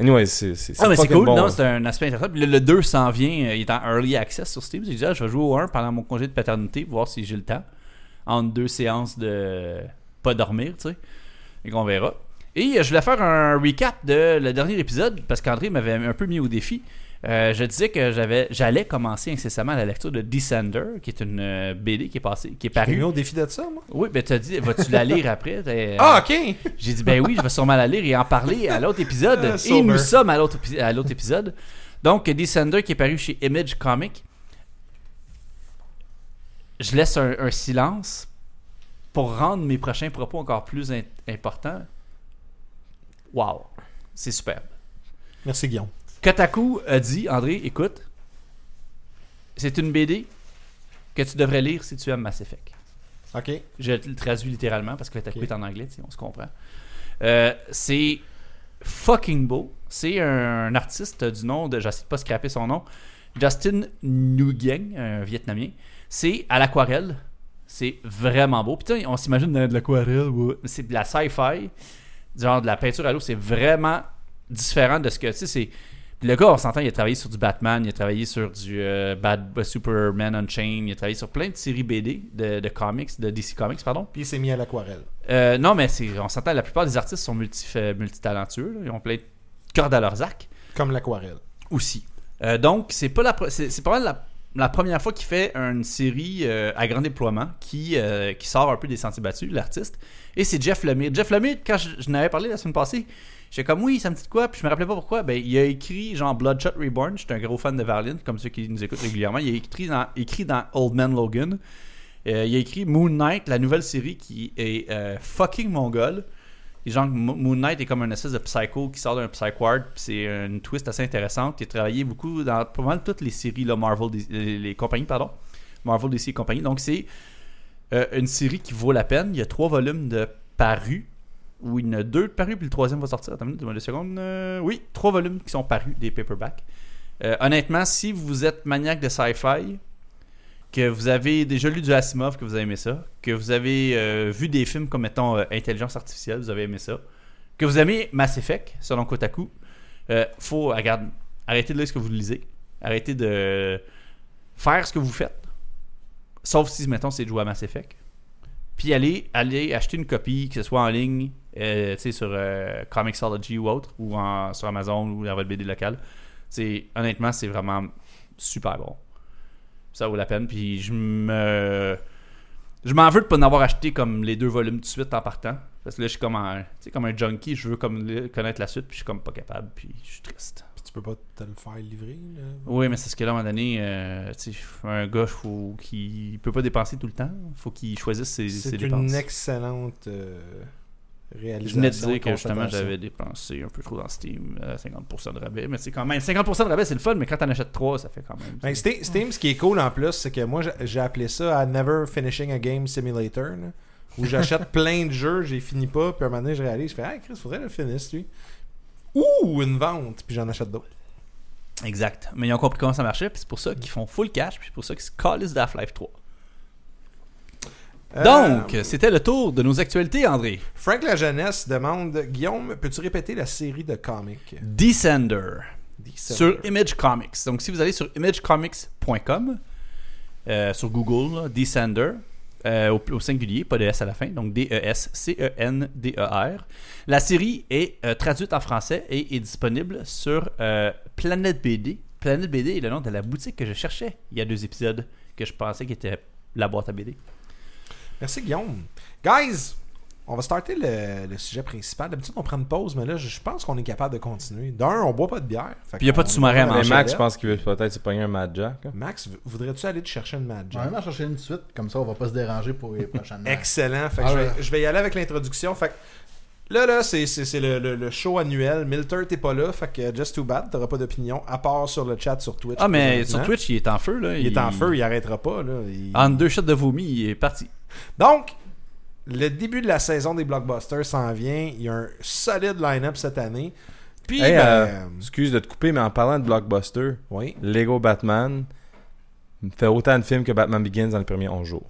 Speaker 2: Anyway, c'est c'est
Speaker 4: Ah, mais c'est
Speaker 2: fucking
Speaker 4: cool,
Speaker 2: bon, hein.
Speaker 4: non,
Speaker 2: là.
Speaker 4: c'est un aspect intéressant. Puis Le, le 2 s'en vient, euh, il est en early access sur Steam. J'ai dit, ah, je vais jouer au 1 pendant mon congé de paternité, pour voir si j'ai le temps. Entre deux séances de pas dormir, tu sais. Et qu'on verra. Et euh, je voulais faire un recap de le dernier épisode, parce qu'André m'avait un peu mis au défi. Euh, je disais que j'avais, j'allais commencer incessamment la lecture de Descender, qui est une euh, BD qui est passée, qui est
Speaker 1: T'as mis
Speaker 4: parue.
Speaker 1: au défi de ça, moi?
Speaker 4: Oui, ben t'as dit, vas-tu la lire après T'as-
Speaker 1: Ah, ok!
Speaker 4: j'ai dit, ben oui, je vais sûrement la lire et en parler à l'autre épisode.
Speaker 1: [laughs] Euh,
Speaker 4: et
Speaker 1: sober.
Speaker 4: nous sommes à l'autre épi- à l'autre épisode. Donc, Descender qui est paru chez Image Comic. Je laisse un, un silence pour rendre mes prochains propos encore plus in- importants. Wow, c'est superbe.
Speaker 1: Merci, Guillaume.
Speaker 4: Kotaku a dit, André, écoute, c'est une BD que tu devrais lire si tu aimes Mass Effect.
Speaker 1: Ok.
Speaker 4: Je le traduis littéralement parce que Kotaku
Speaker 1: Ok.
Speaker 4: est en anglais, tu sais, on se comprend. Euh, c'est fucking beau. C'est un, artiste du nom de, j'essaie de pas scraper son nom, Justin Nguyen, un Vietnamien. C'est à l'aquarelle. C'est vraiment beau. Putain, on s'imagine de l'aquarelle, ouais. Mais C'est de la sci-fi, du genre de la peinture à l'eau. C'est vraiment différent de ce que, tu sais, c'est. Le gars, on s'entend, il a travaillé sur du Batman, il a travaillé sur du euh, Bad Superman Unchained, il a travaillé sur plein de séries BD de, de comics, de DC Comics, pardon.
Speaker 1: Puis il s'est mis à l'aquarelle.
Speaker 4: Euh, non, mais c'est, on s'entend, la plupart des artistes sont multi, euh, multitalentueux. là. Ils ont plein de cordes à leurs arcs
Speaker 1: Comme l'aquarelle.
Speaker 4: aussi. Euh, donc, c'est pas la pro- c'est, c'est pas mal la, la première fois qu'il fait une série euh, à grand déploiement qui, euh, qui sort un peu des sentiers battus, l'artiste. Et c'est Jeff Lemire. Jeff Lemire, quand je, je n'avais parlé la semaine passée, j'étais comme oui, ça me dit de quoi, puis je me rappelais pas pourquoi. Ben, il a écrit genre Bloodshot Reborn. J'étais un gros fan de Valiant, comme ceux qui nous écoutent régulièrement. Il a écrit dans, écrit dans Old Man Logan. Euh, il a écrit Moon Knight, la nouvelle série qui est euh, fucking mongole. Et genre, Mo- Moon Knight est comme un espèce de psycho qui sort d'un psych ward. puis C'est une twist assez intéressante. Il a travaillé beaucoup dans pas mal toutes les séries, là, Marvel, D- les, les compagnies, pardon. Marvel, DC et compagnie. Donc, c'est euh, une série qui vaut la peine. Il y a trois volumes de parus. Ou il y en a deux de parus, puis le troisième va sortir. Attends une minute, donne-moi deux secondes. Euh, oui, trois volumes qui sont parus, des paperbacks. Euh, honnêtement, si vous êtes maniaque de sci-fi, que vous avez déjà lu du Asimov, que vous avez aimé ça, que vous avez euh, vu des films comme, mettons, euh, Intelligence Artificielle, vous avez aimé ça, que vous aimez Mass Effect, selon Kotaku, euh, faut, regarde, arrêtez de lire ce que vous lisez. Arrêtez de faire ce que vous faites. Sauf si, mettons, c'est de jouer à Mass Effect. Puis allez, allez acheter une copie, que ce soit en ligne, euh, tu sais, sur euh, Comixology ou autre, ou en- sur Amazon ou dans votre BD locale. C'est- Honnêtement, c'est vraiment super bon. Ça vaut la peine. Puis je me. Je m'en veux de pas en avoir acheté comme les deux volumes tout de suite en partant. Parce que là, je suis comme un, tu sais, comme un junkie. Je veux comme le- connaître la suite, puis je suis comme pas capable, puis je suis triste.
Speaker 1: Puis tu peux pas te le faire livrer, là?
Speaker 4: Oui, mais c'est ce que là, à un moment donné, euh, tu sais, un gars, faut qu'il peut pas dépenser tout le temps. faut qu'il choisisse ses, ses
Speaker 1: C'est
Speaker 4: dépenses.
Speaker 1: une excellente euh,
Speaker 4: Je
Speaker 1: réalisation.
Speaker 4: venais de dire que
Speaker 1: et
Speaker 4: justement,
Speaker 1: constatation.
Speaker 4: j'avais dépensé un peu trop dans Steam, euh, 50% de rabais. Mais c'est quand même, 50% de rabais, c'est le fun, mais quand t'en achètes 3, ça fait quand même.
Speaker 1: Ben, Steam, Steam, ce qui est cool en plus, c'est que moi, j'ai- j'ai appelé ça à Never Finishing a Game Simulator, là, où
Speaker 4: [laughs]
Speaker 1: j'achète plein de jeux, j'ai fini pas, puis à un moment donné, je réalise, je fais « Ah, Chris, faudrait le finir, lui. » Ouh, une vente, puis j'en achète d'autres.
Speaker 4: Exact. Mais ils ont compris comment ça marchait, puis c'est pour ça qu'ils font full cash, puis c'est pour ça qu'ils se calissent d'Half-Life 3.
Speaker 1: Euh,
Speaker 4: Donc, c'était le tour de nos actualités, André.
Speaker 1: Frank La Jeunesse demande « Guillaume, peux-tu répéter la série de comics
Speaker 4: Descender. »
Speaker 1: Descender.
Speaker 4: sur Image Comics. Donc, si vous allez sur imagecomics.com, euh, sur Google, là, Descender, euh, au, au singulier, pas de S à la fin, donc E D-E-S-C-E-N-D-E-R. E La série est euh, traduite en français et est disponible sur euh, Planète BD. Planète BD est le nom de la boutique que je cherchais il y a deux épisodes, que je pensais qui était la boîte à BD.
Speaker 1: Merci Guillaume. Guys, on va starter le, le sujet principal. D'habitude, on prend une pause, mais là, je je pense qu'on est capable de continuer. D'un, on boit pas de bière.
Speaker 4: Puis y a pas de sous-marin à
Speaker 2: Mais
Speaker 4: manger.
Speaker 2: Max, je pense qu'il veut peut-être se pogner un Mad Jack. hein.
Speaker 1: Max, v- voudrais-tu aller te chercher une Mad
Speaker 3: Je
Speaker 1: Jack?
Speaker 3: vais en chercher une de suite, comme ça on va pas se déranger pour les prochaines.
Speaker 1: Excellent. Fait que
Speaker 3: Ah
Speaker 1: je, vais,
Speaker 3: ouais.
Speaker 1: je vais y aller avec l'introduction. Fait que Là, là, c'est c'est- c'est le, le- le show annuel. Milter, t'es pas là, fait que just too bad, t'auras pas d'opinion, à part sur le chat sur Twitch.
Speaker 4: Ah, mais sur
Speaker 1: présentement.
Speaker 4: Twitch, il Ah, est en feu, là.
Speaker 1: Il est en feu, il arrêtera pas. Là. Il-
Speaker 4: En deux shots de vomi, il est parti.
Speaker 1: Donc, le début de la saison des blockbusters s'en vient. Il y a un solide line-up cette année. Puis,
Speaker 2: Hey,
Speaker 1: ben,
Speaker 2: euh, excuse de te couper, mais en parlant de blockbuster,
Speaker 1: oui.
Speaker 2: Lego Batman fait autant de films que Batman Begins dans les premiers 11 jours.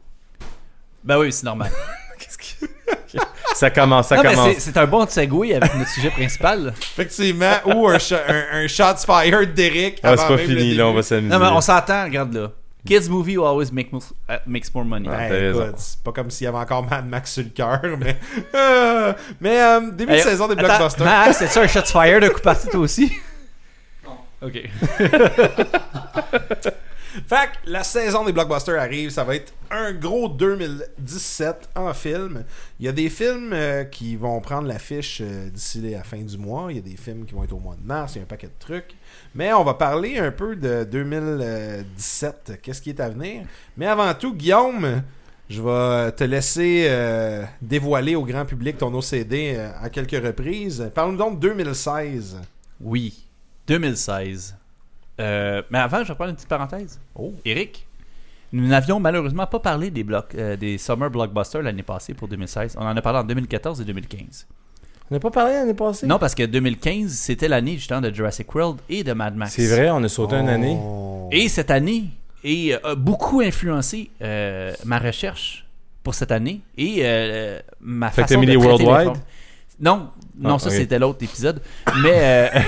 Speaker 4: Ben oui, c'est normal.
Speaker 2: Ça commence, ça
Speaker 4: Non, mais
Speaker 2: commence. Ah,
Speaker 4: c'est- c'est un bon segue avec notre sujet principal. [laughs] là.
Speaker 1: Effectivement, ou un, shot un, un shots fired d'Eric.
Speaker 2: Ah,
Speaker 1: avant
Speaker 2: c'est pas
Speaker 1: même le
Speaker 2: fini,
Speaker 1: début.
Speaker 2: là, on va s'amuser.
Speaker 4: Non, mais on s'entend, regarde là. Kids movie will always make mo- uh, makes more money.
Speaker 2: Ouais.
Speaker 1: Ben,
Speaker 2: t'as raison.
Speaker 1: écoute, c'est pas comme s'il y avait encore Mad Max sur le cœur, mais. [laughs] Euh, mais, euh, début
Speaker 4: Hey,
Speaker 1: de saison des
Speaker 4: attends,
Speaker 1: blockbusters.
Speaker 4: Max, c'est ça un shot fire de coup parti toi aussi? [laughs] Ok.
Speaker 1: Fait que la saison des blockbusters arrive, ça va être un gros 2017 en film. Il y a des films euh, qui vont prendre l'affiche euh, d'ici la fin du mois, il y a des films qui vont être au mois de mars, il y a un paquet de trucs. Mais on va parler un peu de 2017, qu'est-ce qui est à venir. Mais avant tout, Guillaume, je vais te laisser euh, dévoiler au grand public ton OCD euh, à quelques reprises. Parle-nous donc de 2016.
Speaker 4: Oui. 2016. Euh, mais avant, je vais prendre une petite parenthèse.
Speaker 1: Oh.
Speaker 4: Eric, nous n'avions malheureusement pas parlé des, blocs, euh, des Summer Blockbusters l'année passée pour 2016. On en a parlé en 2014 et 2015.
Speaker 2: On n'a pas parlé l'année passée?
Speaker 4: Non, parce que 2015, c'était l'année justement de Jurassic World et de Mad Max.
Speaker 2: C'est vrai, on a sauté une année.
Speaker 1: Oh.
Speaker 4: Et cette année et, euh, a beaucoup influencé euh, ma recherche pour cette année et euh, ma
Speaker 2: Fait que
Speaker 4: façon
Speaker 2: t'as mis
Speaker 4: de
Speaker 2: les
Speaker 4: traiter
Speaker 2: worldwide?
Speaker 4: formes. Non, non,
Speaker 2: Ah,
Speaker 4: ça
Speaker 2: ok.
Speaker 4: c'était l'autre épisode. Mais euh,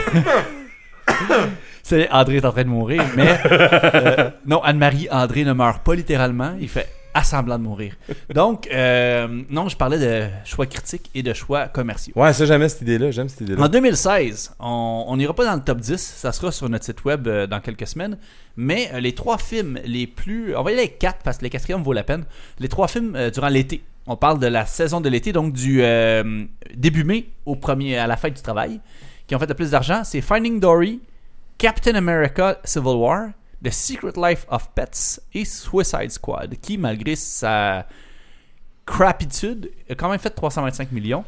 Speaker 4: [laughs] c'est André est en train de mourir. Mais euh, non, Anne-Marie André ne meurt pas littéralement. Il fait assemblant de mourir. Donc euh, non, je parlais de choix critiques et de choix commerciaux.
Speaker 2: Ouais, ça, j'aimais cette idée-là. J'aime cette idée-là.
Speaker 4: En 2016, on on n'ira pas dans le top 10, ça sera sur notre site web euh, dans quelques semaines, mais euh, les trois films les plus... On va y aller avec quatre parce que le quatrième vaut la peine. Les trois films euh, durant l'été. On parle de la saison de l'été, donc du euh, début mai au premier, à la fête du travail, qui ont fait le plus d'argent. C'est Finding Dory, Captain America Civil War, The Secret Life of Pets et Suicide Squad, qui, malgré sa crapitude, a quand même fait 325 millions.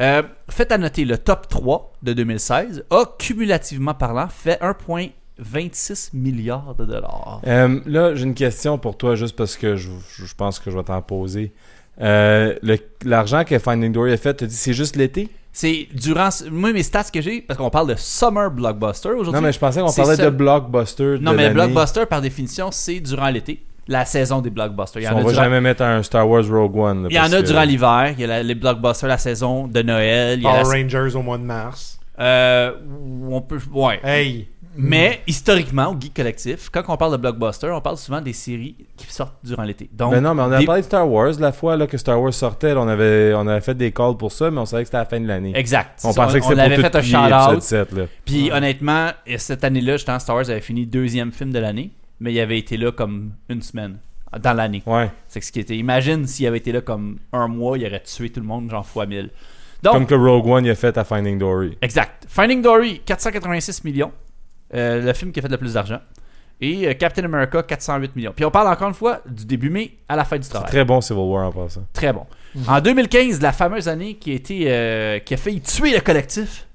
Speaker 4: Euh, faites à noter le top 3 de 2016 a cumulativement parlant fait 1,26 milliard de dollars.
Speaker 2: Euh, là, j'ai une question pour toi, juste parce que je, je- je pense que je vais t'en poser. Euh, le- L'argent que Finding Dory a fait, tu dit c'est juste l'été?
Speaker 4: C'est durant. ce- Moi, mes stats que j'ai, parce qu'on parle de summer blockbuster aujourd'hui.
Speaker 2: Non, mais je pensais qu'on
Speaker 4: c'est
Speaker 2: parlait
Speaker 4: ça.
Speaker 2: de blockbuster.
Speaker 4: Non,
Speaker 2: de
Speaker 4: mais
Speaker 2: l'année.
Speaker 4: blockbuster, par définition, c'est durant l'été, la saison des blockbusters. Il y en
Speaker 2: on
Speaker 4: a
Speaker 2: va
Speaker 4: durant,
Speaker 2: jamais mettre un Star Wars Rogue One. là,
Speaker 4: il y en
Speaker 2: parce
Speaker 4: a
Speaker 2: que-
Speaker 4: durant l'hiver. Il y a la- les blockbusters, la saison de Noël. Il y a
Speaker 1: Power
Speaker 4: la-
Speaker 1: Rangers au mois de mars.
Speaker 4: Euh, on peut. Ouais.
Speaker 1: Hey!
Speaker 4: Mais historiquement, au Geek Collectif, quand on parle de blockbuster, on parle souvent des séries qui sortent durant l'été. Donc,
Speaker 2: Ben non, mais on a
Speaker 4: des-
Speaker 2: parlé de Star Wars la fois là, que Star Wars sortait. là, on, avait, on avait fait des calls pour ça, mais on savait que c'était à la fin de l'année.
Speaker 4: Exact.
Speaker 2: On
Speaker 4: Ça,
Speaker 2: pensait que c'était
Speaker 4: l'avait
Speaker 2: pour tout
Speaker 4: fait un
Speaker 2: plier, épisode
Speaker 4: shout-out.
Speaker 2: 7, là.
Speaker 4: Puis honnêtement, et cette année-là, je Star Wars avait fini deuxième film de l'année, mais il avait été là comme une semaine dans l'année.
Speaker 2: Ouais.
Speaker 4: C'est ce qui était. Imagine s'il avait été là comme un mois, il aurait tué tout le monde genre fois mille. Donc,
Speaker 2: Comme que Rogue One il a fait à Finding Dory.
Speaker 4: exact. Finding Dory, 486 millions, euh, le film qui a fait le plus d'argent, et euh, Captain America, 408 millions. Puis on parle encore une fois du début mai à la fin du travail.
Speaker 2: Très bon Civil War en passant.
Speaker 4: Très bon.
Speaker 1: Mhm.
Speaker 4: En 2015, la fameuse année qui a, été, euh, qui a failli tuer
Speaker 1: [laughs]
Speaker 4: le collectif.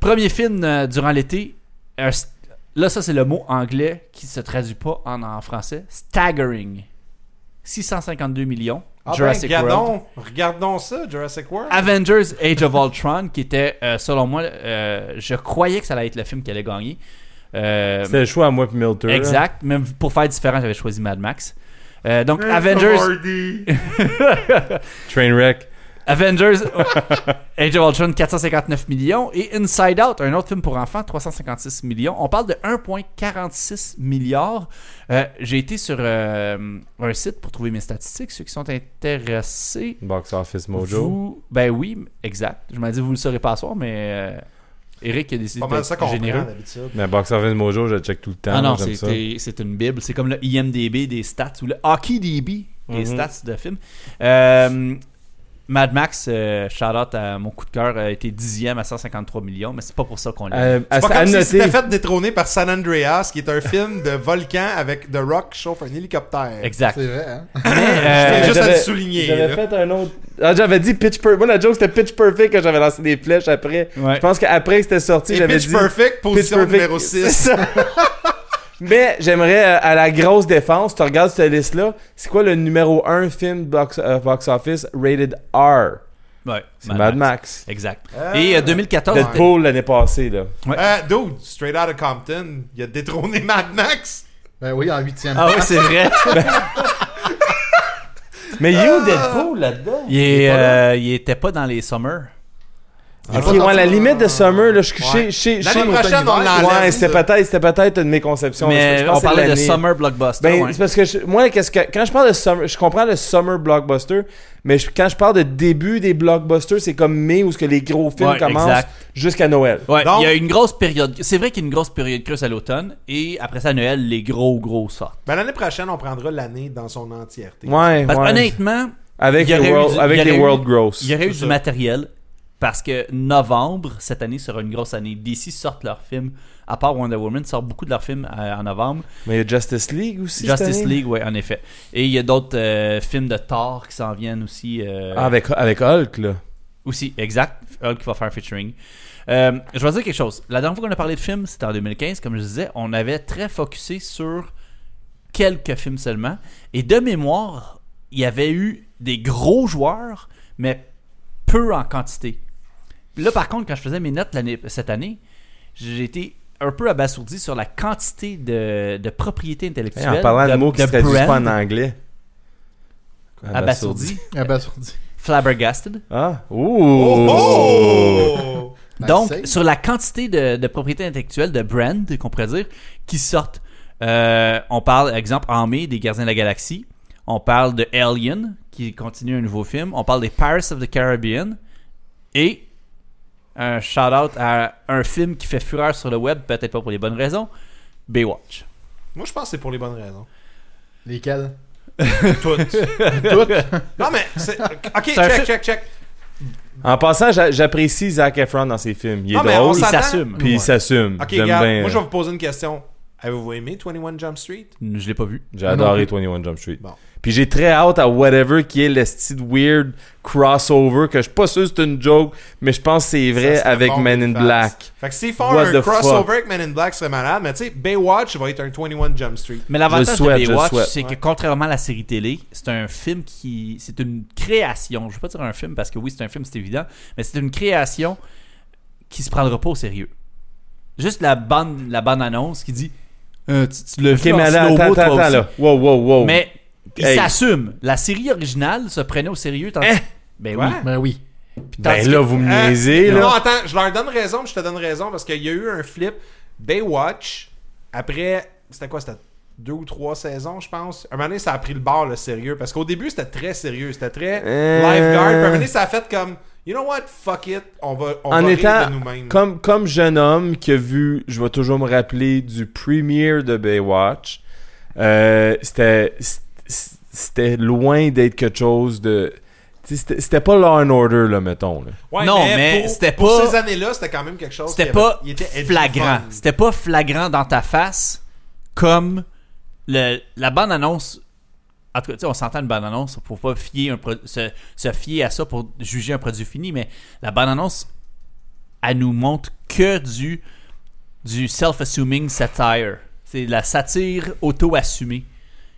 Speaker 4: Premier film euh, durant l'été. Un st- là, ça, c'est le mot anglais qui se traduit pas en, en français. Staggering. 652 millions.
Speaker 1: Ah ben,
Speaker 4: Jurassic World.
Speaker 1: regardons, regardons ça, Jurassic World.
Speaker 2: Ah,
Speaker 4: Avengers Age of Ultron, qui était, euh, selon moi, euh, je croyais que ça allait être le film qui allait gagner. Euh,
Speaker 2: C'était le hein. choix à moi puis Milter. là.
Speaker 4: exact. Même pour faire différent, j'avais choisi Mad Max. Euh, donc, Avengers.
Speaker 2: Trainwreck. [laughs]
Speaker 4: Avengers Age of Ultron 459 millions et Inside Out, un autre film pour enfants 356 millions. On parle de 1.46 milliards. Euh, j'ai été sur euh, un site pour trouver mes statistiques, ceux qui sont intéressés.
Speaker 2: Box Office Mojo.
Speaker 4: Vous- ben oui, exact. Je m'en dis vous le saurez pas à soir mais euh, Eric a décidé
Speaker 1: pas mal
Speaker 4: d'être
Speaker 1: ça qu'on prend
Speaker 4: généreux.
Speaker 1: d'habitude.
Speaker 2: Mais Box Office Mojo, je check tout le temps.
Speaker 4: Ah non,
Speaker 2: j'aime ça.
Speaker 4: c'était- c'est une bible. C'est comme le IMDB des stats ou le HockeyDB des
Speaker 2: Mhm.
Speaker 4: stats de films. Euh, Mad Max, euh, shout out à mon coup de cœur, a été dixième à 153 millions, mais c'est pas pour ça qu'on l'a.
Speaker 2: Euh, à,
Speaker 1: C'est pas comme
Speaker 2: à
Speaker 1: si
Speaker 2: noter,
Speaker 1: c'était fait détrôner par San Andreas, qui est un film de volcan avec The Rock qui chauffe un hélicoptère.
Speaker 2: [laughs]
Speaker 4: exact.
Speaker 3: C'est vrai, hein?
Speaker 4: Mais, euh,
Speaker 1: J'avais juste à
Speaker 2: j'avais-
Speaker 1: le souligner.
Speaker 2: J'avais
Speaker 1: là.
Speaker 2: fait un autre. Ah, j'avais dit Pitch Perfect. Moi, la joke, c'était Pitch Perfect quand j'avais lancé des flèches après.
Speaker 4: Ouais.
Speaker 2: Je pense qu'après que c'était sorti,
Speaker 1: Et
Speaker 2: j'avais
Speaker 1: Pitch
Speaker 2: dit.
Speaker 1: Perfect, position
Speaker 2: Pitch Perfect.
Speaker 1: numéro 6.
Speaker 2: C'est ça. Mais j'aimerais, euh, à la grosse défense, tu regardes cette liste-là, c'est quoi le numéro 1 film box, euh, box office rated R
Speaker 4: ouais,
Speaker 2: C'est Mad Max.
Speaker 4: Exact.
Speaker 1: Ah.
Speaker 4: Et euh, 2014, c'était-
Speaker 2: Deadpool l'année passée, là.
Speaker 4: Ouais.
Speaker 1: Euh, dude, straight out of Compton, il a détrôné [laughs] Mad Max.
Speaker 3: Ben oui, en huitième.
Speaker 4: Ah oui, c'est vrai.
Speaker 2: [laughs] Mais il est
Speaker 1: Ah.
Speaker 2: où Deadpool là-dedans
Speaker 4: Il, est, euh, il était pas dans les Summers.
Speaker 1: est
Speaker 2: Ok,
Speaker 1: pas
Speaker 2: ouais,
Speaker 1: sorti,
Speaker 2: la limite de Summer, là, je suis
Speaker 1: Ouais.
Speaker 2: chez. chez, chez-
Speaker 1: L'année prochaine, on l'enlève.
Speaker 2: Ouais, c'était
Speaker 1: ça.
Speaker 2: peut-être, c'était peut-être une de mes conceptions. Je-
Speaker 4: mais
Speaker 2: je pense
Speaker 4: on
Speaker 2: que c'est
Speaker 4: parlait de
Speaker 2: l'année.
Speaker 4: Summer Blockbuster.
Speaker 2: Ben,
Speaker 4: ouais.
Speaker 2: c'est parce que je- moi, qu'est-ce que, quand je parle de summer, je comprends le summer blockbuster, mais je- quand je parle de début des blockbusters, c'est comme mai où ce que les gros films
Speaker 4: Ouais,
Speaker 2: commencent
Speaker 4: exact.
Speaker 2: jusqu'à Noël.
Speaker 4: Ouais,
Speaker 1: Donc-
Speaker 4: il y a une grosse période. C'est vrai qu'il y a une grosse période creuse à l'automne et après ça à Noël, les gros gros sortent.
Speaker 1: Ben, l'année prochaine, on prendra l'année dans son entièreté.
Speaker 2: Ouais,
Speaker 4: Parce que
Speaker 2: ouais.
Speaker 4: honnêtement,
Speaker 2: Avec
Speaker 4: il y
Speaker 2: les
Speaker 4: aurait eu
Speaker 2: world,
Speaker 4: du- il
Speaker 2: avec
Speaker 4: y
Speaker 2: les
Speaker 4: aurait eu-
Speaker 2: world gross.
Speaker 4: il y aurait eu
Speaker 1: C'est
Speaker 4: du
Speaker 1: ça.
Speaker 4: matériel parce que novembre cette année sera une grosse année. DC sortent leurs films. À part Wonder Woman, sort beaucoup de leurs films euh, en novembre.
Speaker 2: Mais il y a Justice League aussi. cette
Speaker 4: Justice
Speaker 2: année.
Speaker 4: League, ouais, en effet. Et il y a d'autres euh, films de Thor qui s'en viennent aussi. euh,
Speaker 2: Ah, avec, avec Hulk, là.
Speaker 4: Aussi, exact. Hulk qui va faire un featuring. Euh, je vais dire quelque chose. La dernière fois qu'on a parlé de films, c'était en 2015. Comme je disais, on avait très focusé sur quelques films seulement. Et de mémoire, il y avait eu des gros joueurs, mais peu en quantité. Là, par contre, quand je faisais mes notes l'année- cette année, j'ai été un peu abasourdi sur la quantité de, de propriété
Speaker 2: Hey,
Speaker 4: intellectuelle.
Speaker 2: en parlant de, mots qui se traduisent
Speaker 4: brand
Speaker 2: pas en anglais.
Speaker 4: abasourdi,
Speaker 3: Ah ben, sur dix.
Speaker 4: flabbergasted.
Speaker 2: Ah, ouh.
Speaker 1: Oh! oh!
Speaker 3: Ben,
Speaker 4: Donc,
Speaker 3: c'est-
Speaker 4: sur la quantité de, de propriétés intellectuelles, de brands, qu'on pourrait dire, qui sortent. Euh, on parle, exemple, en mai, des Gardiens de la Galaxie. On parle de Alien, qui continue un nouveau film. On parle des Pirates of the Caribbean. Et un shout-out à un film qui fait fureur sur le web, peut-être pas pour les bonnes raisons, Baywatch.
Speaker 1: Moi, je pense que c'est pour les bonnes raisons.
Speaker 3: Lesquels?
Speaker 1: [laughs] Toutes.
Speaker 3: Toutes.
Speaker 1: Non, mais.
Speaker 2: [laughs]
Speaker 1: c'est- Ok,
Speaker 4: un
Speaker 1: check,
Speaker 4: fi-
Speaker 1: check, check.
Speaker 2: En passant, j'a- j'apprécie Zac Efron dans ses films. Il est
Speaker 1: Non, Ah, mais on
Speaker 2: drôle,
Speaker 4: Il
Speaker 1: s'entend.
Speaker 4: s'assume.
Speaker 2: puis il
Speaker 1: Ouais.
Speaker 2: s'assume.
Speaker 1: Ok,
Speaker 2: J'aime
Speaker 1: regarde,
Speaker 2: bien,
Speaker 1: moi, je
Speaker 2: euh,
Speaker 1: vais vous poser une question. Avez-vous aimé 21 Jump Street?
Speaker 4: Je l'ai pas vu.
Speaker 2: J'ai
Speaker 3: Ah non
Speaker 2: adoré 21 Jump Street.
Speaker 1: Bon.
Speaker 2: Puis j'ai très hâte à whatever qui est le style weird crossover que je suis pas sûr que c'est une joke, mais je pense que c'est vrai
Speaker 1: Ça, c'est
Speaker 2: avec
Speaker 1: bon,
Speaker 2: Men in
Speaker 1: facts.
Speaker 2: Black.
Speaker 1: Fait que s'ils font
Speaker 2: What
Speaker 1: un
Speaker 2: the
Speaker 1: crossover
Speaker 2: fuck?
Speaker 1: avec Men in Black, ce serait malade. Mais tu sais, Baywatch va être un 21 Jump Street.
Speaker 4: Mais
Speaker 2: Je le
Speaker 4: l'avantage
Speaker 2: souhaite, je
Speaker 4: de
Speaker 2: le
Speaker 4: Baywatch,
Speaker 2: souhaite.
Speaker 4: c'est que
Speaker 1: Ouais.
Speaker 4: contrairement à la série télé, c'est un film qui. C'est une création. Je ne vais pas dire un film parce que oui, c'est un film, c'est évident. Mais c'est une création qui se prendra pas au sérieux. Juste la bande, la bande annonce qui dit Euh, tu, tu l'as
Speaker 2: Ok,
Speaker 4: vu en
Speaker 2: mais attends,
Speaker 4: slow-mo,
Speaker 2: attends,
Speaker 4: toi
Speaker 2: attends,
Speaker 4: aussi.
Speaker 2: là. Wow, wow, wow.
Speaker 4: Mais il
Speaker 2: Hey.
Speaker 4: s'assume. La série originale se prenait au sérieux. Tandis...
Speaker 2: Hein?
Speaker 4: Ben
Speaker 1: Ouais.
Speaker 4: oui.
Speaker 3: Ben oui.
Speaker 4: Puis tandis
Speaker 2: ben
Speaker 4: que- Ah,
Speaker 2: là, vous me
Speaker 1: Euh,
Speaker 2: niaisez,
Speaker 1: Non,
Speaker 2: là.
Speaker 1: attends, je leur donne raison, puis je te donne raison, parce qu'il y a eu un flip. Baywatch, après, c'était quoi, c'était deux ou trois saisons, je pense. Un moment donné, ça a pris le bord, le sérieux, parce qu'au début, c'était très sérieux, c'était très
Speaker 2: Euh.
Speaker 1: lifeguard. Puis à un moment donné, ça a fait comme, you know what, fuck it, on va, on
Speaker 2: en
Speaker 1: va rire
Speaker 2: étant
Speaker 1: de nous-mêmes.
Speaker 2: comme, comme jeune homme qui a vu, je vais toujours me rappeler du premiere de Baywatch, euh, c'était c'était- c'était loin d'être quelque chose de... tu sais, C'était c'était pas Law and Order, là, mettons. Là.
Speaker 1: Ouais,
Speaker 4: Non, mais
Speaker 1: pour-
Speaker 4: c'était
Speaker 1: pour
Speaker 4: pas-
Speaker 1: ces années-là, c'était quand même quelque chose.
Speaker 4: C'était
Speaker 2: ben,
Speaker 1: qui
Speaker 4: pas
Speaker 1: avait- il était edgy
Speaker 4: flagrant.
Speaker 1: fun.
Speaker 4: C'était pas flagrant dans ta face comme le- la bande-annonce. En tout cas, tu sais, on s'entend une bande-annonce pour pas fier un pro- se, se fier à ça pour juger un produit fini, mais la bande-annonce, elle nous montre que du, du self-assuming satire. C'est de la satire auto-assumée.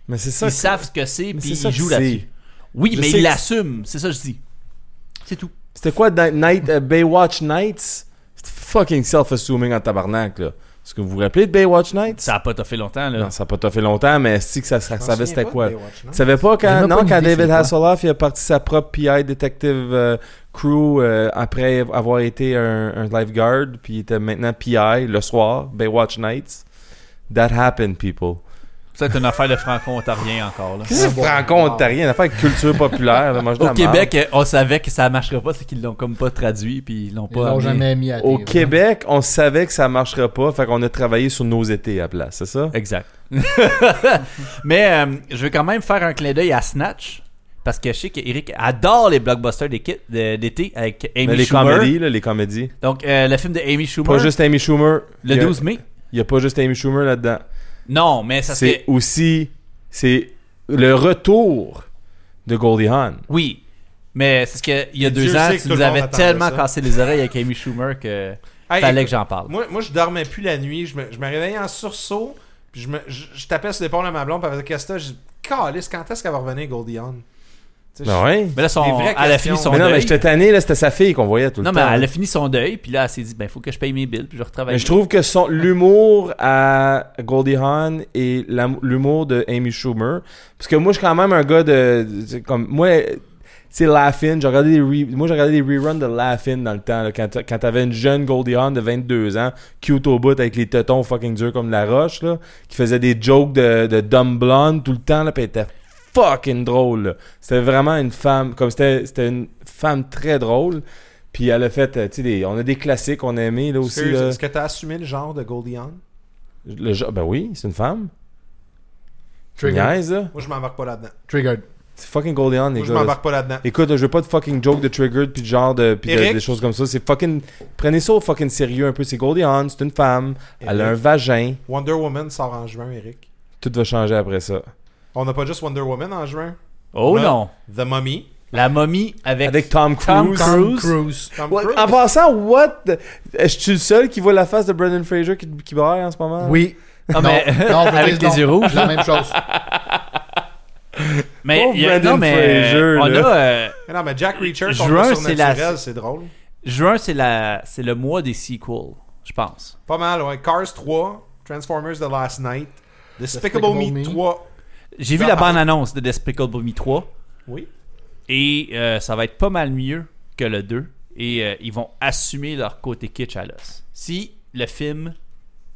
Speaker 2: Mais c'est ça.
Speaker 4: Ils
Speaker 2: que-
Speaker 4: savent ce que
Speaker 2: mais
Speaker 4: c'est, puis
Speaker 2: c'est ça
Speaker 4: ils
Speaker 2: que
Speaker 4: jouent
Speaker 2: c'est.
Speaker 4: là-dessus. Oui,
Speaker 2: Je
Speaker 4: mais
Speaker 2: sais
Speaker 4: ils
Speaker 2: que-
Speaker 4: l'assument. C'est ça que je dis. C'est tout.
Speaker 2: C'était quoi Night- Night, euh, Baywatch Nights? C'était fucking self-assuming en tabarnak, là. Est-ce que vous vous rappelez de Baywatch Nights?
Speaker 4: Ça a pas fait longtemps, là.
Speaker 2: Non, ça n'a pas tout fait longtemps, mais si que ça, ça
Speaker 1: Je m'en
Speaker 2: savait
Speaker 1: souviens
Speaker 2: c'était
Speaker 1: pas de
Speaker 2: quoi.
Speaker 1: Baywatch, non?
Speaker 2: Tu savais pas
Speaker 3: J'ai
Speaker 2: quand,
Speaker 3: même
Speaker 2: non,
Speaker 3: pas une
Speaker 2: quand
Speaker 3: idée,
Speaker 2: David
Speaker 3: c'est quoi.
Speaker 2: Hasselhoff il a parti sa propre PI Detective euh, Crew euh, après avoir été un, un lifeguard, puis il était maintenant PI le soir, Baywatch Nights. That happened, people.
Speaker 4: C'est une affaire de franco-ontarien encore, là.
Speaker 2: Qu'est-ce que
Speaker 3: bon,
Speaker 2: franco t'as rien à faire avec culture populaire? là, mange de
Speaker 4: Au
Speaker 2: la
Speaker 4: Québec, euh, on savait que ça marcherait pas, c'est qu'ils l'ont comme pas traduit puis ils l'ont
Speaker 3: Ils
Speaker 4: pas.
Speaker 3: l'ont
Speaker 4: amené.
Speaker 3: jamais mis à
Speaker 2: Au
Speaker 3: TV.
Speaker 2: Québec, on savait que ça marcherait pas, fait qu'on a travaillé sur nos étés à place, c'est ça?
Speaker 4: [laughs] Exact. Mais euh, je vais quand même faire un clin d'œil à Snatch Parce que je sais qu'Eric adore les blockbusters d'équipe- de- d'été avec Amy
Speaker 2: Mais les
Speaker 4: Schumer.
Speaker 2: comédies, là, les comédies.
Speaker 4: Donc, euh, le film de Amy Schumer,
Speaker 2: Pas juste Amy Schumer.
Speaker 4: le
Speaker 2: Il y a-
Speaker 4: 12 mai.
Speaker 2: Il n'y a pas juste Amy Schumer là-dedans.
Speaker 4: Non, mais ça
Speaker 2: C'est
Speaker 4: serait...
Speaker 2: aussi. C'est le retour de Goldie Hawn.
Speaker 4: Oui. Mais c'est ce qu'il y a
Speaker 1: Mais
Speaker 4: deux
Speaker 1: Dieu
Speaker 4: ans,
Speaker 1: sait que
Speaker 4: tu
Speaker 1: tout
Speaker 4: nous
Speaker 1: le monde
Speaker 4: avais
Speaker 1: attendait
Speaker 4: tellement
Speaker 1: ça.
Speaker 4: cassé les oreilles avec Amy Schumer que
Speaker 1: [laughs] Hey,
Speaker 4: fallait
Speaker 1: écoute,
Speaker 4: que j'en parle.
Speaker 1: Moi, moi, je dormais plus la nuit. Je me, je me réveillais en sursaut. Puis je, me, je, je tapais sur l'épaule à ma blonde. Puis elle faisait Qu'est-ce que c'est? Je dis Calisse, quand est-ce qu'elle va revenir, Goldie Hawn Tu sais,
Speaker 2: Ben ouais.
Speaker 4: Mais là, son,
Speaker 1: Des vraies
Speaker 4: elle a
Speaker 1: questions.
Speaker 4: fini son
Speaker 2: Mais non,
Speaker 4: deuil.
Speaker 2: mais j'étais tanné, là, c'était sa fille qu'on voyait tout le
Speaker 4: non, mais
Speaker 2: temps.
Speaker 4: elle a fini son deuil, puis là, elle s'est dit, ben, faut que je paye mes billes, puis je retravaille.
Speaker 2: Mais je trouve que son l'humour à Goldie Hawn et l'am- l'humour de Amy Schumer parce que moi je suis quand même un gars de, de- c'est comme moi c'est Laugh-In, j'ai regardé des re- moi j'ai regardé des reruns de Laugh-In dans le temps là, quand t'a- quand t'avais une jeune Goldie Hawn de 22 ans cute au bout avec les tétons fucking durs comme la roche là, qui faisait des jokes de, de dumb blonde tout le temps là, puis elle était fucking drôle. là. C'était vraiment une femme comme c'était c'était une femme très drôle. Puis elle a fait, euh, tu sais, des- on a des classiques qu'on a aimés là aussi.
Speaker 1: Excuse,
Speaker 2: là.
Speaker 1: Est-ce que t'as assumé le genre de Goldie Hawn
Speaker 2: Le genre- ben oui, c'est une femme. Tu
Speaker 3: Triggered.
Speaker 2: niaises, là.
Speaker 1: Moi, je m'embarque pas là-dedans.
Speaker 3: Triggered.
Speaker 2: C'est fucking Goldie Hawn, les
Speaker 1: Moi, je
Speaker 2: gars. là.
Speaker 1: m'embarque pas là-dedans.
Speaker 2: Écoute, je veux pas de fucking joke de triggered puis de genre de, puis de-
Speaker 1: Eric?
Speaker 2: des choses comme ça. C'est fucking. Prenez ça au fucking sérieux un peu. C'est Goldie Hawn, c'est une femme. Elle a un
Speaker 1: Eric.
Speaker 2: vagin.
Speaker 1: Wonder Woman sort en juin, Eric.
Speaker 2: Tout va changer après ça.
Speaker 1: On n'a pas juste Wonder Woman en juin.
Speaker 4: Oh
Speaker 1: Là,
Speaker 4: non!
Speaker 1: The Mummy.
Speaker 4: La momie avec...
Speaker 2: Avec Tom Cruise.
Speaker 4: Tom
Speaker 3: Tom
Speaker 4: Cruise.
Speaker 3: Cruise.
Speaker 1: Tom
Speaker 2: Ouais,
Speaker 1: Cruise.
Speaker 4: ah
Speaker 2: en passant, what? the- Est-ce-tu le seul qui voit la face de Brendan Fraser qui, qui braille en ce moment?
Speaker 3: Oui.
Speaker 4: Ah, mais-
Speaker 3: je veux
Speaker 4: avec
Speaker 3: dire,
Speaker 4: des yeux rouges, Euh,
Speaker 3: c'est La même chose.
Speaker 4: mais,
Speaker 2: Pauvre
Speaker 4: il y a- non,
Speaker 2: Brendan
Speaker 4: mais
Speaker 2: Fraser,
Speaker 4: on
Speaker 2: là.
Speaker 4: a... euh,
Speaker 1: Mais non, mais Jack Reacher, son
Speaker 4: Juin,
Speaker 1: gars
Speaker 4: c'est la-
Speaker 1: surnaturel, c'est drôle.
Speaker 4: juin, c'est la... c'est le mois des sequels, je pense.
Speaker 1: Pas mal, ouais. Cars 3, Transformers The Last Night, Despicable,
Speaker 3: Despicable
Speaker 1: Me
Speaker 3: Me.
Speaker 1: 3.
Speaker 4: J'ai vu
Speaker 1: Ah.
Speaker 4: la bande-annonce de Despicable Me 3.
Speaker 1: Oui.
Speaker 4: Et euh, ça va être pas mal mieux que le 2. Et euh, ils vont assumer leur côté kitsch à l'os. Si le film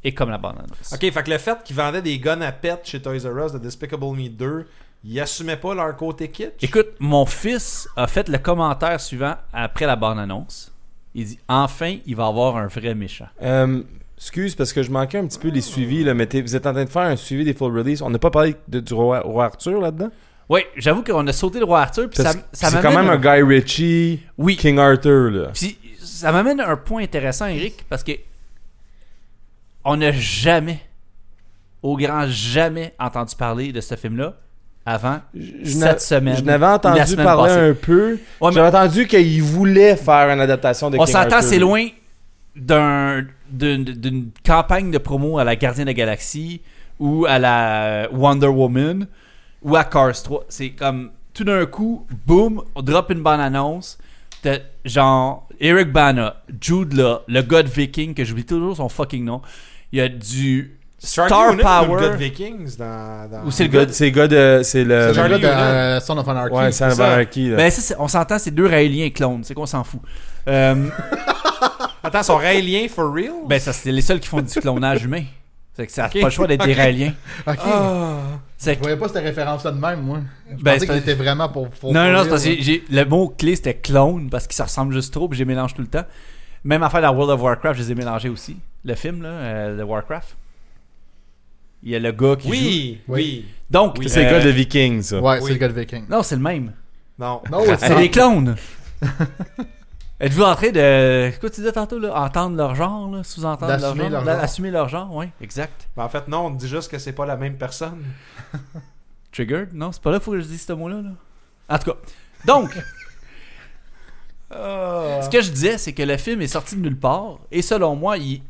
Speaker 4: est comme la bande-annonce.
Speaker 1: Ok, fait que le fait qu'ils vendaient des guns à pète chez Toys R Us de Despicable Me 2, ils assumaient pas leur côté kitsch.
Speaker 4: Écoute, mon fils a fait le commentaire suivant après la bande-annonce. Il dit Enfin, il va avoir un vrai méchant.
Speaker 2: Euh, excuse parce que je manquais un petit peu les suivis, là, mais t'es- vous êtes en train de faire un suivi des full release. On n'a pas parlé de, du roi, roi Arthur là-dedans?
Speaker 4: Oui, j'avoue qu'on a sauté le roi Arthur. Puis ça,
Speaker 2: Parce que
Speaker 4: ça
Speaker 2: c'est quand
Speaker 4: m'amène
Speaker 2: même un Guy Ritchie,
Speaker 4: Oui.
Speaker 2: King Arthur, là.
Speaker 4: Puis ça m'amène à un point intéressant, Eric, parce que on n'a jamais, au grand jamais, entendu parler de ce film-là avant
Speaker 2: Je
Speaker 4: cette
Speaker 2: n'a-
Speaker 4: semaine.
Speaker 2: Je n'avais
Speaker 4: la
Speaker 2: entendu
Speaker 4: semaine
Speaker 2: parler
Speaker 4: passée.
Speaker 2: un peu.
Speaker 4: Ouais, mais-
Speaker 2: J'avais entendu qu'il voulait faire une adaptation de
Speaker 4: On
Speaker 2: King
Speaker 4: s'entend,
Speaker 2: Arthur.
Speaker 4: c'est loin d'un- d'une d'une campagne de promo à la Gardien de la Galaxie ou à la euh, Wonder Woman ou à Cars 3. C'est comme tout d'un coup, boum, on drop une bonne annonce. T'as, genre Eric Bana, Jude Law, le gars de Viking, que j'oublie toujours son fucking nom. Il y a du
Speaker 1: Charlie
Speaker 4: Star
Speaker 1: Hunnam,
Speaker 4: Power.
Speaker 1: le gars de Vikings dans. dans-
Speaker 4: Ou
Speaker 2: C'est
Speaker 4: c'est
Speaker 2: le gars, c'est le gars de. C'est le.
Speaker 3: C'est
Speaker 1: Charlie
Speaker 3: le gars de
Speaker 1: Hunnam.
Speaker 3: euh, Son of Anarchy.
Speaker 2: Ouais, c'est
Speaker 1: c'est ça.
Speaker 2: Anarchy, là.
Speaker 4: Ben, ça, c'est- on s'entend, c'est deux Raéliens clones, c'est qu'on s'en fout. Euh,
Speaker 1: Attends, son raélien for real?
Speaker 4: ben, ça, c'est les seuls qui font du clonage humain. C'est que ça n'a pas le choix
Speaker 2: [laughs]
Speaker 4: d'être des Raéliens.
Speaker 3: Ok.
Speaker 1: Ah,
Speaker 4: C'est
Speaker 3: Je voyais pas cette référence-là de même, moi. Je
Speaker 4: Ah. Ben,
Speaker 3: pensais qu'il
Speaker 4: c'est pas-
Speaker 3: était vraiment pour. pour
Speaker 4: Non, non, c'est parce
Speaker 3: parce
Speaker 4: que j'ai- le mot clé c'était clone parce qu'ils se ressemblent juste trop, puis j'ai mélange tout le temps. Même affaire dans World of Warcraft, je les ai mélangés aussi. Le film, là, euh, de Warcraft. Il y a le gars qui joue.
Speaker 1: Oui, oui,
Speaker 3: Oui.
Speaker 4: Donc,
Speaker 2: C'est le
Speaker 4: euh,
Speaker 2: gars de Viking, ça.
Speaker 3: Ouais,
Speaker 1: Oui.
Speaker 3: c'est le gars de Viking.
Speaker 4: Non, c'est le même.
Speaker 1: Non.
Speaker 3: Non, ouais,
Speaker 4: C'est des clones. [laughs] Êtes-vous en train de. Quoi tu disais tantôt, là Entendre leur genre, là, Sous-entendre leur genre.
Speaker 3: D'assumer leur
Speaker 4: d'a-
Speaker 3: genre.
Speaker 4: Assumer leur genre, oui, exact.
Speaker 1: Ben, en fait, non, on dit juste que c'est pas la même personne.
Speaker 4: Triggered Non, c'est pas là qu'il faut que je dise ce mot-là. Là. En tout cas. Donc.
Speaker 2: Ah.
Speaker 4: Ce que je disais, c'est que le film est sorti de nulle part. Et selon moi, il.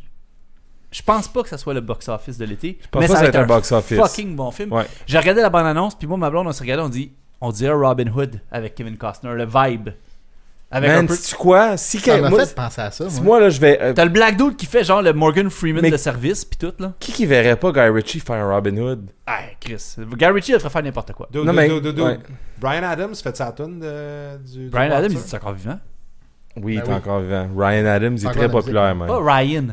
Speaker 4: Je pense pas que ça soit le box-office de l'été.
Speaker 2: pense
Speaker 4: mais
Speaker 2: pas
Speaker 4: ça va être un
Speaker 2: box-office.
Speaker 4: fucking bon film.
Speaker 2: Ouais.
Speaker 4: J'ai regardé la bande-annonce, puis moi, ma blonde, on s'est regardé, on dit on dirait Robin Hood avec Kevin Costner, le vibe. Avec un
Speaker 2: Man,
Speaker 4: peu.
Speaker 2: tu quoi? Si
Speaker 3: Ça
Speaker 2: que-
Speaker 3: m'a
Speaker 2: moi,
Speaker 3: fait penser à ça,
Speaker 2: si
Speaker 3: moi.
Speaker 2: moi, là, je vais. euh,
Speaker 4: T'as le Black Dude qui fait genre le Morgan Freeman
Speaker 2: Mais-
Speaker 4: de service, puis tout, là.
Speaker 2: qui qui verrait pas Guy Ritchie faire un Robin Hood?
Speaker 4: Ah, Chris. Gary Ritchie, il ferait faire n'importe quoi.
Speaker 1: Dude,
Speaker 2: Non,
Speaker 1: dude,
Speaker 2: mais-
Speaker 1: dude, dude, dude.
Speaker 2: ouais.
Speaker 1: Brian Adams fait sa tune de, du. du
Speaker 4: Brian Adams, il
Speaker 1: Walter.
Speaker 4: est encore vivant.
Speaker 2: Oui, il
Speaker 3: Ben
Speaker 2: est
Speaker 3: oui.
Speaker 2: encore vivant. Ryan Adams, il est
Speaker 3: Encore
Speaker 2: très
Speaker 3: dans la
Speaker 2: populaire, man.
Speaker 4: Pas Ryan.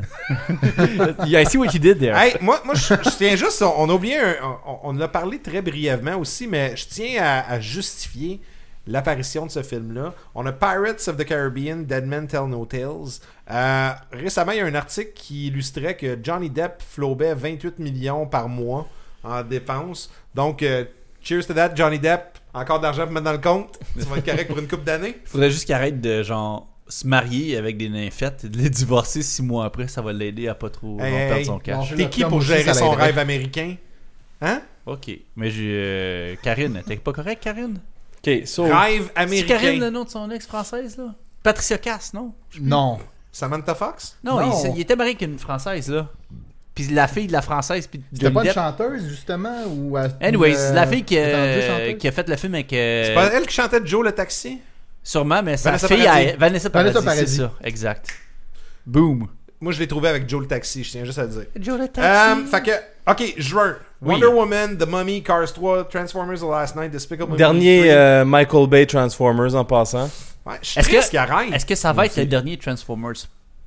Speaker 4: I see what you did there.
Speaker 1: Hey, moi, moi je, je tiens juste, on, on a oublié, un- on, on en a parlé très brièvement aussi, mais je tiens à, à justifier l'apparition de ce film-là. On a Pirates of the Caribbean, Dead Men Tell No Tales. Euh, récemment, il y a un article qui illustrait que Johnny Depp flobait 28 millions par mois en dépenses. Donc, euh, cheers to that, Johnny Depp. Encore d'argent pour mettre dans le compte. Tu vas être correct pour une coupe d'années.
Speaker 4: Faudrait juste qu'il arrête de genre se marier avec des nymphètes et de les divorcer six mois après, ça va l'aider à pas trop
Speaker 1: Hey,
Speaker 4: en perdre
Speaker 1: hey,
Speaker 4: son
Speaker 3: non,
Speaker 4: cash.
Speaker 3: je-
Speaker 1: T'es qui pour gérer son rêve américain? Hein?
Speaker 4: Ok. Mais j'ai. euh, Karine, t'es pas correct, Karine
Speaker 2: Ok, so.
Speaker 1: Rêve
Speaker 4: Oh. C'est Karine le
Speaker 1: américain.
Speaker 4: nom de son ex française, là Patricia Cass, non
Speaker 3: Non.
Speaker 1: Samantha Fox?
Speaker 4: Non,
Speaker 3: Non.
Speaker 4: Il, il était marié avec une française, là. Puis la fille de la française, puis
Speaker 3: C'était
Speaker 4: Johnny
Speaker 3: pas une
Speaker 4: Depp.
Speaker 3: chanteuse, justement ou, euh,
Speaker 4: Anyways,
Speaker 3: ou, euh,
Speaker 4: la fille qui,
Speaker 3: c'était un vieux
Speaker 4: euh,
Speaker 3: chanteur?
Speaker 4: qui a fait le film avec. euh,
Speaker 1: C'est pas elle qui chantait Joe le taxi?
Speaker 4: Sûrement, mais sa
Speaker 1: Vanessa
Speaker 4: fille.
Speaker 1: Paradis.
Speaker 4: elle- Vanessa Paradis.
Speaker 3: Vanessa
Speaker 4: C'est ça,
Speaker 3: Paradis.
Speaker 4: exact. Boom.
Speaker 1: Moi, je l'ai trouvé avec Joe le taxi, je tiens juste à le dire.
Speaker 4: Joe le
Speaker 1: Euh, fait que, ok, juin.
Speaker 4: Oui.
Speaker 1: Wonder Woman, The Mummy, Cars 3, Transformers The Last Night, Despicable Me.
Speaker 2: Dernier
Speaker 1: 3.
Speaker 2: euh, Michael Bay Transformers en passant.
Speaker 1: Ouais, je suis
Speaker 4: Est-ce
Speaker 1: triste
Speaker 4: que-
Speaker 1: qu'il arrête.
Speaker 4: Est-ce que ça va être le dernier Transformers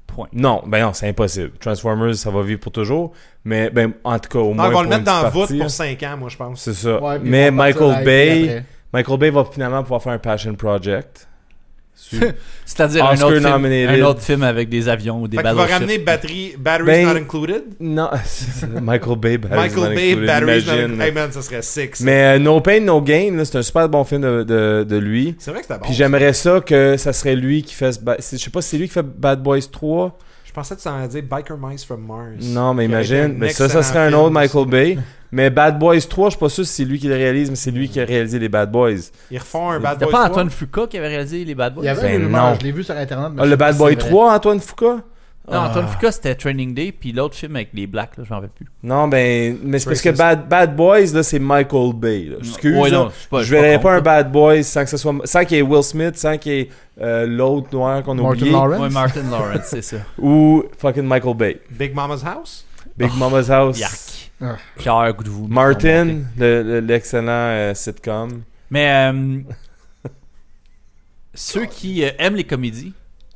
Speaker 4: Point.
Speaker 2: Non, ben non, c'est impossible. Transformers, ça va vivre pour toujours. Mais ben, en tout cas, au
Speaker 1: Non,
Speaker 2: moins.
Speaker 1: ils vont
Speaker 2: pour
Speaker 1: Ah, le mettre
Speaker 2: une
Speaker 1: dans la
Speaker 2: petite
Speaker 1: voûte
Speaker 2: partie,
Speaker 1: pour 5 ans, moi, je pense.
Speaker 2: C'est ça.
Speaker 3: Ouais, puis
Speaker 2: mais
Speaker 3: ils vont partir
Speaker 2: Michael
Speaker 3: avec
Speaker 2: Bay,
Speaker 3: après.
Speaker 2: Michael Bay va finalement pouvoir faire un passion project.
Speaker 1: [laughs]
Speaker 2: Su-
Speaker 4: C'est-à-dire un
Speaker 2: Oscar
Speaker 4: autre, film,
Speaker 2: nominated.
Speaker 4: un autre film avec des avions ou des
Speaker 1: Fait qu'il va
Speaker 4: battleships.
Speaker 1: ramener batterie, Batteries
Speaker 2: Ben,
Speaker 1: Not Included.
Speaker 2: non, [laughs] c'est- Michael Bay, Batteries Not
Speaker 1: Michael Bay,
Speaker 2: Included,
Speaker 1: Batteries Not
Speaker 2: imagine.
Speaker 1: Included. Hey man, ça serait six.
Speaker 2: Mais euh, No Pain, No Gain, là, c'est un super bon film de, de- de lui.
Speaker 1: C'est vrai que c'était bon.
Speaker 2: Puis j'aimerais ça que ça serait lui qui fasse. Ba- c'est- Je sais pas si c'est lui qui fait Bad Boys 3.
Speaker 1: Je pensais que tu en allais dire Biker Mice from Mars.
Speaker 2: Non, mais
Speaker 1: Qui aurait été
Speaker 2: imagine.
Speaker 1: un
Speaker 2: Mais ça, ça
Speaker 1: excellent
Speaker 2: serait un
Speaker 1: film
Speaker 2: autre
Speaker 1: aussi.
Speaker 2: Michael Bay. Mais Bad Boys 3, je suis pas sûr si c'est lui qui le réalise, mais c'est lui qui a réalisé les Bad Boys.
Speaker 1: Ils refont un Bad
Speaker 4: C'était
Speaker 1: Boys
Speaker 4: pas
Speaker 1: 3.
Speaker 4: Antoine Fuqua qui avait réalisé les Bad Boys?
Speaker 3: Il y avait
Speaker 2: Ben
Speaker 3: des rumeurs,
Speaker 2: non.
Speaker 3: je l'ai vu sur internet. mais
Speaker 2: Ah,
Speaker 3: je
Speaker 2: le
Speaker 3: sais pas
Speaker 2: Bad
Speaker 3: si
Speaker 2: Boy
Speaker 3: c'est vrai.
Speaker 2: 3, Antoine Foucault
Speaker 4: Non, Antoine
Speaker 2: Ah.
Speaker 4: Fuqua, c'était Training Day, puis l'autre film avec les Blacks, là, je m'en rappelle plus.
Speaker 2: Non, ben, mais c'est parce que
Speaker 1: Racist.
Speaker 2: Bad, Bad Boys, là, c'est Michael Bay. là. Euh, Excuse,
Speaker 4: Ouais,
Speaker 2: là,
Speaker 4: non, je suis pas- je
Speaker 2: je
Speaker 4: suis pas
Speaker 2: verrais
Speaker 4: contre,
Speaker 2: pas un
Speaker 4: là.
Speaker 2: Bad Boy sans que ce soit, sans qu'il y ait Will Smith, sans qu'il y ait euh, l'autre noir qu'on a
Speaker 3: Martin
Speaker 2: oublié,
Speaker 3: Lawrence.
Speaker 4: Oui, Martin Lawrence,
Speaker 2: [laughs]
Speaker 4: c'est ça.
Speaker 2: ou fucking Michael Bay,
Speaker 1: Big Mama's House.
Speaker 2: Big Mama's House,
Speaker 4: Yark.
Speaker 3: Ah.
Speaker 4: Pierre, goût de vous.
Speaker 2: Martin, le- le- l'excellent euh, sitcom.
Speaker 4: Mais euh, ceux qui euh, aiment les comédies,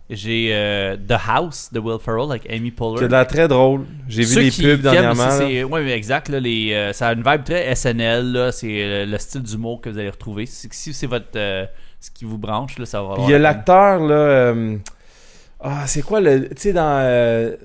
Speaker 4: j'ai euh, The House de Will Ferrell avec Amy
Speaker 2: C'est de
Speaker 4: Poehler.
Speaker 2: la très drôle. J'ai vu
Speaker 4: Ceux
Speaker 2: les
Speaker 4: qui-
Speaker 2: pubs
Speaker 4: qui aiment
Speaker 2: dernièrement.
Speaker 4: aussi,
Speaker 2: là.
Speaker 4: c'est- ouais, mais exact. Là, les, euh, ça a une vibe très SNL. là, C'est euh, le style d'humour que vous allez retrouver. Si, si c'est votre euh, ce qui vous branche, là,
Speaker 1: Ah
Speaker 4: ça va.
Speaker 2: Puis
Speaker 4: avoir
Speaker 2: il y a
Speaker 4: la-
Speaker 2: l'acteur, là. euh, Ah, c'est quoi le. Tu sais, dans euh,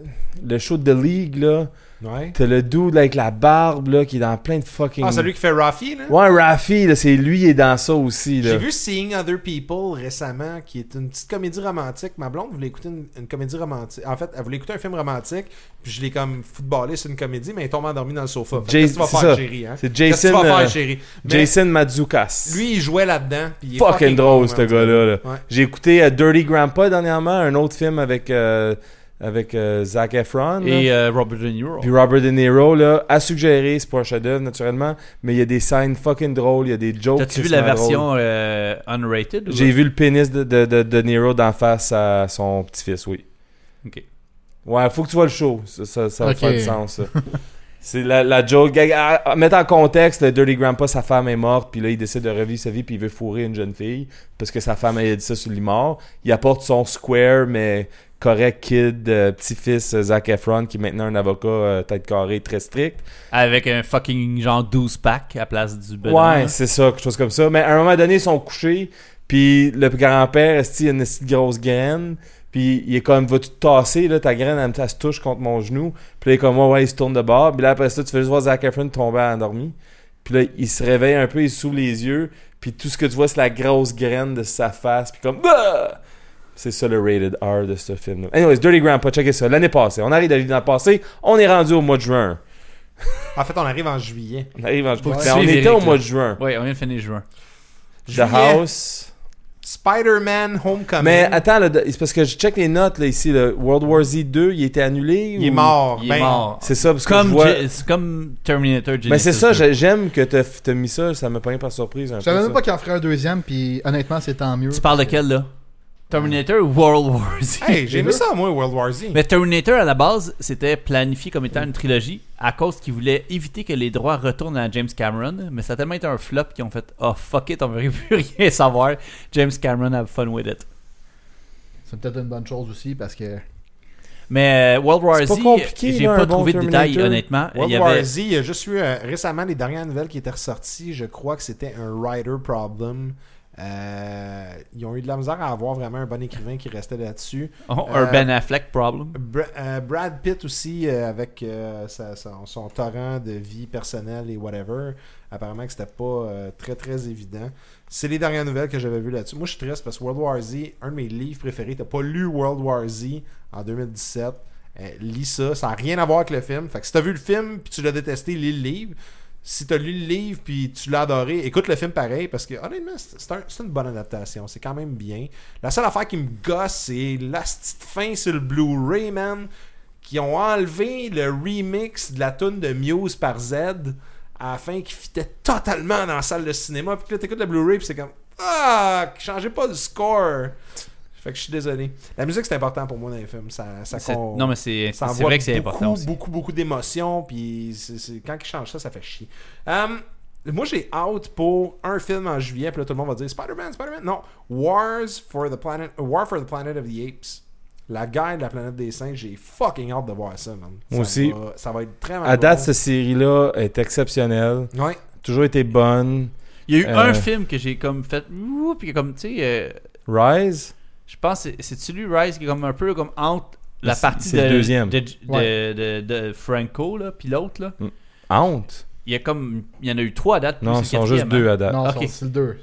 Speaker 2: le show de The League, là,
Speaker 1: Ouais.
Speaker 2: t'as le dude avec la barbe, là, qui est dans plein de fucking.
Speaker 1: Ah, celui qui fait Rafi, là.
Speaker 2: Ouais, Rafi, là, c'est lui, il est dans ça aussi, là.
Speaker 1: J'ai vu Seeing Other People récemment, qui est une petite comédie romantique. Ma blonde voulait écouter une, une comédie romantique. En fait, elle voulait écouter un film romantique, puis je l'ai comme footballé sur une comédie, mais elle tombe endormie dans le sofa. Fait que
Speaker 2: Jay-
Speaker 1: Qu'est-ce que tu vas
Speaker 2: c'est
Speaker 1: faire,
Speaker 2: ça.
Speaker 1: chérie? Hein? Qu'est-ce
Speaker 2: C'est
Speaker 1: que tu
Speaker 2: Jason,
Speaker 1: vas faire,
Speaker 2: euh,
Speaker 1: chérie? Mais
Speaker 2: Jason Mazzucas.
Speaker 1: lui, il jouait là-dedans. puis il est
Speaker 2: fucking, drôle,
Speaker 1: bon,
Speaker 2: ce
Speaker 1: hein.
Speaker 2: gars-là. là.
Speaker 1: Ouais.
Speaker 2: J'ai écouté euh, Dirty Grandpa dernièrement, un autre film avec, euh, avec euh, Zac Efron. là.
Speaker 4: Et euh, Robert De Niro.
Speaker 2: Puis Robert De Niro, là, a suggéré, c'est pas un chef-d'œuvre, naturellement, mais il y a des scènes fucking drôles, il y a des jokes.
Speaker 4: T'as-tu vu
Speaker 2: crissement
Speaker 4: la
Speaker 2: drôles.
Speaker 4: version euh, unrated? ou-
Speaker 2: J'ai vu le pénis de, de, de, de Niro d'en face à son petit-fils, oui.
Speaker 4: Ok.
Speaker 2: Ouais, faut que tu vois le show. Ça, ça, ça va
Speaker 3: Ok.
Speaker 2: faire du sens, ça. [laughs] C'est la, la joke. Gag- à- à Mettre en contexte, le Dirty Grandpa, sa femme est morte, puis là, il décide de revivre sa vie, puis il veut fourrer une jeune fille, parce que sa femme, elle a dit ça sur l'imort. Il apporte son square, mais correct kid, euh, petit-fils, euh, Zac Efron, qui est maintenant un avocat euh, tête carrée très strict.
Speaker 4: Avec un fucking genre 12 pack à place du bonhomme.
Speaker 2: ouais, c'est ça, quelque chose comme ça. Mais à un moment donné, ils sont couchés, puis le grand-père, est il a une petite grosse graine, puis il est comme, vas-tu te tasser, là, ta graine, elle, me- elle se touche contre mon genou. Puis là, il est comme, ouais, ouais, il se tourne de bord. Puis là, après ça, tu fais juste voir Zac Efron tomber endormi. Puis là, il se réveille un peu, il s'ouvre les yeux, puis tout ce que tu vois, c'est la grosse graine de sa face, puis comme, Bah! C'est ça le rated R de ce film-là. Anyways, Dirty Grandpa, checker ça. L'année passée, on arrive à vivre dans le passé, on est rendu au mois de juin.
Speaker 1: En fait, on arrive en juillet.
Speaker 2: On arrive en...
Speaker 4: Faut que tu
Speaker 2: Ben, on
Speaker 4: suives
Speaker 2: était
Speaker 4: Eric,
Speaker 2: au
Speaker 4: là.
Speaker 2: mois de juin.
Speaker 4: Ouais, on vient de finir juin.
Speaker 2: The
Speaker 1: Juillet.
Speaker 2: House.
Speaker 1: Spider-Man Homecoming.
Speaker 2: Mais attends, là, c'est parce que je check les notes là, ici. Là. World War Z 2, il était annulé.
Speaker 1: il est
Speaker 2: ou-
Speaker 1: mort.
Speaker 4: Il est
Speaker 1: Ben,
Speaker 4: mort.
Speaker 2: C'est ça, parce que
Speaker 4: Comme,
Speaker 2: je vois-
Speaker 4: Ge- c'est comme Terminator Genesis.
Speaker 2: Mais c'est ça,
Speaker 4: 2.
Speaker 2: j'ai- j'aime que t'as t'as mis ça, ça m'a pogné par surprise. Un
Speaker 3: Je savais
Speaker 2: peu,
Speaker 3: même
Speaker 2: ça.
Speaker 3: pas qu'il en ferait un deuxième, puis honnêtement, c'est tant mieux.
Speaker 4: Tu parles de quel, là Terminator ou World War Z
Speaker 1: Hey, j'ai aimé ça, moi, World War Z.
Speaker 4: Mais Terminator, à la base, c'était planifié comme étant une trilogie à cause qu'ils voulaient éviter que les droits retournent à James Cameron. Mais ça a tellement été un flop qu'ils ont fait Oh fuck it, on ne veut [laughs] plus rien savoir. James Cameron, have fun with it.
Speaker 3: C'est peut-être une bonne chose aussi, parce que.
Speaker 4: Mais euh, World War
Speaker 2: C'est
Speaker 4: Z,
Speaker 2: pas compliqué,
Speaker 4: j'ai
Speaker 2: là, un
Speaker 4: pas
Speaker 2: bon
Speaker 4: trouvé de détails,
Speaker 2: Terminator.
Speaker 4: honnêtement.
Speaker 1: World
Speaker 4: Il y
Speaker 1: War
Speaker 4: avait-
Speaker 1: Z, il y a juste eu euh, récemment les dernières nouvelles qui étaient ressorties. Je crois que c'était un writer problem Euh, ils ont eu de la misère à avoir vraiment un bon écrivain qui restait là-dessus.
Speaker 4: Oh,
Speaker 1: Euh,
Speaker 4: un Ben Affleck problem.
Speaker 1: Bra- euh, Brad Pitt aussi, euh, avec euh, sa- son, son torrent de vie personnelle et whatever, apparemment que c'était pas euh, très très évident. C'est les dernières nouvelles que j'avais vues là-dessus. Moi, je suis triste parce que World War Z, un de mes livres préférés, t'as pas lu World War Z en 2017. Euh, lis ça, ça n'a rien à voir avec le film. Fait que si t'as vu le film puis tu l'as détesté, lis le livre. Si t'as lu le livre puis tu l'as adoré, écoute le film pareil parce que honnêtement, c'est c'est un- c'est une bonne adaptation. C'est quand même bien. La seule affaire qui me gosse, c'est la petite fin sur le Blu-ray, man, qui ont enlevé le remix de la tune de Muse par Z afin qu'il fitait totalement dans la salle de cinéma. Puis que là, t'écoutes le Blu-ray, puis c'est comme Ah, changez pas le score. Fait que je suis désolé. La musique, c'est important pour moi dans les films. Ça, ça
Speaker 4: C'est-
Speaker 1: con-
Speaker 4: Non, mais c'est
Speaker 1: ça
Speaker 4: c'est
Speaker 1: envoie
Speaker 4: vrai que c'est
Speaker 1: beaucoup,
Speaker 4: important aussi.
Speaker 1: beaucoup, beaucoup d'émotions. Puis c'est- c'est- quand ils changent ça, ça fait chier. Hum, moi, j'ai hâte pour un film en juillet. Puis là, tout le monde va dire Spider-Man, Spider-Man. Non, Wars for the Planet, War for the Planet of the Apes. La guerre de la planète des singes, j'ai fucking hâte de voir ça, man.
Speaker 2: Moi
Speaker 1: ça
Speaker 2: aussi.
Speaker 1: Va, ça va être très
Speaker 2: À date, cette série-là est exceptionnelle.
Speaker 1: Ouais.
Speaker 2: Toujours été bonne.
Speaker 4: Il y a eu
Speaker 2: Euh,
Speaker 4: un film que j'ai comme fait. Ouh, puis comme, tu sais, euh,
Speaker 2: Rise,
Speaker 4: je pense, c'est- c'est-tu lui, Rise, qui est comme un peu comme entre la
Speaker 2: C'est-
Speaker 4: partie
Speaker 2: c'est le
Speaker 4: de,
Speaker 2: deuxième.
Speaker 4: de, de-
Speaker 3: Ouais.
Speaker 4: de- de- de Franco, là, puis l'autre, là.
Speaker 2: Honte.
Speaker 4: Il y a comme. Il y en a eu trois à date. plus
Speaker 2: Non,
Speaker 4: le
Speaker 2: ce sont juste
Speaker 4: quatrième,
Speaker 2: deux
Speaker 4: hein.
Speaker 2: à date.
Speaker 3: Non,
Speaker 4: ok.
Speaker 3: c'est- c'est le 2.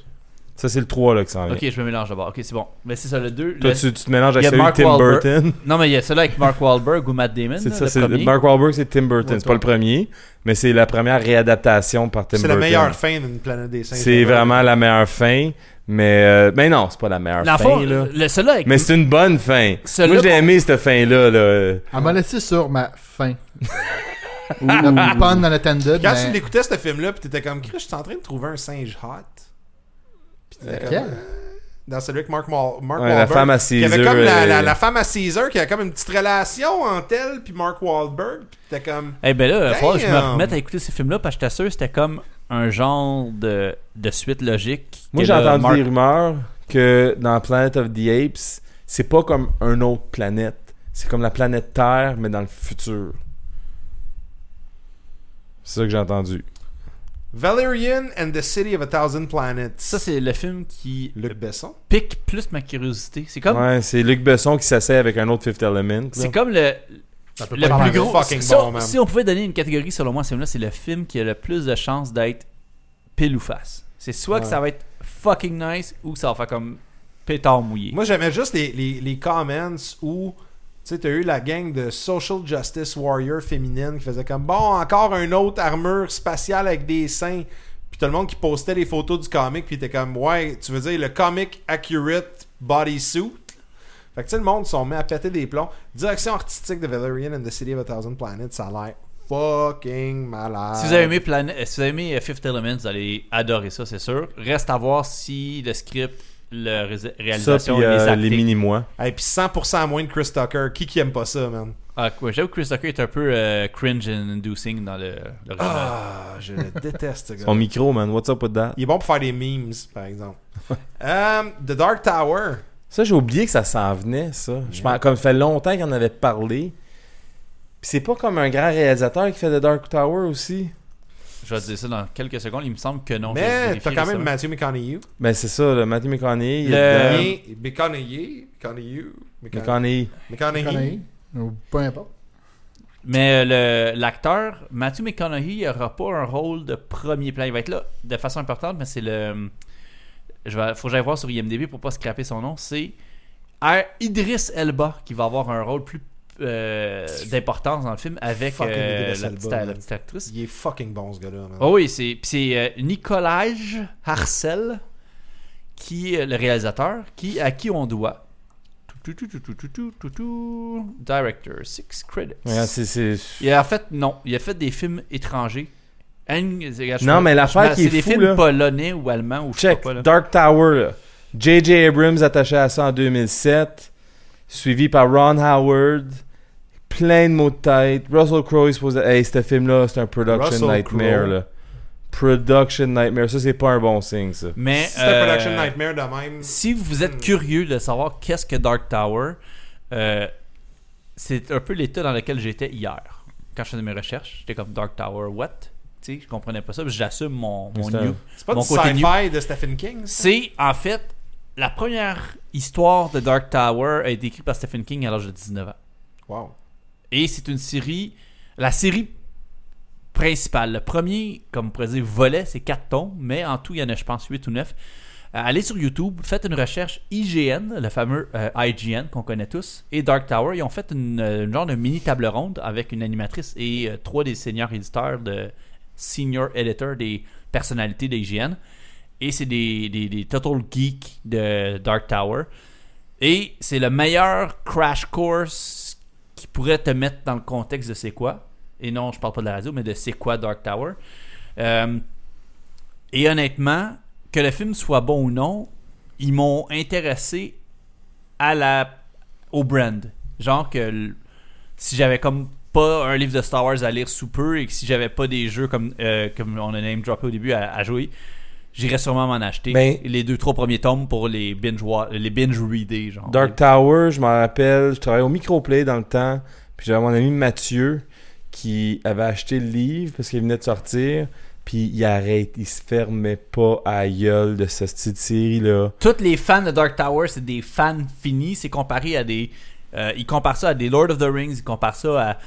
Speaker 2: Ça, c'est le 3 là, qui s'en vient.
Speaker 4: Ok, je me mélange d'abord. Ok, c'est bon. Mais c'est ça, le deux.
Speaker 2: Toi,
Speaker 4: le-
Speaker 2: tu, tu te mélanges avec
Speaker 4: Il y a
Speaker 2: celui de
Speaker 4: Mark
Speaker 2: Tim
Speaker 4: Wahlberg. [laughs]
Speaker 2: Burton.
Speaker 4: Non, mais il y a celui avec Mark Wahlberg ou Matt Damon.
Speaker 2: C'est
Speaker 4: là,
Speaker 2: ça,
Speaker 4: le
Speaker 2: c'est
Speaker 4: premier.
Speaker 2: Mark Wahlberg, c'est Tim Burton.
Speaker 1: Ouais,
Speaker 2: c'est pas le premier, mais c'est la première réadaptation par Tim
Speaker 1: C'est
Speaker 2: Burton.
Speaker 1: la meilleure fin d'une planète des singes.
Speaker 2: C'est vraiment la meilleure fin, mais euh, ben non, c'est pas la meilleure
Speaker 4: Dans le
Speaker 2: fin
Speaker 4: fond,
Speaker 2: là.
Speaker 4: le celui-là avec.
Speaker 2: Mais c'est une bonne fin.
Speaker 4: Celui-là
Speaker 2: Moi, j'ai
Speaker 4: qu'on-
Speaker 2: aimé cette fin là. là.
Speaker 3: Elle m'a laissé sur ma fin. Le pun unattended.
Speaker 1: Quand
Speaker 3: mais-
Speaker 1: tu l'écoutais, ce film-là, puis t'étais comme, Chris, je suis en train de trouver un singe hot. Puis t'étais comme, euh,
Speaker 3: Lequel?
Speaker 4: euh,
Speaker 1: dans celui avec Mark, Mal- Mark
Speaker 2: Ouais, la
Speaker 1: Wahlberg.
Speaker 2: femme à
Speaker 1: qui avait
Speaker 2: Caesar,
Speaker 1: comme la,
Speaker 2: euh,
Speaker 1: la- la femme à Caesar qui a comme une petite relation entre elle puis Mark Wahlberg. Puis t'étais comme,
Speaker 4: Eh ben là, il va falloir que je me
Speaker 1: Damn.
Speaker 4: remette à écouter ces films-là parce que j'étais sûr que c'était comme un genre de, de suite logique.
Speaker 2: Moi,
Speaker 4: que
Speaker 2: j'ai
Speaker 4: le
Speaker 2: entendu
Speaker 4: Mark-
Speaker 2: des rumeurs que dans Planet of the Apes, c'est pas comme une autre planète. C'est comme la planète Terre, mais dans le futur. C'est ça que j'ai entendu.
Speaker 1: Valerian and the City of a Thousand Planets.
Speaker 4: Ça, c'est le film qui
Speaker 1: Luc Besson.
Speaker 4: pique plus ma curiosité. C'est comme,
Speaker 2: Ouais, c'est Luc Besson qui s'assied avec un autre Fifth Element. là.
Speaker 4: c'est comme le,
Speaker 1: Ça peut
Speaker 4: le
Speaker 1: pas
Speaker 4: plus
Speaker 1: être
Speaker 4: gros.
Speaker 1: fucking
Speaker 4: si,
Speaker 1: bon,
Speaker 4: on,
Speaker 1: man.
Speaker 4: si on pouvait donner une catégorie, selon moi, c'est là c'est le film qui a le plus de chances d'être pile ou face. C'est soit que
Speaker 1: Ouais.
Speaker 4: ça va être fucking nice ou que ça va faire comme pétard mouillé.
Speaker 1: Moi, j'aimais juste les, les, les comments où. Tu sais, t'as eu la gang de Social Justice Warrior féminine qui faisait comme Bon, encore un autre armure spatiale avec des seins. Puis tout le monde qui postait les photos du comic, puis t'es comme Ouais, tu veux dire le comic accurate bodysuit Fait que tu sais, le monde s'en met à péter des plombs. Direction artistique de Valerian and the City of a Thousand Planets, ça a l'air fucking malade.
Speaker 4: Si vous avez aimé, Plan- euh, si vous avez aimé euh, Fifth Element, vous allez adorer ça, c'est sûr. Reste à voir si le script, la ré-
Speaker 2: ça,
Speaker 4: réalisation
Speaker 2: puis
Speaker 4: et les
Speaker 2: euh, les
Speaker 4: acting.
Speaker 2: mini-mois.
Speaker 1: Et puis 100% moins de Chris Tucker. Qui qui aime pas ça, man
Speaker 4: Ah, quoi, j'avoue que Chris Tucker est un peu euh, cringe and inducing dans le- l'original.
Speaker 1: Ah, je le déteste,
Speaker 4: [laughs]
Speaker 1: ce gars.
Speaker 2: Son micro, man. What's up with that?
Speaker 1: Il est bon pour faire des memes, par
Speaker 4: [laughs]
Speaker 1: exemple. Euh, The Dark Tower.
Speaker 2: Ça, j'ai oublié que ça s'en venait, ça. Je pense, comme ça fait longtemps qu'on en avait parlé. Puis c'est pas comme un grand réalisateur qui fait The Dark Tower aussi.
Speaker 4: Je vais te dire ça dans quelques secondes. Il me semble que non. j'ai
Speaker 1: mais
Speaker 4: vérifié
Speaker 1: t'as quand même
Speaker 4: récemment. Euh,
Speaker 1: Matthew McConaughey.
Speaker 2: Ben c'est ça, le Matthew McConaughey. il est
Speaker 4: Le-
Speaker 2: dedans.
Speaker 1: Et McConaughey. McConaughey. McConaughey.
Speaker 2: McConaughey.
Speaker 1: McConaughey.
Speaker 3: Connerie. Ou Peu importe.
Speaker 4: Mais euh, le- l'acteur, Matthew McConaughey, il aura pas un rôle de premier plan. Il va être là de façon importante, mais c'est le. Je vais, faut que j'aille voir sur IMDb pour pas scraper son nom. C'est R- Idris Elba qui va avoir un rôle plus euh, d'importance dans le film avec
Speaker 1: Fucking
Speaker 4: euh,
Speaker 1: Idris
Speaker 4: la,
Speaker 1: Elba,
Speaker 4: petite,
Speaker 1: man.
Speaker 4: la petite actrice.
Speaker 1: Il est fucking bon, ce gars-là. man.
Speaker 4: Oh oui, c'est puis c'est euh, Nicolas Harcel qui est le réalisateur qui à qui on doit tout, tout, tout, tout, tout, tout, tout, tout, director six credits.
Speaker 2: Ouais, c'est- c'est-
Speaker 4: Il a fait non, il a fait des films étrangers. Ang- regarde, je
Speaker 2: Non,
Speaker 4: peux-
Speaker 2: mais l'affaire
Speaker 4: je-
Speaker 2: qui est
Speaker 4: c'est des
Speaker 2: fou,
Speaker 4: films
Speaker 2: là.
Speaker 4: polonais ou allemands ou je sais
Speaker 2: Check,
Speaker 4: pas là.
Speaker 2: Dark Tower. là. J.J. Abrams attaché à ça en 2007. Suivi par Ron Howard. Plein de mots de tête. Russell Crowe est supposé... Hey, ce film-là, c'est un production
Speaker 1: Russell
Speaker 2: nightmare,
Speaker 1: Crowe.
Speaker 2: là. Production nightmare. Ça, c'est pas un bon signe, ça.
Speaker 4: Mais
Speaker 1: C'est
Speaker 4: euh,
Speaker 1: un production Hmm. nightmare de même.
Speaker 4: Si vous êtes curieux de savoir qu'est-ce que Dark Tower, euh, c'est un peu l'état dans lequel j'étais hier. Quand je faisais mes recherches, j'étais comme Dark Tower, what? Tu sais, je comprenais pas ça, puis j'assume mon,
Speaker 2: Mais
Speaker 4: mon
Speaker 2: c'est un-
Speaker 4: new.
Speaker 1: C'est pas
Speaker 4: Mon
Speaker 1: du
Speaker 4: côté
Speaker 1: sci-fi de Stephen King. ça?
Speaker 4: C'est, en fait, la première histoire de Dark Tower a été écrite par Stephen King à l'âge de 19 ans.
Speaker 1: Wow.
Speaker 4: Et c'est une série. La série principale, le premier, comme on pourrait dire, volet, c'est 4 tomes, mais en tout, il y en a, je pense, 8 ou 9. allez sur YouTube, faites une recherche IGN, le fameux euh, IGN qu'on connaît tous, et Dark Tower. Ils ont fait une, euh, une genre de mini table ronde avec une animatrice et euh, trois des seniors éditeurs, de senior editors des personnalités d'IGN. Et c'est des, des, des total geeks de Dark Tower. Et c'est le meilleur crash course qui pourrait te mettre dans le contexte de c'est quoi. Et non, je parle pas de la radio, mais de c'est quoi Dark Tower. Euh, et honnêtement, que le film soit bon ou non, ils m'ont intéressé à la au brand. Genre que l- si j'avais comme pas un livre de Star Wars à lire sous peu et que si j'avais pas des jeux comme, euh, comme on a name droppé au début à, à jouer, j'irais sûrement m'en acheter
Speaker 2: Mais-
Speaker 4: les deux trois premiers tomes pour les binge wa- les binge reader genre.
Speaker 2: Dark Tower, je m'en rappelle, je travaillais au Microplay dans le temps, puis j'avais mon ami Mathieu qui avait acheté le livre parce qu'il venait de sortir, puis il arrête, il se fermait pas à la gueule de cette petite série-là.
Speaker 4: Toutes les fans de Dark Tower, c'est des fans finis. C'est comparé à des. euh, ils comparent ça à des Lord of the Rings, ils comparent ça à,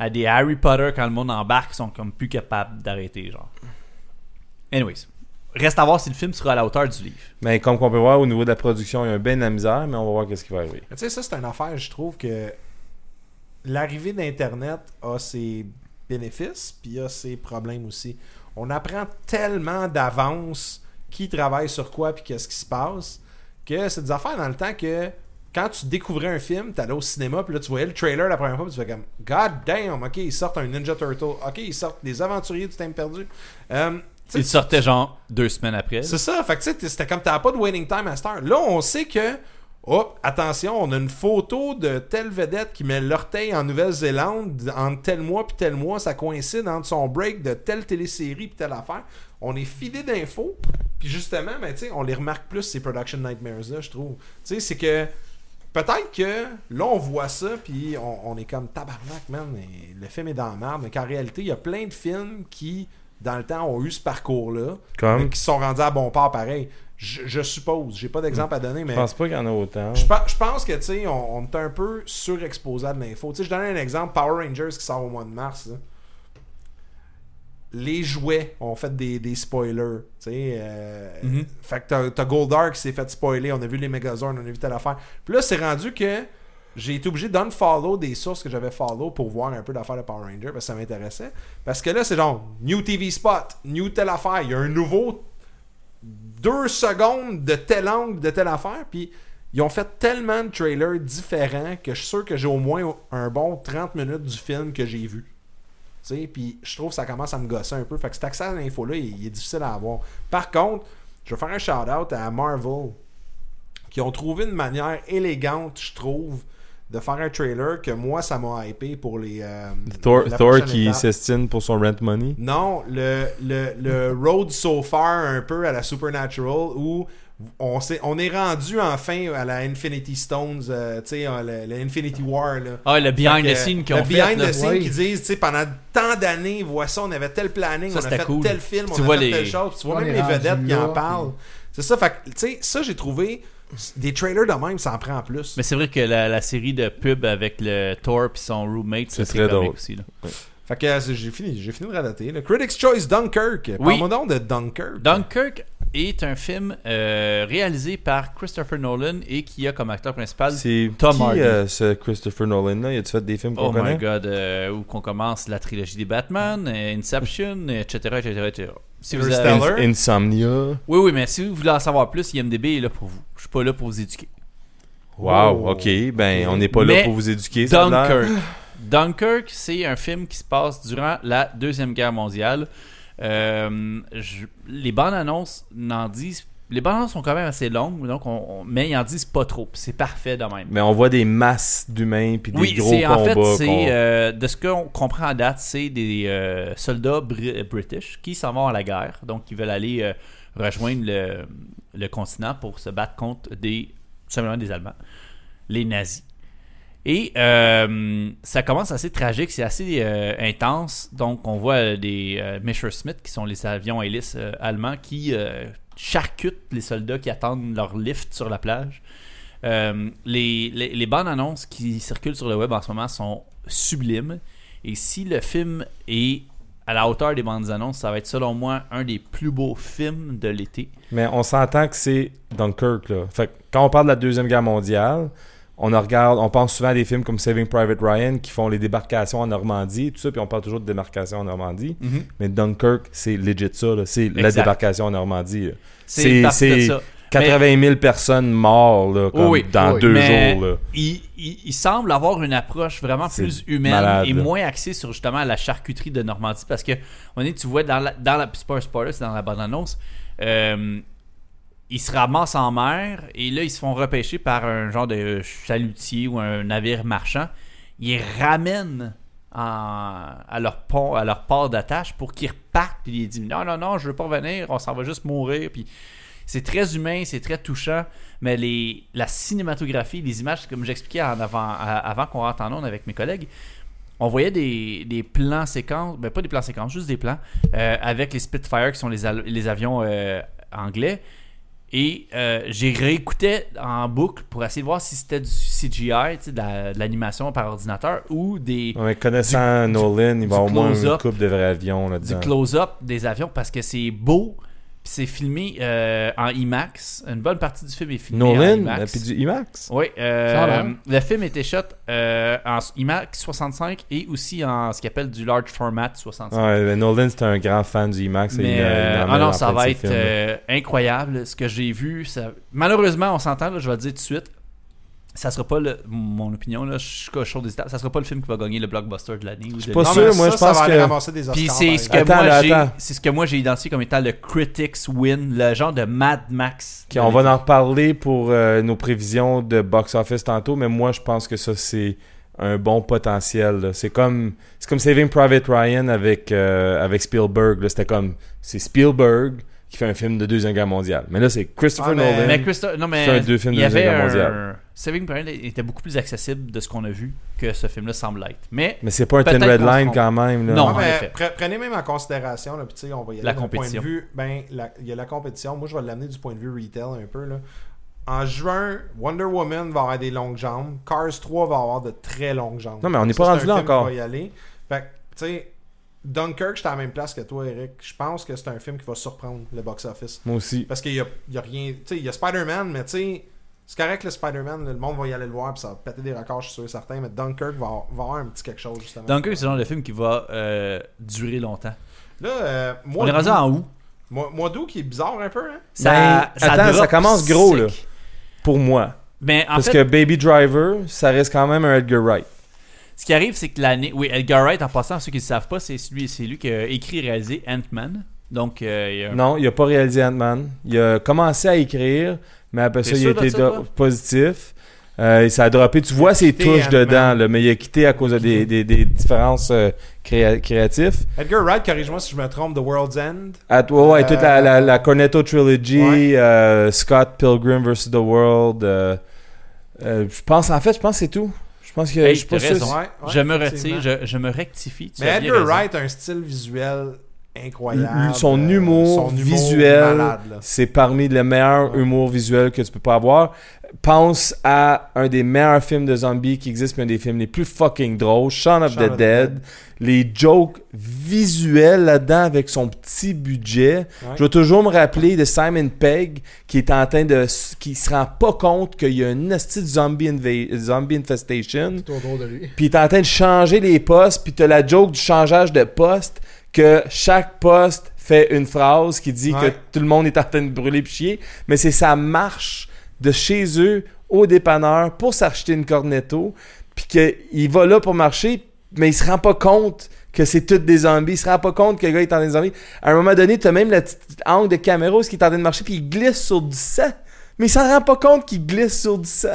Speaker 4: à des Harry Potter quand le monde embarque, ils sont comme plus capables d'arrêter, genre. Anyways. Reste à voir si le film sera à la hauteur du livre.
Speaker 2: Mais comme on peut voir, au niveau de la production, il y a un ben de la misère, mais on va voir qu'est-ce qui va arriver.
Speaker 1: Mais Tu sais, ça, c'est une affaire, je trouve que l'arrivée d'Internet a ses bénéfices, puis a ses problèmes aussi. On apprend tellement d'avance qui travaille sur quoi, puis qu'est-ce qui se passe, que c'est des affaires dans le temps que quand tu découvrais un film, t'allais au cinéma, puis là, tu voyais le trailer la première fois, puis tu fais comme God damn, ok, ils sortent un Ninja Turtle, ok, ils sortent des aventuriers du temps perdu. Euh, tu sais,
Speaker 4: Il sortait genre deux semaines après.
Speaker 1: c'est ça. Fait que tu sais, t'es- c'était comme t'as pas de waiting time à cette heure. Là, on sait que. Hop, attention, on a une photo de telle vedette qui met l'orteil en Nouvelle-Zélande entre tel mois puis tel mois. Ça coïncide entre son break de telle télésérie puis telle affaire. On est filé d'infos. Puis justement, ben, tu sais, on les remarque plus, ces Production Nightmares-là, je trouve. Tu sais, c'est que. Peut-être que là, on voit ça, puis on, on est comme tabarnak, man. mais le film est dans la merde. Mais qu'en réalité, il y a plein de films qui, dans le temps, ont eu ce parcours-là.
Speaker 2: Comme?
Speaker 1: mais qui sont rendus à bon port pareil. Je, je suppose. J'ai pas d'exemple à donner, mais.
Speaker 2: Je pense pas qu'il y en a autant.
Speaker 1: Je, pe- je pense que, tu sais, on, on est un peu surexposé à de l'info. Tu sais, je donne un exemple. Power Rangers qui sort au mois de mars. là. Les jouets ont fait des, des spoilers. Tu sais, euh,
Speaker 4: Mhm.
Speaker 1: fait que t'as- t'as Goldar qui s'est fait spoiler. On a vu les Megazords, on a vu telle affaire. Puis là, c'est rendu que j'ai été obligé d'unfollow des sources que j'avais follow pour voir un peu d'affaires de Power Ranger parce que ça m'intéressait. Parce que là, c'est genre New TV Spot, New telle affaire. Il y a un nouveau deux secondes de tel angle, de telle affaire, puis ils ont fait tellement de trailers différents que je suis sûr que j'ai au moins un bon 30 minutes du film que j'ai vu. Tu sais, puis je trouve que ça commence à me gosser un peu. Fait que cet accès à l'info-là, il, il est difficile à avoir. Par contre, je vais faire un shout-out à Marvel qui ont trouvé une manière élégante, je trouve, de faire un trailer que moi, ça m'a hypé pour les... euh,
Speaker 2: Thor,
Speaker 1: la
Speaker 2: Thor
Speaker 1: prochaine
Speaker 2: qui
Speaker 1: étape.
Speaker 2: s'estime pour son rent money.
Speaker 1: Non, le, le, le road so far un peu à la Supernatural où on, s'est- on est rendu enfin à la Infinity Stones, euh, tu sais, euh, le, le Infinity War. Là.
Speaker 4: Ah, le behind
Speaker 1: Fait que,
Speaker 4: the scene
Speaker 1: le
Speaker 4: qu'on fait.
Speaker 1: behind
Speaker 4: là.
Speaker 1: the scene
Speaker 3: ouais.
Speaker 1: qui disent, tu sais, pendant tant d'années, voici, on avait tel planning,
Speaker 4: Ça,
Speaker 1: on a
Speaker 4: c'était
Speaker 1: fait
Speaker 4: cool.
Speaker 1: tel film,
Speaker 4: Puis tu
Speaker 1: on
Speaker 4: vois
Speaker 1: a fait
Speaker 4: les-
Speaker 1: telle chose. Puis tu vois
Speaker 3: On
Speaker 1: même
Speaker 3: est
Speaker 1: les
Speaker 3: rendu
Speaker 1: vedettes qui
Speaker 3: là,
Speaker 1: en parlent. C'est ça, fait que, tu sais, ça, j'ai trouvé des trailers de même, ça en prend plus.
Speaker 4: Mais c'est vrai que la, la série de pub avec le Thor et son roommate,
Speaker 2: C'est
Speaker 4: ça, c'est
Speaker 2: très
Speaker 4: comique
Speaker 2: drôle.
Speaker 4: aussi. là.
Speaker 1: Fait que euh, j'ai fini, j'ai fini de relater. Le Critics' Choice Dunkirk.
Speaker 4: Oui.
Speaker 1: Parle-moi donc de Dunkirk.
Speaker 4: Dunkirk est un film euh, réalisé par Christopher Nolan et qui a comme acteur principal
Speaker 2: C'est
Speaker 4: Tom
Speaker 2: qui,
Speaker 4: Hardy.
Speaker 2: euh, ce Christopher Nolan-là? Il a-tu fait des films qu'on
Speaker 4: Oh
Speaker 2: connaît?
Speaker 4: my god, euh, où qu'on commence la trilogie des Batman, euh, Inception, etc. etc., etc. Si vous avez-
Speaker 1: Interstellar.
Speaker 2: In- Insomnia.
Speaker 4: Oui, oui, mais si vous voulez en savoir plus, IMDB est là pour vous. Je suis pas là pour vous éduquer.
Speaker 2: Wow,
Speaker 1: Oh.
Speaker 2: ok. Ben, on n'est pas
Speaker 4: Mais
Speaker 2: là pour vous éduquer. ça a l'air.
Speaker 4: Dunkirk. Dunkirk, c'est un film qui se passe durant la Deuxième Guerre mondiale. Euh, je- les bandes annonces n'en disent. Les bandes annonces sont quand même assez longues, donc on, on- mais ils en disent pas trop. puis C'est parfait de même.
Speaker 2: Mais on voit des masses d'humains puis des
Speaker 4: oui,
Speaker 2: gros
Speaker 4: c'est
Speaker 2: combats.
Speaker 4: en fait,
Speaker 2: qu'on-
Speaker 4: c'est euh, de ce qu'on comprend à date, c'est des euh, soldats bri- british qui s'en vont à la guerre, donc ils veulent aller euh, rejoindre le, le continent pour se battre contre des tout simplement des Allemands, les nazis. Et euh, ça commence assez tragique, c'est assez euh, intense. Donc, on voit euh, des euh, Messerschmitt, qui sont les avions hélices euh, allemands, qui euh, charcutent les soldats qui attendent leur lift sur la plage. Euh, les, les, les bandes annonces qui circulent sur le web en ce moment sont sublimes. Et si le film est à la hauteur des bandes annonces, ça va être selon moi un des plus beaux films de l'été.
Speaker 2: Mais on s'entend que c'est Dunkirk, là. Fait que quand on parle de la Deuxième Guerre mondiale, on en regarde, on pense souvent à des films comme Saving Private Ryan qui font les débarcations en Normandie, tout ça, puis on parle toujours de débarcation en Normandie. Mais Dunkirk, c'est legit ça, là. C'est la
Speaker 4: Mhm. Exact.
Speaker 2: débarcation en Normandie. là.
Speaker 4: C'est parce que
Speaker 2: c'est
Speaker 4: ça.
Speaker 2: 80 000 personnes mortes, là, comme
Speaker 4: Oui, oui.
Speaker 2: dans
Speaker 3: Oui.
Speaker 2: deux
Speaker 4: Mais
Speaker 2: jours, là.
Speaker 4: Il, il- il semble avoir une approche vraiment
Speaker 2: C'est
Speaker 4: plus humaine
Speaker 2: malade,
Speaker 4: et
Speaker 2: là.
Speaker 4: moins axée sur justement la charcuterie de Normandie parce que on est, tu vois dans la dans la c'est pas un spoiler, c'est dans la bande annonce. euh, ils se ramassent en mer et là ils se font repêcher par un genre de chalutier ou un navire marchand. Ils ramènent en- à leur pont, à leur port d'attache pour qu'ils repartent puis ils disent non non non je veux pas revenir, on s'en va juste mourir puis c'est très humain, c'est très touchant, mais les, la cinématographie, les images, comme j'expliquais en avant, à- avant qu'on rentre en onde avec mes collègues, on voyait des, des plans séquences, ben pas des plans séquences, juste des plans, euh, avec les Spitfire qui sont les, al- les avions euh, anglais. Et euh, j'ai réécouté en boucle pour essayer de voir si c'était du CGI, tu sais, de la- de l'animation par ordinateur ou des,
Speaker 2: Ouais, connaissant Nolan, il va
Speaker 4: du
Speaker 2: au moins une
Speaker 4: close-up.
Speaker 2: coupe de vrais avions
Speaker 4: du
Speaker 2: là-dedans.
Speaker 4: close-up des avions parce que c'est beau. puis C'est filmé euh, en IMAX. Une bonne partie du film est filmé en
Speaker 2: Nolan,
Speaker 4: IMAX.
Speaker 2: euh, puis du IMAX.
Speaker 4: Oui, euh,
Speaker 3: Ça a l'air.
Speaker 4: le film était shot euh, en IMAX 65 et aussi en ce qu'on appelle du large format 65.
Speaker 2: Ouais, mais Nolan, c'est un grand fan du IMAX. et
Speaker 4: Mais
Speaker 2: il a- il en
Speaker 4: euh, ah
Speaker 2: met
Speaker 4: non,
Speaker 2: dans
Speaker 4: ça
Speaker 2: plein de
Speaker 4: va
Speaker 2: ses
Speaker 4: être
Speaker 2: films, là.
Speaker 4: euh, incroyable. Ce que j'ai vu, ça... malheureusement, on s'entend, là, je vais le dire tout de suite. Ça sera pas le, mon opinion, là, je suis chaud des étapes. Ça sera pas le film qui va gagner le blockbuster de l'année. ou de
Speaker 2: pas
Speaker 4: l'année.
Speaker 2: sûr,
Speaker 1: mais
Speaker 2: moi,
Speaker 1: ça,
Speaker 2: je
Speaker 1: ça
Speaker 2: pense
Speaker 1: va aller
Speaker 2: que-
Speaker 1: ramasser des Oscars. ben,
Speaker 4: Puis c'est ce, que
Speaker 2: Attends,
Speaker 4: moi,
Speaker 2: là,
Speaker 4: j'ai-
Speaker 2: attends.
Speaker 4: c'est ce que moi j'ai identifié comme étant le Critics Win, le genre de Mad Max.
Speaker 2: Ok, on va en reparler pour euh, nos prévisions de box-office tantôt, mais moi, je pense que ça, c'est un bon potentiel. là. C'est comme, c'est comme Saving Private Ryan avec, euh, avec Spielberg. là. C'était comme, c'est Spielberg qui fait un film de Deuxième Guerre mondiale. Mais là, c'est Christopher
Speaker 1: Ah, mais-
Speaker 2: Nolan.
Speaker 4: Mais Christo- non mais
Speaker 2: C'est un deux films
Speaker 4: il
Speaker 2: de
Speaker 4: y
Speaker 2: la
Speaker 4: avait
Speaker 2: Seconde Guerre
Speaker 4: un-
Speaker 2: mondiale.
Speaker 4: Saving Private Ryan était beaucoup plus accessible de ce qu'on a vu que ce film-là semble être. Mais
Speaker 2: Mais c'est pas un
Speaker 4: Peut-être
Speaker 2: Ten Red
Speaker 4: qu'on se
Speaker 2: Line
Speaker 4: trompe.
Speaker 2: quand même. là.
Speaker 4: Non.
Speaker 1: Ouais,
Speaker 4: en
Speaker 1: mais
Speaker 4: effet.
Speaker 1: pre- prenez même en considération, là, puis tu sais, on va y aller
Speaker 4: La
Speaker 1: d'un
Speaker 4: compétition.
Speaker 1: point de vue. Ben, la- il y a la compétition. Moi, je vais l'amener du point de vue retail un peu. Là. En juin, Wonder Woman va avoir des longues jambes. Cars 3 va avoir de très longues jambes.
Speaker 2: Non, mais on n'est
Speaker 1: Ça,
Speaker 2: pas
Speaker 1: c'est
Speaker 2: rendu
Speaker 1: un
Speaker 2: là
Speaker 1: film
Speaker 2: encore.
Speaker 1: qui va y aller. Fait que, tu sais, Dunkirk, j'étais à la même place que toi, Eric. Je pense que c'est un film qui va surprendre le box-office.
Speaker 2: Moi aussi.
Speaker 1: Parce qu'il y a, il y a rien. Tu sais, il y a Spider-Man, mais tu sais. C'est correct le Spider-Man, là, le monde va y aller le voir, puis ça va péter des records, je suis sûr et certain, mais Dunkirk va, va avoir un petit quelque chose, justement.
Speaker 4: Dunkirk, c'est le genre de film qui va euh, durer longtemps.
Speaker 1: Là, euh, moi,
Speaker 4: On est rendu en août.
Speaker 1: Moi, moi d'où qui est bizarre un peu, hein?
Speaker 4: Ça,
Speaker 2: Ben, attends,
Speaker 4: drop
Speaker 2: ça commence gros,
Speaker 4: sec.
Speaker 2: là. Pour moi.
Speaker 4: Mais en
Speaker 2: Parce
Speaker 4: fait,
Speaker 2: que Baby Driver, ça reste quand même un Edgar Wright.
Speaker 4: ce qui arrive, c'est que l'année. Oui, Edgar Wright, en passant, ceux qui ne le savent pas, c'est lui, c'est lui qui a écrit et réalisé Ant-Man. Donc, euh, il y a un-
Speaker 2: Non, il a pas réalisé Ant-Man. Il a commencé à écrire, mais après
Speaker 4: T'es
Speaker 2: ça, il a
Speaker 4: sûr de
Speaker 2: été
Speaker 4: ça,
Speaker 2: do-
Speaker 4: toi?
Speaker 2: positif. Euh, ça a droppé. Tu vois ses
Speaker 1: quitté
Speaker 2: touches
Speaker 1: Ant-Man.
Speaker 2: dedans, là, mais il a quitté à cause des, des- des différences euh, créa- créatives.
Speaker 1: Edgar Wright, corrige-moi si je me trompe, The World's End.
Speaker 2: À- ouais, ouais,
Speaker 1: Euh,
Speaker 2: toute la, la- la Cornetto Trilogy,
Speaker 1: Ouais.
Speaker 2: euh, Scott Pilgrim vs. The World. euh, euh, je pense, en fait, je pense que c'est tout. Je pense que
Speaker 4: Hey,
Speaker 2: je suis pas
Speaker 4: t'as
Speaker 2: sûr
Speaker 4: raison.
Speaker 2: si-
Speaker 1: Ouais, ouais,
Speaker 4: je me
Speaker 1: effectivement.
Speaker 4: retire, je, je me rectifie. tu
Speaker 1: Mais
Speaker 4: as bien
Speaker 1: Edgar
Speaker 4: raison.
Speaker 1: Wright a un style visuel
Speaker 2: L-
Speaker 1: incroyable.
Speaker 2: son
Speaker 1: Euh,
Speaker 2: humour
Speaker 1: son
Speaker 2: visuel,
Speaker 1: malade, là.
Speaker 2: c'est parmi les meilleurs
Speaker 1: Ouais.
Speaker 2: humours visuels que tu peux pas avoir. Pense à un des meilleurs films de zombies qui existe, mais un des films les plus fucking drôles, Shaun of
Speaker 1: Shaun
Speaker 2: the Dead. Les jokes visuels là-dedans avec son petit budget.
Speaker 1: Ouais.
Speaker 2: Je vais toujours me rappeler de Simon Pegg qui est en train de... s- qui se rend pas compte qu'il y a une hostie de zombie, inva- zombie infestation.
Speaker 3: Tout autour de lui.
Speaker 2: Puis t'es en train de changer les postes, puis t'as la joke du changeage de poste, que chaque poste fait une phrase qui dit
Speaker 1: Ouais.
Speaker 2: que tout le monde est en train de brûler pis chier, mais c'est sa marche de chez eux au dépanneur pour s'acheter une cornetto, puis qu'il va là pour marcher, mais il se rend pas compte que c'est toutes des zombies, il se rend pas compte que le gars est en train de zombie. À un moment donné, t'as même le petit angle de caméra où il est en train de marcher, puis il glisse sur du sang, mais il s'en rend pas compte qu'il glisse sur du sang.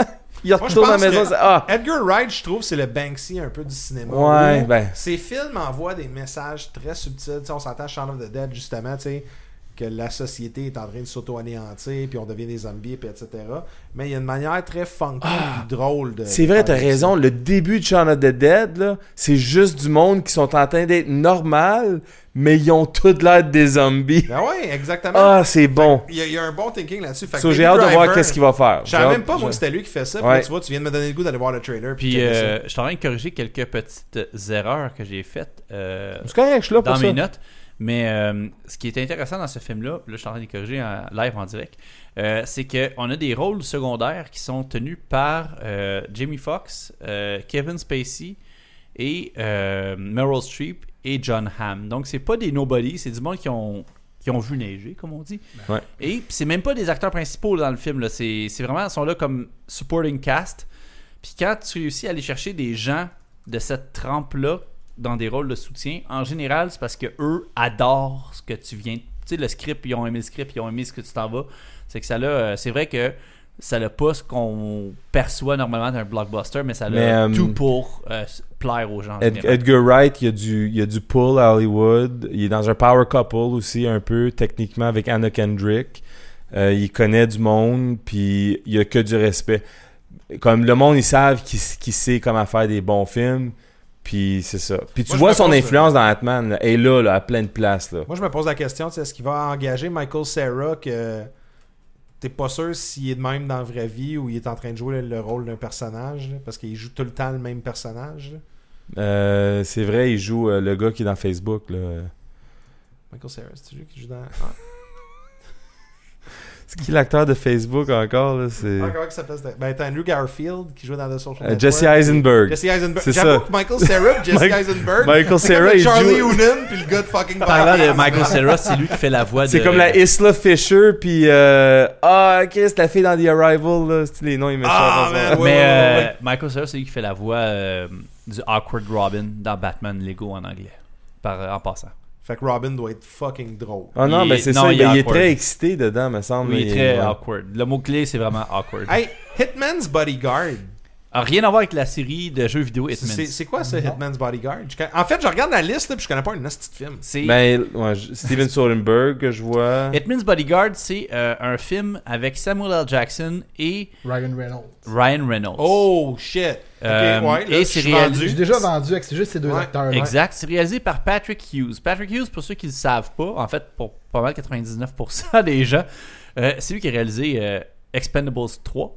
Speaker 2: Il
Speaker 1: je
Speaker 2: retourne à la
Speaker 1: pense
Speaker 2: maison,
Speaker 1: que-
Speaker 2: c'est- ah,
Speaker 1: Edgar Wright, je trouve, c'est le Banksy un peu du cinéma.
Speaker 2: Ouais,
Speaker 1: Où
Speaker 2: ben.
Speaker 1: Ses films envoient des messages très subtils. Tu sais, on s'entend Shaun of the Dead, justement, tu sais. que la société est en train de s'auto-anéantir, puis on devient des zombies, puis etc. Mais il y a une manière très funky, puis drôle de.
Speaker 2: Ah, C'est
Speaker 1: de
Speaker 2: vrai,
Speaker 1: faire
Speaker 2: t'as
Speaker 1: ça.
Speaker 2: raison. Le début de Shaun of the Dead, là, c'est juste du monde qui sont en train d'être normal, mais ils ont toute l'air des zombies.
Speaker 1: Ben ouais, exactement.
Speaker 2: Ah, c'est bon.
Speaker 1: Il y, a- il y a un bon thinking là-dessus. Fait que
Speaker 2: So, j'ai
Speaker 1: Baby
Speaker 2: hâte de voir
Speaker 1: Driver,
Speaker 2: qu'est-ce qu'il va faire.
Speaker 1: Je
Speaker 2: J'ai
Speaker 1: savais
Speaker 2: hâte-
Speaker 1: même pas, moi, que
Speaker 2: j'ai-
Speaker 1: c'était lui qui fait ça. Puis
Speaker 2: Ouais.
Speaker 1: là, tu vois, tu viens de me donner le goût d'aller voir le trailer. Puis,
Speaker 4: Puis
Speaker 1: checker ça.
Speaker 4: euh, je suis en train de corriger quelques petites euh, erreurs que j'ai faites euh,
Speaker 2: C'est correct, je suis là pour
Speaker 4: dans mes
Speaker 2: ça.
Speaker 4: notes. Mais euh, ce qui est intéressant dans ce film-là, là, je suis en train de les corriger en live en direct, euh, c'est qu'on a des rôles secondaires qui sont tenus par euh, Jamie Foxx, euh, Kevin Spacey et euh, Meryl Streep et John Hamm. Donc, c'est pas des nobody, c'est du monde qui ont, qui ont vu neiger, comme on dit.
Speaker 2: Ouais.
Speaker 4: Et puis, c'est même pas des acteurs principaux dans le film. là. C'est c'est vraiment, ils sont là comme supporting cast. Puis quand tu réussis à aller chercher des gens de cette trempe-là dans des rôles de soutien, en général, c'est parce que eux adorent ce que tu viens. Tu sais, le script, ils ont aimé le script, ils ont aimé ce que tu t'en vas. C'est que ça l'a. euh, C'est vrai que ça l'a pas ce qu'on perçoit normalement d'un blockbuster, mais ça l'a
Speaker 2: Mais, euh,
Speaker 4: tout pour euh, s- plaire aux gens. en
Speaker 2: Ed-
Speaker 4: général.
Speaker 2: Edgar Wright, il y, a du, il y a du pull à Hollywood. Il est dans un power couple aussi, un peu, techniquement, avec Anna Kendrick. Euh, il connaît du monde, puis il y a que du respect. Comme le monde, ils savent qui, qui sait comment faire des bons films, puis c'est ça. Puis tu
Speaker 1: Moi, je
Speaker 2: vois
Speaker 1: me
Speaker 2: son
Speaker 1: pose- euh,
Speaker 2: influence dans Batman, là, est là, là, à pleine place. Là.
Speaker 1: Moi, je me pose la question, tu sais, est-ce qu'il va engager Michael Sarah que t'es pas sûr s'il est de même dans la vraie vie ou il est en train de jouer le, le rôle d'un personnage, là, parce qu'il joue tout le temps le même personnage. là.
Speaker 2: Euh, c'est vrai, il joue euh, le gars qui est dans Facebook. là.
Speaker 1: Michael Sarah, c'est lui qui joue dans. Ah.
Speaker 2: C'est qui l'acteur de Facebook encore? là? C'est...
Speaker 1: Ah, comment il s'appelle ce- Ben, t'as Andrew Garfield qui joue dans The Social
Speaker 2: Euh,
Speaker 1: Network.
Speaker 2: Jesse Eisenberg.
Speaker 1: Jesse Eisenberg.
Speaker 2: C'est
Speaker 1: J'avoue
Speaker 2: ça.
Speaker 1: que Michael
Speaker 2: [laughs]
Speaker 1: Sarah, Jesse
Speaker 2: Mike-
Speaker 1: Eisenberg.
Speaker 2: Michael
Speaker 1: c'est comme
Speaker 2: Cera,
Speaker 1: le
Speaker 2: il
Speaker 1: Charlie
Speaker 2: joue...
Speaker 1: Hunnam puis le gars de fucking
Speaker 4: Parlant de
Speaker 1: Batman.
Speaker 4: Michael Cera, c'est lui qui fait la voix de.
Speaker 2: C'est comme la Isla Fisher, puis euh, ah, Chris, la fille dans The Arrival, là, c'est les noms, ils m'échappent.
Speaker 1: Ah,
Speaker 2: en ce
Speaker 1: man,
Speaker 2: moment.
Speaker 1: ouais.
Speaker 4: Mais euh, Michael Cera, c'est lui qui fait la voix euh, du Awkward Robin dans Batman Lego en anglais. Par, en passant.
Speaker 1: Fait que Robin doit être fucking drôle.
Speaker 2: Ah non,
Speaker 4: il
Speaker 2: mais
Speaker 4: est-
Speaker 2: c'est
Speaker 4: non,
Speaker 2: ça,
Speaker 4: il
Speaker 2: ben,
Speaker 4: est
Speaker 2: il est
Speaker 4: awkward.
Speaker 2: très excité dedans, me semble.
Speaker 4: Oui, il est très
Speaker 2: ouais.
Speaker 4: awkward. Le mot-clé, c'est vraiment awkward.
Speaker 1: Hey, Hitman's Bodyguard.
Speaker 4: Ah, rien à voir avec la série de jeux vidéo
Speaker 1: C'est
Speaker 4: Hitman.
Speaker 1: c'est quoi ça, Hitman's Bodyguard? Je con- En fait, je regarde la liste là, puis je connais pas une nasty de film.
Speaker 4: C'est
Speaker 2: Ben, ouais, je- Steven Soderbergh que je vois.
Speaker 4: Hitman's Bodyguard, c'est euh, un film avec Samuel L. Jackson et
Speaker 3: Ryan Reynolds.
Speaker 4: Ryan Reynolds.
Speaker 1: Oh shit! Ok,
Speaker 4: Euh,
Speaker 1: ouais, là,
Speaker 4: et
Speaker 1: je
Speaker 4: c'est
Speaker 1: suis
Speaker 4: réalisé-
Speaker 3: J'ai
Speaker 1: rendu.
Speaker 3: déjà vendu avec c'est juste ces deux
Speaker 1: Ouais,
Speaker 3: acteurs.
Speaker 4: Exact. C'est réalisé par Patrick Hughes. Patrick Hughes, pour ceux qui ne le savent pas, en fait, pour pas mal 99% des gens, euh, c'est lui qui a réalisé euh, Expendables 3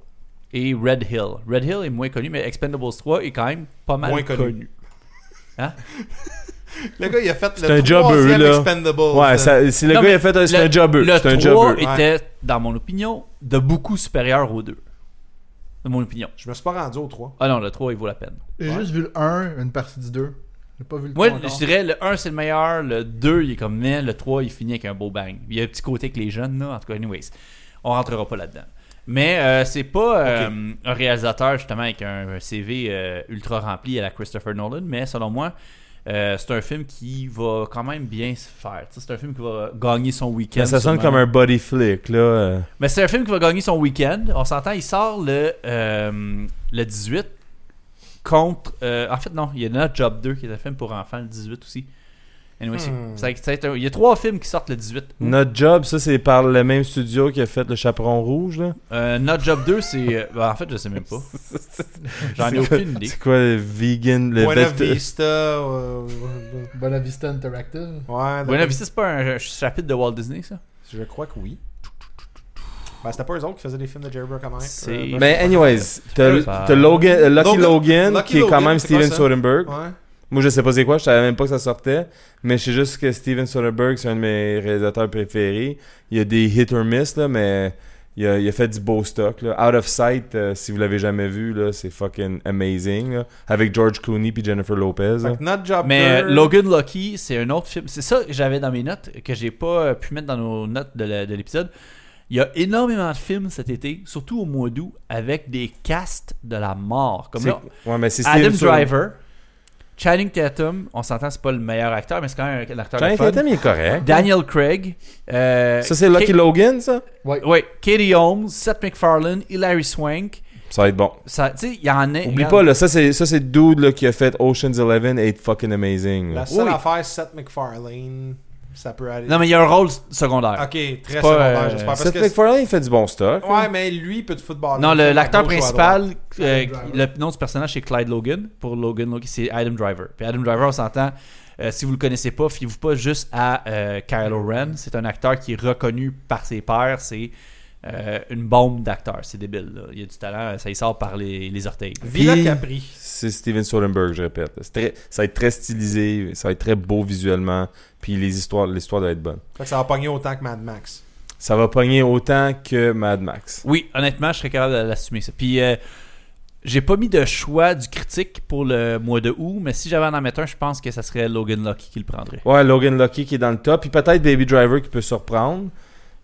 Speaker 4: et Red Hill. Red Hill est moins connu, mais Expendables 3 est quand même pas mal
Speaker 1: Moins
Speaker 4: connu.
Speaker 1: connu.
Speaker 4: Hein?
Speaker 1: Le gars, il a fait
Speaker 2: un
Speaker 1: le
Speaker 2: jobber,
Speaker 1: troisième euh,
Speaker 2: là.
Speaker 1: Expendable.
Speaker 2: Ouais, ça- c'est le
Speaker 4: Non,
Speaker 2: gars, il
Speaker 4: mais
Speaker 2: a fait un, c'est
Speaker 4: le-
Speaker 2: un jobber.
Speaker 4: Le
Speaker 2: C'est un
Speaker 4: 3
Speaker 2: jobber.
Speaker 4: était, dans mon opinion, de beaucoup supérieur aux deux. De mon opinion.
Speaker 1: Je me suis pas rendu au 3.
Speaker 4: Ah non, le 3, il vaut la peine.
Speaker 3: J'ai juste vu le 1, une partie du 2. J'ai pas vu le
Speaker 4: Moi,
Speaker 3: 3
Speaker 4: je dirais, le 1, c'est le meilleur. Le 2, il est comme mais Le 3, il finit avec un beau bang. Il y a un petit côté avec les jeunes, là. En tout cas, anyways, on rentrera pas là-dedans. Mais euh, c'est pas euh, un réalisateur, justement, avec un, un CV euh, ultra rempli à la Christopher Nolan, mais selon moi, euh, c'est un film qui va quand même bien se faire. Tu sais, C'est un film qui va gagner son week-end.
Speaker 2: Mais ça sonne
Speaker 4: sûrement.
Speaker 2: comme un body flick, là. euh.
Speaker 4: Mais c'est un film qui va gagner son week-end. On s'entend, il sort le, euh, le 18 contre. euh, en fait, non, il y a Not Job 2 qui est un film pour enfants, le 18 aussi. Anyway, c'est-
Speaker 1: Hmm.
Speaker 4: c'est- c'est un- il y a trois films qui sortent le 18.
Speaker 2: Notre job, ça, c'est par le même studio qui a fait le Chaperon Rouge, là.
Speaker 4: Euh, Not Job 2, c'est. euh, ben, en fait, je sais même pas. J'en ai
Speaker 2: C'est quoi-
Speaker 4: aucune idée.
Speaker 2: C'est quoi le vegan, le
Speaker 1: Buena
Speaker 2: vet-
Speaker 1: Vista. euh, euh,
Speaker 3: Buena Vista Interactive.
Speaker 1: Ouais,
Speaker 4: Buena Vista, c'est pas un, un chapitre de Walt Disney, ça
Speaker 1: Je crois que oui. Ben, c'était pas eux autres qui faisaient des films de Jerry Bruckheimer.
Speaker 4: C'est- Ben,
Speaker 1: Euh,
Speaker 2: Mais Ben, anyways, t'as
Speaker 4: Ça-
Speaker 2: t'as Logan, euh, Lucky
Speaker 1: Logan-
Speaker 2: Logan,
Speaker 1: Lucky
Speaker 2: qui est quand
Speaker 1: Logan,
Speaker 2: même
Speaker 1: c'est quoi
Speaker 2: Steven
Speaker 1: ça?
Speaker 2: Soderbergh.
Speaker 1: Ouais.
Speaker 2: Moi, je sais pas c'est quoi, je savais même pas que ça sortait, mais je sais juste que Steven Soderbergh, c'est un de mes réalisateurs préférés. Il y a des hit or miss, là, mais il a, il a fait du beau stock. Là. Out of Sight, euh, si vous l'avez jamais vu, là, c'est fucking amazing. là, avec George Clooney puis Jennifer Lopez. là.
Speaker 1: Fait que Not Job
Speaker 4: Mais euh,
Speaker 1: 2,
Speaker 4: Logan Lucky, c'est un autre film. C'est ça que j'avais dans mes notes, que j'ai pas euh, pu mettre dans nos notes de la- de l'épisode. Il y a énormément de films cet été, surtout au mois d'août, avec des castes de la mort. Comme
Speaker 2: C'est-
Speaker 4: là,
Speaker 2: ouais, mais c'est
Speaker 4: Adam
Speaker 2: Steven Soder-
Speaker 4: Driver, Channing Tatum, on s'entend, c'est pas le meilleur acteur, mais c'est quand même un, un acteur de
Speaker 2: Channing
Speaker 4: fun.
Speaker 2: Tatum, il est correct.
Speaker 4: Daniel Craig. euh,
Speaker 2: Ça, c'est Lucky
Speaker 4: Ka-
Speaker 2: Logan, ça?
Speaker 4: Ouais, Katie Holmes, Seth MacFarlane, Hilary Swank.
Speaker 2: Ça va être bon.
Speaker 4: Ça- Tu sais, il y en a.
Speaker 2: Oublie pas, là, ça, c'est ça, c'est le dude là, qui a fait Ocean's Eleven et fucking amazing. là.
Speaker 1: La seule
Speaker 4: Oui.
Speaker 1: affaire, Seth MacFarlane. ça peut aller.
Speaker 4: Non, mais il y a un rôle secondaire.
Speaker 1: ok, très
Speaker 4: pas,
Speaker 1: secondaire,
Speaker 4: euh,
Speaker 1: j'espère. Parce
Speaker 2: Seth
Speaker 1: que c'est-
Speaker 2: MacFarlane, il fait du bon stock.
Speaker 1: Ouais, mais lui, il peut te football.
Speaker 4: Non, le- l'acteur
Speaker 1: Ouais,
Speaker 4: principal, euh,
Speaker 1: Adam
Speaker 4: le nom de ce personnage, c'est Clyde Logan. Pour Logan, Logan, c'est Adam Driver. Puis Adam Driver, on s'entend, euh, si vous le connaissez pas, fiez-vous pas juste à euh, Kylo Ren. C'est un acteur qui est reconnu par ses pairs. C'est euh, une bombe d'acteur. C'est débile. là. Il y a du talent. Ça y sort par les, les orteils.
Speaker 1: Villa
Speaker 2: Puis-
Speaker 1: Capri.
Speaker 2: C'est Steven Soderbergh, je répète. C'est très- ça va être très stylisé, ça va être très beau visuellement, puis les histoires, l'histoire doit être bonne.
Speaker 1: Fait que ça va pogner autant que Mad Max.
Speaker 2: Ça va pogner autant que Mad Max.
Speaker 4: Oui, honnêtement, je serais capable de l'assumer ça. Puis euh, j'ai pas mis de choix du critique pour le mois de août, mais si j'avais à en mettre un, je pense que ça serait Logan Lucky qui le prendrait.
Speaker 2: Ouais, Logan Lucky qui est dans le top, puis peut-être Baby Driver qui peut surprendre,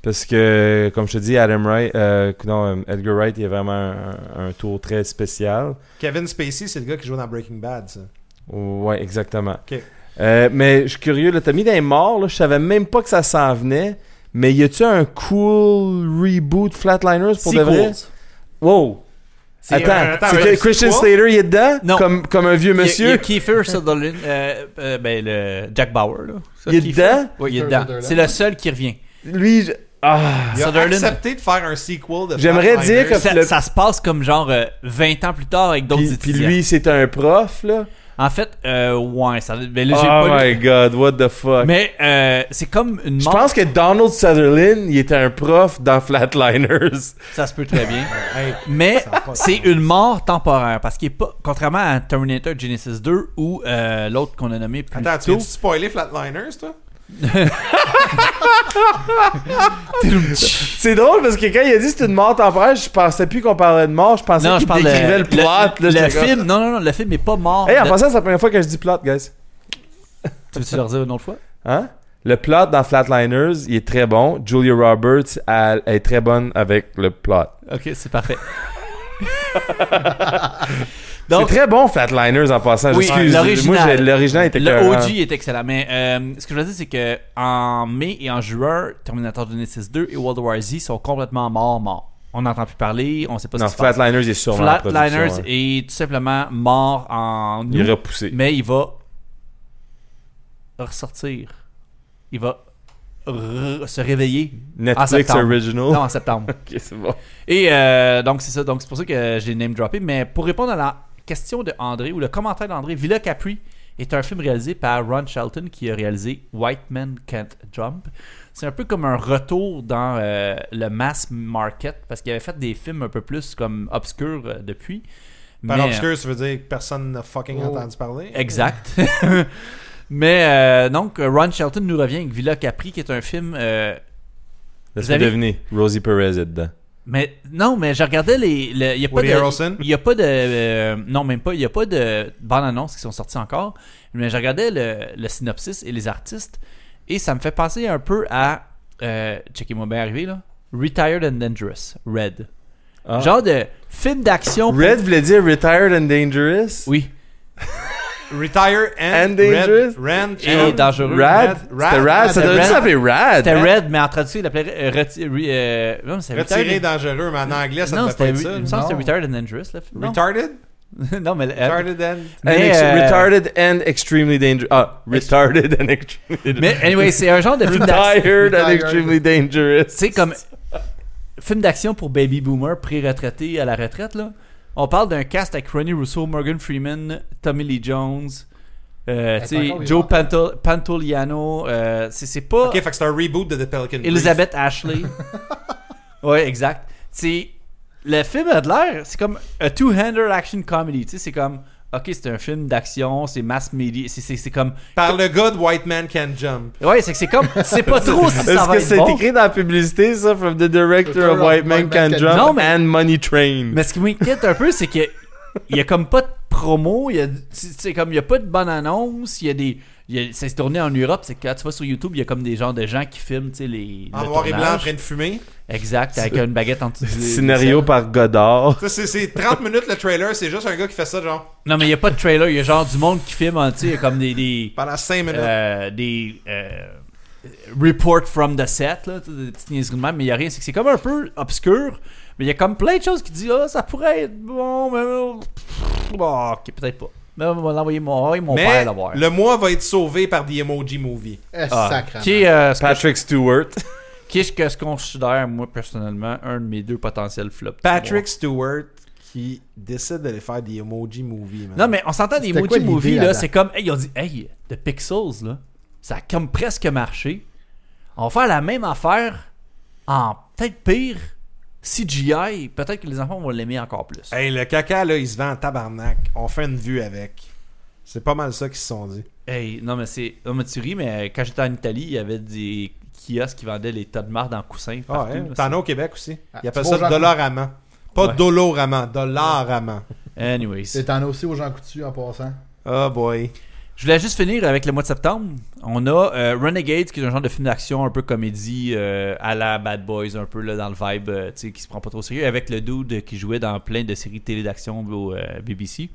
Speaker 2: parce que, comme je te dis, Adam Wright, euh, non, euh, Edgar Wright, il a vraiment un, un tour très spécial.
Speaker 1: Kevin Spacey, c'est le gars qui joue dans Breaking Bad, ça.
Speaker 2: Ouais, exactement.
Speaker 1: Ok.
Speaker 2: Euh, mais je suis curieux, là, t'as mis des morts, là, je savais même pas que ça s'en venait, mais y a-tu un cool reboot Flatliners pour de vrai?
Speaker 4: Sequels.
Speaker 2: Wow!
Speaker 1: C'est-
Speaker 2: Attends,
Speaker 1: euh, attends,
Speaker 2: c'est
Speaker 1: euh,
Speaker 2: que Christian
Speaker 1: quoi?
Speaker 2: Slater, il est dedans?
Speaker 4: Non.
Speaker 2: Comme, comme un vieux
Speaker 4: Il y a,
Speaker 2: monsieur?
Speaker 4: il y a Kiefer Sutherland, euh, euh, ben le Jack Bauer là. Ça,
Speaker 2: Il est
Speaker 4: Kiefer?
Speaker 2: dedans?
Speaker 4: Oui, il est
Speaker 3: Kiefer
Speaker 4: dedans.
Speaker 3: Sutherland.
Speaker 4: C'est le seul qui revient.
Speaker 2: Lui, je- ah,
Speaker 1: Il a
Speaker 4: Sutherland.
Speaker 1: accepté de faire un sequel de
Speaker 2: J'aimerais
Speaker 1: Flatliners.
Speaker 2: dire que-
Speaker 4: Ça,
Speaker 2: le-
Speaker 4: ça se passe comme genre euh, 20 ans plus tard avec d'autres
Speaker 2: puis, puis
Speaker 4: étudiants.
Speaker 2: lui, c'est un prof, là?
Speaker 4: En fait, euh, ouais, ça, ben là, j'ai
Speaker 2: Oh
Speaker 4: pas lu.
Speaker 2: my god, what the fuck?
Speaker 4: Mais euh, c'est comme une
Speaker 2: je
Speaker 4: mort.
Speaker 2: pense que Donald Sutherland, il était un prof dans Flatliners.
Speaker 4: Ça se peut très bien.
Speaker 1: Hey,
Speaker 4: Mais
Speaker 1: ça a pas de
Speaker 4: c'est
Speaker 1: sens.
Speaker 4: une mort temporaire parce qu'il est pas contrairement à Terminator Genesis 2 ou euh, l'autre qu'on a nommé plus
Speaker 1: Attends, tu
Speaker 4: tôt.
Speaker 1: veux-tu spoiler Flatliners, toi?
Speaker 2: C'est drôle parce que quand il a dit c'est une mort temporaire, je pensais plus qu'on parlait de mort, je pensais
Speaker 4: Non, je
Speaker 2: qu'il
Speaker 4: parle
Speaker 2: décrivait
Speaker 4: de
Speaker 2: le plot. là,
Speaker 4: Le,
Speaker 2: j'étais comme-
Speaker 4: film, non non non, le film est pas mort.
Speaker 2: Hey, en
Speaker 4: Le-
Speaker 2: passant, c'est la première fois que je dis plot, guys.
Speaker 4: Tu veux-tu leur dire une autre fois
Speaker 2: Hein? Le plot dans Flatliners, il est très bon. Julia Roberts, elle, elle est très bonne avec le plot.
Speaker 4: OK, c'est parfait.
Speaker 2: [laughs] C'est
Speaker 4: Donc,
Speaker 2: très bon Flatliners en passant.
Speaker 4: Oui,
Speaker 2: J'excuse.
Speaker 4: l'original.
Speaker 2: Moi, j'ai- l'original était hein.
Speaker 4: le
Speaker 2: écœurant.
Speaker 4: OG est excellent. Mais euh, ce que je veux dire, c'est que en mai et en juin, Terminator Genesis 2 et World War Z sont complètement morts, morts. On n'entend plus parler, on sait pas
Speaker 2: Non,
Speaker 4: ce qui se passe.
Speaker 2: Flatliners, il est sûrement en production,
Speaker 4: Flatliners
Speaker 2: hein.
Speaker 4: est tout simplement mort en
Speaker 2: Il est
Speaker 4: août,
Speaker 2: repoussé.
Speaker 4: mais il va ressortir. Il va re- se réveiller.
Speaker 2: Netflix
Speaker 4: septembre.
Speaker 2: Original.
Speaker 4: Non, en septembre.
Speaker 2: Ok, c'est bon.
Speaker 4: Et euh, donc, c'est ça. Donc, c'est pour ça que j'ai name droppé. Mais pour répondre à la question de André ou le commentaire d'André, Villa Capri est un film réalisé par Ron Shelton qui a réalisé White Man Can't Jump. C'est un peu comme un retour dans euh, le mass market parce qu'il avait fait des films un peu plus comme obscurs euh, depuis.
Speaker 1: Par
Speaker 4: Mais- euh,
Speaker 1: obscur, ça veut dire que personne n'a fucking
Speaker 3: Oh.
Speaker 1: entendu parler.
Speaker 4: Exact. [laughs] Mais euh, donc, Ron Shelton nous revient avec Villa Capri qui est un film euh,
Speaker 2: Laisse-moi
Speaker 4: avez-
Speaker 2: deviner. Rosie Perez est dedans.
Speaker 4: Mais non, mais je regardais les. le- Il y a pas
Speaker 1: Woody
Speaker 4: de.
Speaker 1: Harrelson?
Speaker 4: Il y a pas de. euh, non, même pas. Il y a pas de bonnes annonces qui sont sorties encore. Mais je regardais le, le synopsis et les artistes. Et ça me fait penser un peu à. Euh, Checkez-moi bien arrivé, là. Retired and Dangerous, Red.
Speaker 2: Ah.
Speaker 4: Genre de film d'action. pour-
Speaker 2: Red voulait dire Retired and Dangerous.
Speaker 4: Oui.
Speaker 1: Retire and,
Speaker 2: And dangerous.
Speaker 1: Rand,
Speaker 4: Et
Speaker 1: and-
Speaker 4: dangereux.
Speaker 2: Rad.
Speaker 1: Rad-
Speaker 2: C'était
Speaker 1: Rad-
Speaker 2: Rad. Ça
Speaker 4: Rad-
Speaker 2: devait
Speaker 4: Rad-
Speaker 2: s'appeler Rad.
Speaker 4: C'était Red, mais en traduction, il l'appelait. euh, reti- re- euh, non, mais c'est
Speaker 1: Retiré
Speaker 4: Retired and-
Speaker 1: dangereux, mais en anglais, ça
Speaker 4: Non,
Speaker 1: ne fait pas
Speaker 4: c'était.
Speaker 1: être ça.
Speaker 4: Il me semble que
Speaker 3: Non.
Speaker 4: c'était Retired and Dangerous, le film. Non.
Speaker 1: Retarded?
Speaker 4: [laughs] non, mais. euh,
Speaker 1: Retarded and...
Speaker 2: And
Speaker 4: mais,
Speaker 2: ex-
Speaker 4: euh,
Speaker 2: retarded and extremely dangerous. Ah, retarded and extremely dangerous.
Speaker 4: Mais anyway, c'est un genre de film d'action.
Speaker 2: Retired and
Speaker 3: Retired.
Speaker 2: extremely dangerous.
Speaker 4: Tu sais, comme film d'action pour baby boomer, pré-retraité à la retraite, là. On parle d'un cast avec Ronnie Russo, Morgan Freeman, Tommy Lee Jones, euh, tu sais,
Speaker 3: Hey, par contre,
Speaker 4: Joe
Speaker 3: il est
Speaker 4: Panto- Pantoliano. euh, c'est c'est pas
Speaker 1: Ok, fait que c'est un reboot de The Pelican Brief.
Speaker 2: [laughs]
Speaker 4: Elizabeth Ashley. ouais, exact. C'est le film a de l'air, c'est comme a two-hander action comedy. Tu sais, c'est comme ok, c'est un film d'action, c'est mass media, c'est- c'est c'est comme
Speaker 1: Par le gars de White Man Can Jump.
Speaker 4: ouais, c'est que c'est comme c'est pas
Speaker 2: [laughs]
Speaker 4: trop si ça
Speaker 2: Est-ce
Speaker 4: va
Speaker 2: que
Speaker 4: être
Speaker 2: c'est
Speaker 4: bon.
Speaker 2: écrit dans la publicité, ça, from the director of White Man Can Jump
Speaker 4: Non, mais-
Speaker 2: and Money Train?
Speaker 4: Mais ce qui m'inquiète un peu, c'est que il y a comme pas de promo, il y a c'est- c'est comme il y a pas de bonne annonce, il y a des il y a- ça s'est tourné en Europe, c'est que quand tu vas sur YouTube, il y a comme des genres de gens qui filment, tu sais les
Speaker 1: En
Speaker 4: le
Speaker 1: noir et blanc, en
Speaker 4: tournage.
Speaker 1: train de fumer.
Speaker 4: Exact, avec une baguette en dessous. du-
Speaker 2: Scénario par [laughs] Godard.
Speaker 1: Ça, c'est- c'est 30 minutes le trailer, c'est juste un gars qui fait ça, genre,
Speaker 4: Non, mais il y a pas de trailer, il y a genre du monde qui filme, hein, tu sais, il y a comme des des
Speaker 1: pendant 5 minutes.
Speaker 4: euh, des euh, report from the set là, tu sais, des petites niaiseries de même, mais il y a rien, c'est que c'est comme un peu obscur, mais il y a comme plein de choses qui disent "Ah, ça pourrait être bon, mais bon, ok, peut-être pas." Mais on va l'envoyer mon, envoyer mon
Speaker 1: Mais
Speaker 4: père l'avoir.
Speaker 1: le mois va être sauvé par des emoji movie.
Speaker 3: Eh,
Speaker 4: Ah.
Speaker 3: sacrément.
Speaker 4: Qui est, euh, ce que-
Speaker 2: Patrick Stewart.
Speaker 4: qui est-ce que je considère, moi, personnellement, un de mes deux potentiels flops?
Speaker 1: Patrick Stewart qui décide d'aller faire des emoji movie. man.
Speaker 4: Non, mais on s'entend des
Speaker 3: C'était quoi
Speaker 4: Emoji
Speaker 3: l'idée
Speaker 4: Movie, là,
Speaker 3: là-dedans?
Speaker 4: c'est comme, hey, ils ont dit, hey, The Pixels, là, ça a comme presque marché. On va faire la même affaire en peut-être pire CGI. Peut-être que les enfants vont l'aimer encore plus.
Speaker 1: Hey, le caca, là, il se vend en tabarnak. On fait une vue avec. C'est pas mal ça qu'ils se sont dit.
Speaker 4: Hey, non, mais c'est. Non, mais tu ris, mais euh, quand j'étais en Italie, il y avait des kiosques qui vendaient les tas de marde en coussin.
Speaker 1: Ah,
Speaker 4: Partout,
Speaker 1: hein,
Speaker 4: là,
Speaker 1: T'en as au Québec aussi.
Speaker 3: Ah,
Speaker 1: Ils appellent
Speaker 3: tu
Speaker 1: ça
Speaker 3: vas au Japon.
Speaker 1: Dolorama. Pas
Speaker 4: Ouais.
Speaker 1: Dolorama, Dollarama.
Speaker 4: c'est- Anyways.
Speaker 3: Et T'en as aussi aux gens coutus en passant.
Speaker 1: Oh boy.
Speaker 4: Je voulais juste finir avec le mois de septembre. On a euh, Renegade, qui est un genre de film d'action un peu comédie euh, à la Bad Boys, un peu là, dans le vibe, euh, tu sais, qui se prend pas trop au sérieux, avec le dude qui jouait dans plein de séries de télé d'action au euh, BBC.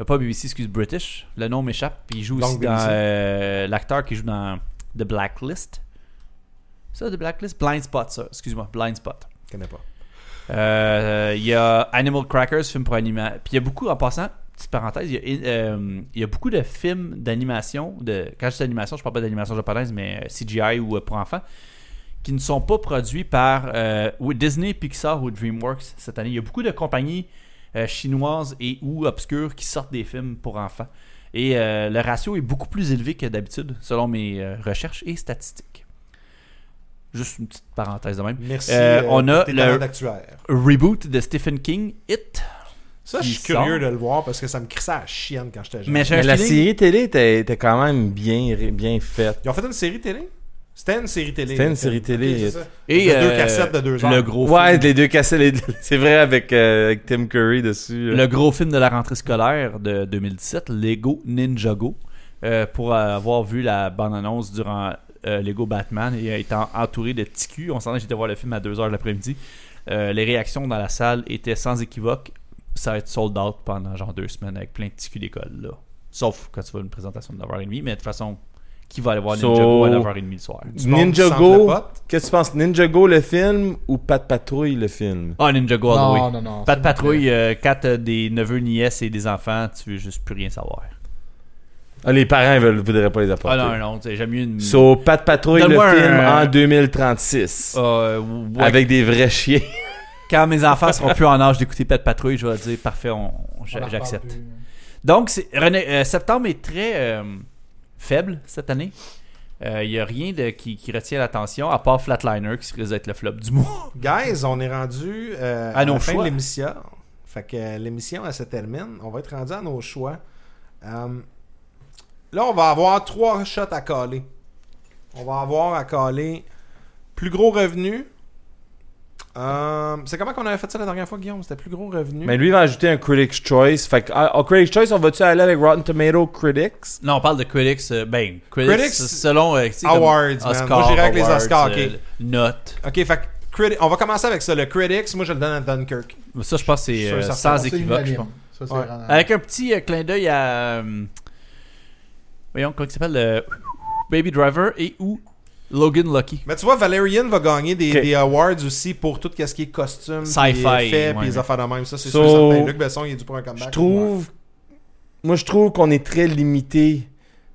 Speaker 4: Euh, pas BBC, excuse, British. Le nom m'échappe. Puis il joue
Speaker 1: Donc,
Speaker 4: aussi
Speaker 1: BBC.
Speaker 4: dans euh, l'acteur qui joue dans The Blacklist. Ça, The Blacklist? Blind Spot, ça. Excuse-moi, Blind Spot.
Speaker 1: Je connais pas.
Speaker 4: Euh, Il y a Animal Crackers, film pour animal. Puis il y a beaucoup, en passant, petite parenthèse, il y a, euh, il y a beaucoup de films d'animation. De, quand je dis animation, je parle pas d'animation japonaise, mais euh, CGI ou euh, pour enfants, qui ne sont pas produits par euh, ou Disney, Pixar ou DreamWorks cette année. Il y a beaucoup de compagnies euh, chinoises et ou obscures qui sortent des films pour enfants. Et euh, le ratio est beaucoup plus élevé que d'habitude, selon mes euh, recherches et statistiques. Juste une petite parenthèse de même.
Speaker 1: Merci.
Speaker 4: Euh, on a
Speaker 1: tes
Speaker 4: le-
Speaker 1: talents d'actuaire.
Speaker 4: Reboot de Stephen King, It,
Speaker 1: Ça, je suis
Speaker 4: qui sort.
Speaker 1: curieux de le voir parce que ça me crissait à la chienne quand j'étais jeune.
Speaker 4: Mais j'ai
Speaker 2: Mais
Speaker 4: un
Speaker 2: la
Speaker 4: feeling-
Speaker 2: série télé était, était quand même bien, ré- bien faite.
Speaker 1: Ils ont fait une série télé C'était une série télé.
Speaker 2: C'était une
Speaker 1: le
Speaker 2: série
Speaker 1: film.
Speaker 2: télé.
Speaker 1: Ok, c'est ça.
Speaker 4: Et
Speaker 1: Il y a
Speaker 4: euh,
Speaker 1: deux cassettes de deux heures.
Speaker 4: Le gros,
Speaker 2: ouais,
Speaker 4: film,
Speaker 2: les deux cassaient les deux. [laughs] C'est vrai avec, euh, avec Tim Curry dessus. euh.
Speaker 4: le gros film de la rentrée scolaire de 2017, Lego Ninjago. Euh, pour avoir vu la bande-annonce durant euh, Lego Batman et étant entouré de ticus, on s'en est, j'étais voir le film à 2h de l'après-midi. Euh, les réactions dans la salle étaient sans équivoque. Ça va être sold out pendant genre deux semaines avec plein de ticus d'école. là. Sauf quand tu vois une présentation de 9h30, mais de toute façon, qui va aller voir
Speaker 2: So-
Speaker 4: Ninjago à 9h30 le soir
Speaker 1: Du monde qui sente
Speaker 2: Ninjago.
Speaker 1: le pot.
Speaker 2: Qu'est-ce que tu penses Ninjago le film ou Pat Patrouille le film
Speaker 4: Ah, Ninjago all the way.
Speaker 3: Non, non, non.
Speaker 4: Pas de patrouille, euh, quand t'as des neveux, nièces et des enfants, tu veux juste plus rien savoir.
Speaker 2: ah, Les parents ne voudraient pas les
Speaker 4: Ah
Speaker 2: apporter.
Speaker 4: non, non, t'sais, j'aime mieux une.
Speaker 2: So, Pat Patrouille le
Speaker 4: Donne-moi
Speaker 2: film
Speaker 4: un-
Speaker 2: en 2036.
Speaker 4: Euh, ouais.
Speaker 2: Avec des vrais
Speaker 4: [laughs]
Speaker 2: chiens.
Speaker 4: Quand mes enfants seront plus en âge d'écouter Pas de patrouille, je vais dire parfait, on, on-
Speaker 3: On en
Speaker 4: j'a-
Speaker 3: reparle
Speaker 4: j'accepte.
Speaker 3: plus. hein.
Speaker 4: Donc, c'est- René- euh, septembre est très euh, faible cette année. Il n'y a rien de, qui, qui retient l'attention, à part Flatliner qui risque d'être le flop du mois.
Speaker 1: Guys, on est rendu euh,
Speaker 4: À
Speaker 1: à,
Speaker 4: nos
Speaker 1: la fin
Speaker 4: choix.
Speaker 1: de l'émission. Fait que euh, l'émission, elle se termine. On va être rendu à nos choix. Euh, là, on va avoir trois shots à caler. On va avoir à caler plus gros revenu. Euh, c'est comment qu'on avait fait ça la dernière fois, Guillaume? C'était plus gros revenu.
Speaker 2: Mais lui, il va ajouter un Critics' Choice. Fait que, ah, au Critics' Choice, on va-tu aller avec Rotten Tomato Critics
Speaker 4: [laughs] Non, on parle de Critics. euh, ben, Critics,
Speaker 1: Critics
Speaker 4: selon. euh, tu sais, comme
Speaker 1: Awards, man.
Speaker 4: Oscar,
Speaker 1: Moi, j'irai avec les
Speaker 4: Awards,
Speaker 1: Oscars,
Speaker 4: euh,
Speaker 1: ok.
Speaker 4: Notes.
Speaker 1: Ok, fait que criti- on va commencer avec ça. Le Critics, moi je le donne à Dunkirk.
Speaker 4: Ça, je pense que c'est
Speaker 1: Sûr,
Speaker 4: euh,
Speaker 1: certain.
Speaker 4: sans
Speaker 3: C'est
Speaker 4: équivoque, je
Speaker 3: unanime.
Speaker 4: pense.
Speaker 3: Ça, c'est
Speaker 1: Ouais.
Speaker 3: vraiment-
Speaker 4: Avec un petit euh, clin d'œil à. euh, voyons, comment il s'appelle euh, Baby Driver et ou Logan Lucky.
Speaker 1: Mais tu vois, Valerian va gagner des,
Speaker 2: Ok.
Speaker 1: des awards aussi pour tout ce qui est costume, puis
Speaker 4: Sci-fi,
Speaker 1: effets,
Speaker 4: ouais.
Speaker 1: puis les affaires de même. Ça, c'est
Speaker 2: So-
Speaker 1: sûr certain. Luc Besson, il est dû pour un comeback.
Speaker 2: Je trouve. Moi, je trouve qu'on est très limité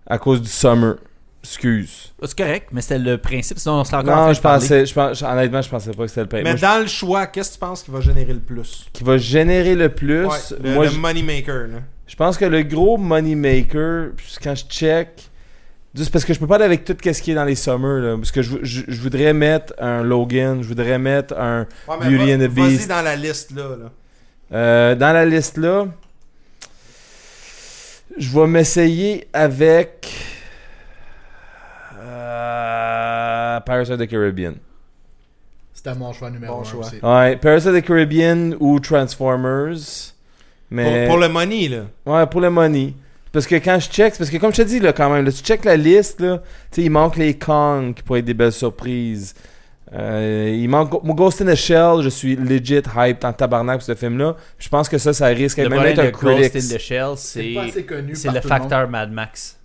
Speaker 2: à cause du summer. Excuse.
Speaker 4: Ah, C'est correct, mais c'était le principe, sinon on serait encore en train
Speaker 2: Non,
Speaker 4: de
Speaker 2: je
Speaker 4: parler.
Speaker 2: pensais, je pense, honnêtement, je pensais pas que c'était le pain.
Speaker 1: Mais
Speaker 2: Moi, je-
Speaker 1: dans le choix, qu'est-ce que tu penses qui va générer le plus
Speaker 2: Qui va générer le plus.
Speaker 1: Ouais, Le,
Speaker 2: moi,
Speaker 1: le
Speaker 2: je-
Speaker 1: moneymaker. là.
Speaker 2: Je pense que le gros money maker, puis quand je check, juste parce que je peux pas aller avec tout ce qui est dans les summers, là, parce que je, vou- je- je voudrais mettre un Logan, je voudrais mettre un...
Speaker 1: Ouais, mais
Speaker 2: Beauty
Speaker 1: va-
Speaker 2: and the
Speaker 1: vas-y
Speaker 2: Beast.
Speaker 1: dans la liste là. là.
Speaker 2: euh, dans la liste là, je vais m'essayer avec... euh, Pirates of the Caribbean.
Speaker 3: C'était mon choix numéro
Speaker 1: Bon
Speaker 3: un
Speaker 1: choix.
Speaker 4: Ah,
Speaker 3: aussi.
Speaker 2: Ouais, Pirates of the Caribbean ou Transformers. Mais...
Speaker 1: Pour, pour le money là.
Speaker 2: Ouais, pour le money. Parce que quand je check, c'est parce que comme je te dis, là, quand même, là, tu check la liste, là, tu sais, il manque les Kong qui pourraient être des belles surprises. Euh, il manque mon Ghost in the Shell, je suis legit hyped en tabarnak pour ce film-là. Je pense que ça, ça risque
Speaker 4: Le
Speaker 2: même
Speaker 4: problème
Speaker 2: d'être un
Speaker 4: de Ghost
Speaker 2: critics.
Speaker 4: in the Shell, c'est
Speaker 3: C'est pas assez connu
Speaker 4: c'est
Speaker 3: par
Speaker 4: le
Speaker 3: tout monde.
Speaker 4: facteur Mad Max.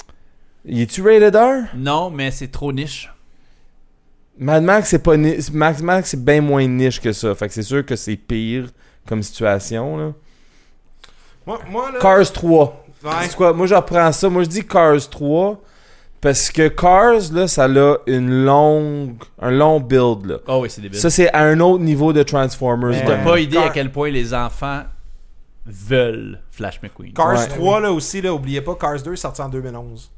Speaker 2: Il est-tu rated R?
Speaker 4: Non, mais c'est trop niche.
Speaker 2: Mad Max, c'est pas ni- Max Max, c'est bien moins niche que ça. Fait que c'est sûr que c'est pire comme situation, là.
Speaker 1: Moi, moi là.
Speaker 2: Cars 3.
Speaker 1: Ouais.
Speaker 2: C'est quoi? Moi, je reprends ça. Moi, je dis Cars 3 parce que Cars, là, ça a une longue, un long build, là.
Speaker 4: Oh oui, c'est débile.
Speaker 2: Ça, c'est à un autre niveau de Transformers.
Speaker 4: Mais
Speaker 1: Ouais.
Speaker 4: T'as
Speaker 2: demain.
Speaker 4: pas idée à
Speaker 1: Car-
Speaker 4: quel point les enfants veulent Flash McQueen.
Speaker 1: Cars
Speaker 2: Ouais.
Speaker 1: 3, là aussi, là, oubliez pas, Cars 2 est sorti en 2011.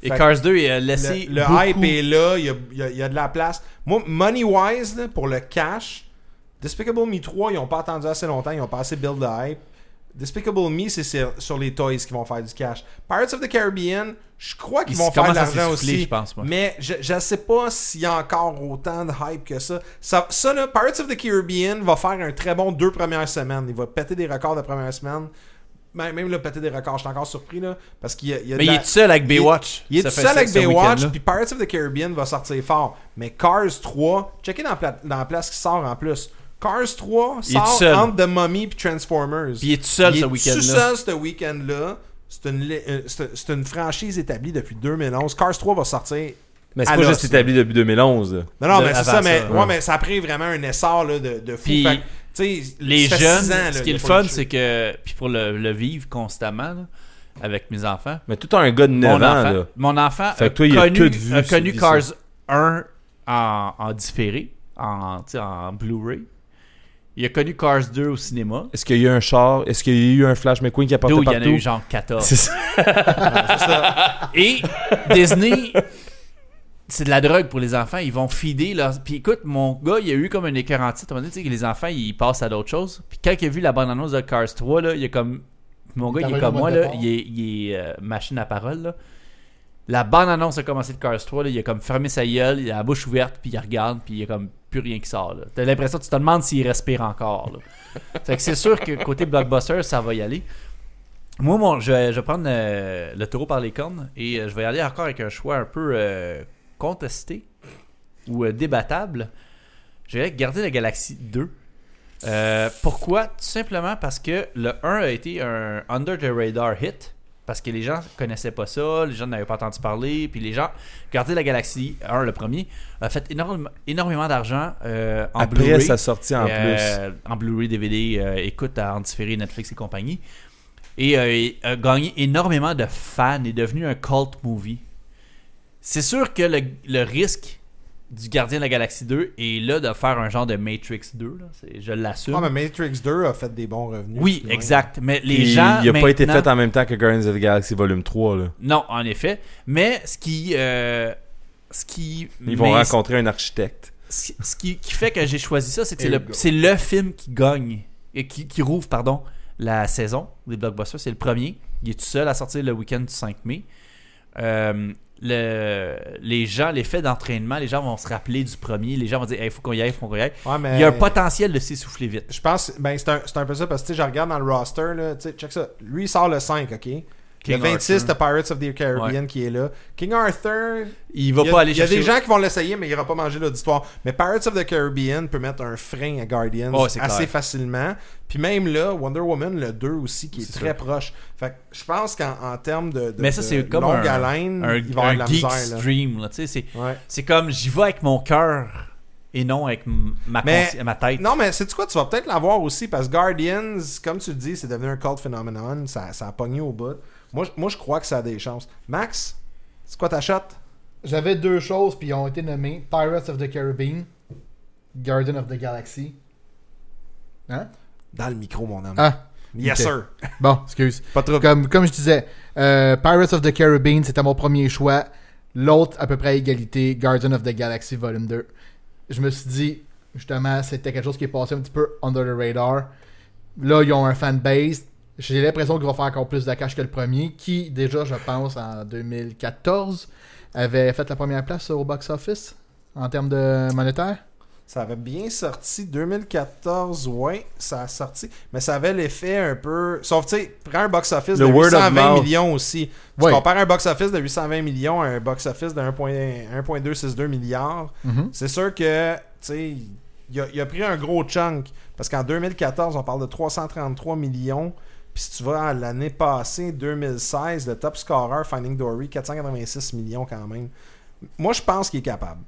Speaker 4: Et
Speaker 1: Fait
Speaker 4: Cars 2 il a laissé
Speaker 1: Le, le
Speaker 4: beaucoup-
Speaker 1: hype est là, il y a, il y a- il y a de la place. Moi, money-wise, là, pour le cash, Despicable Me 3, ils n'ont pas attendu assez longtemps, ils ont pas assez build the hype. Despicable Me, c'est sur, sur les toys qu'ils vont faire du cash. Pirates of the Caribbean, je crois qu'ils
Speaker 4: Ils
Speaker 1: vont faire de
Speaker 4: commencent à
Speaker 1: l'argent
Speaker 4: s'essouffler,
Speaker 1: aussi.
Speaker 4: je pense, moi.
Speaker 1: Mais je ne sais pas s'il y a encore autant de hype que ça. Ça, ça là, Pirates of the Caribbean va faire un très bon deux premières semaines. Il va péter des records de première semaine. Même, même là, péter des records, je suis encore surpris là. Parce qu'il y a, il y a
Speaker 4: Mais
Speaker 1: de
Speaker 4: il est
Speaker 1: la-
Speaker 4: tout seul avec Baywatch.
Speaker 1: il est
Speaker 4: Ça
Speaker 1: tout
Speaker 4: fait
Speaker 1: seul
Speaker 4: ce-
Speaker 1: avec
Speaker 4: ce
Speaker 1: Baywatch,
Speaker 4: week-end-là.
Speaker 1: puis Pirates of the Caribbean va sortir fort. Mais Cars 3, checkez dans, la pla- dans la place qui sort en plus. Cars 3
Speaker 4: Il est tout
Speaker 1: sort
Speaker 4: seul.
Speaker 1: entre The Mummy puis Transformers.
Speaker 4: Puis il est tout seul
Speaker 1: Il
Speaker 4: ce
Speaker 1: est
Speaker 4: week-end-là.
Speaker 1: tout seul ce week-end-là. C'est une, li- euh, c'est- c'est une franchise établie depuis 2011. Cars 3 va sortir.
Speaker 2: Mais Ah, c'est
Speaker 1: à
Speaker 2: pas
Speaker 1: l'os,
Speaker 2: juste
Speaker 1: là.
Speaker 2: établi depuis 2011. là.
Speaker 1: Non, non,
Speaker 4: De-
Speaker 1: mais c'est
Speaker 4: avant
Speaker 1: ça,
Speaker 4: ça,
Speaker 1: mais,
Speaker 4: ouais.
Speaker 1: ouais, mais ça a pris vraiment un essor là, de, de fou.
Speaker 4: Puis
Speaker 1: Fait que, tu sais,
Speaker 4: les
Speaker 1: ça fait
Speaker 4: jeunes,
Speaker 1: six ans, là,
Speaker 4: ce
Speaker 1: il
Speaker 4: qui est
Speaker 1: a
Speaker 4: le
Speaker 1: pas
Speaker 4: fun,
Speaker 1: eu de
Speaker 4: c'est que, puis pour le, le vivre constamment là, avec mes enfants,
Speaker 2: Mais tout un gars de 9
Speaker 4: mon,
Speaker 2: ans,
Speaker 4: enfant,
Speaker 2: là.
Speaker 4: mon enfant
Speaker 2: Fait
Speaker 4: a
Speaker 2: que toi, il a
Speaker 4: connu,
Speaker 2: tout vu,
Speaker 4: a
Speaker 2: ce
Speaker 4: connu
Speaker 2: vice-là.
Speaker 4: Cars 1 en, en différé, en, tu sais, en Blu-ray. Il a connu Cars 2 au cinéma.
Speaker 2: Est-ce qu'il y a eu un char? Est-ce qu'il y a eu un Flash McQueen qui a porté
Speaker 4: D'où il y en
Speaker 2: partout?
Speaker 4: a eu genre 14.
Speaker 2: C'est ça.
Speaker 4: Et Disney, c'est de la drogue pour les enfants. Ils vont feeder leurs. Puis écoute, mon gars, il a eu comme un écœurantite. À un moment donné, tu sais, que les enfants, ils passent à d'autres choses. Puis quand il a vu la bande-annonce de Cars 3, là, il est comme. Mon gars,
Speaker 3: Il
Speaker 4: il est
Speaker 3: avait
Speaker 4: comme
Speaker 3: le
Speaker 4: moi,
Speaker 3: mode
Speaker 4: là.
Speaker 3: départ.
Speaker 4: Il est, il est, euh, machine à parole, là. La bande-annonce a commencé de Cars 3, là, il a comme fermé sa gueule, il a la bouche ouverte, puis il regarde, puis il y a comme plus rien qui sort. là. T'as l'impression, tu te demandes s'il respire encore. là. Fait que c'est sûr que côté blockbuster, ça va y aller. Moi, mon- je, vais, je vais prendre euh, le taureau par les cornes et euh, je vais y aller encore avec un choix un peu euh, contesté ou euh, débattable. Je vais aller avec Garder la Galaxie 2. Euh, pourquoi Tout simplement parce que le 1 a été un under the radar hit. Parce que les gens connaissaient pas ça, les gens n'avaient pas entendu parler, puis les gens. Garder la Galaxie 1, le premier, a fait énorme- énormément d'argent euh, en
Speaker 2: Après
Speaker 4: Blu-ray.
Speaker 2: sa sortie en plus.
Speaker 4: Euh, en Blu-ray, DVD, euh, écoute à en différé, Netflix et compagnie. Et euh, il a gagné énormément de fans, est devenu un cult movie. C'est sûr que le, le risque du Gardien de la Galaxie 2 est là de faire un genre de Matrix 2, là. C'est- je l'assume.
Speaker 1: Ah, mais Matrix 2 a fait des bons revenus.
Speaker 4: oui,
Speaker 1: Ouais.
Speaker 4: exact. Mais les
Speaker 2: Puis,
Speaker 4: gens.
Speaker 2: il a pas été
Speaker 4: maintenant-
Speaker 2: fait en même temps que Guardians of the Galaxy Volume 3, là.
Speaker 4: Non, en effet. Mais ce qui. euh, ce qui.
Speaker 2: Ils vont
Speaker 4: mais-
Speaker 2: rencontrer un architecte.
Speaker 4: ce ce qui, qui fait que j'ai choisi ça, c'est que c'est
Speaker 1: Here
Speaker 4: le,
Speaker 1: we go.
Speaker 4: c'est le film qui gagne, et qui, qui rouvre, pardon, la saison des blockbusters. C'est le premier. Il est tout seul à sortir le week-end du 5 mai. Euh, le, les gens, les faits d'entraînement, les gens vont se rappeler du premier. Les gens vont dire, il faut qu'on y aille, faut qu'on y aille.
Speaker 1: Ouais, mais-
Speaker 4: Il y a un potentiel de s'essouffler vite.
Speaker 1: Je pense, ben c'est un, c'est un peu ça parce que tu sais, je regarde dans le roster, là, tu sais, check ça. Lui, il sort le 5, ok?
Speaker 4: King
Speaker 1: le 26, t'as
Speaker 4: Arthur.
Speaker 1: Pirates of the Caribbean qui est là. King Arthur,
Speaker 4: Il va
Speaker 1: il y a,
Speaker 4: pas aller
Speaker 1: il y a
Speaker 4: chercher.
Speaker 1: des gens qui vont l'essayer, mais il n'ira pas manger l'auditoire. Mais Pirates of the Caribbean peut mettre un frein à Guardians
Speaker 4: Oh,
Speaker 1: assez
Speaker 4: c'est clair.
Speaker 1: facilement. Puis même là, Wonder Woman, le 2 aussi, qui est,
Speaker 4: C'est
Speaker 1: très proche. Fait que je pense qu'en en termes de, de-
Speaker 4: Mais ça,
Speaker 1: de
Speaker 4: c'est comme
Speaker 1: longue
Speaker 4: un,
Speaker 1: haleine,
Speaker 4: un,
Speaker 1: il va avoir
Speaker 4: un
Speaker 1: de la
Speaker 4: geek
Speaker 1: misère. là.
Speaker 4: stream. là, tu sais, c'est,
Speaker 1: Ouais.
Speaker 4: c'est comme, j'y vais avec mon cœur et non avec m- ma,
Speaker 1: Mais-
Speaker 4: consci- ma tête.
Speaker 1: Non, mais c'est quoi, tu vas peut-être l'avoir aussi parce que Guardians, comme tu le dis, c'est devenu un cult phenomenon. Ça, ça a pogné au bout. Moi, je- moi, je crois que ça a des chances. Max, c'est quoi ta shot
Speaker 3: J'avais deux choses, puis ils ont été nommés Pirates of the Caribbean, Garden of the Galaxy. Hein?
Speaker 1: Dans le micro, mon homme.
Speaker 3: Ah,
Speaker 1: yes,
Speaker 3: ok.
Speaker 1: sir.
Speaker 3: bon, excuse.
Speaker 1: Pas trop.
Speaker 3: Comme, comme je disais, euh, Pirates of the Caribbean, c'était mon premier choix. L'autre, à peu près à égalité, Garden of the Galaxy Volume 2. Je me suis dit, justement, c'était quelque chose qui est passé un petit peu under the radar. Là, ils ont un fanbase. J'ai l'impression qu'ils vont faire encore plus de cash que le premier, qui, déjà, je pense, en 2014, avait fait la première place au box-office en termes de monétaire.
Speaker 1: Ça avait bien sorti 2014, ouais, ça a sorti, mais ça avait l'effet un peu. Sauf, tu sais, prends un box-office de
Speaker 2: Le word of
Speaker 1: 820
Speaker 2: mouth.
Speaker 1: millions aussi. Tu
Speaker 3: Ouais.
Speaker 1: compares un box-office de 820 millions à un box-office de 1.1 1.262 milliards.
Speaker 3: Mhm.
Speaker 1: C'est sûr que, tu sais, il a, il a pris un gros chunk. Parce qu'en 2014, on parle de 333 millions. Puis si tu vas à l'année passée, 2016, le top scorer, Finding Dory, 486 millions quand même. Moi, je pense qu'il est capable.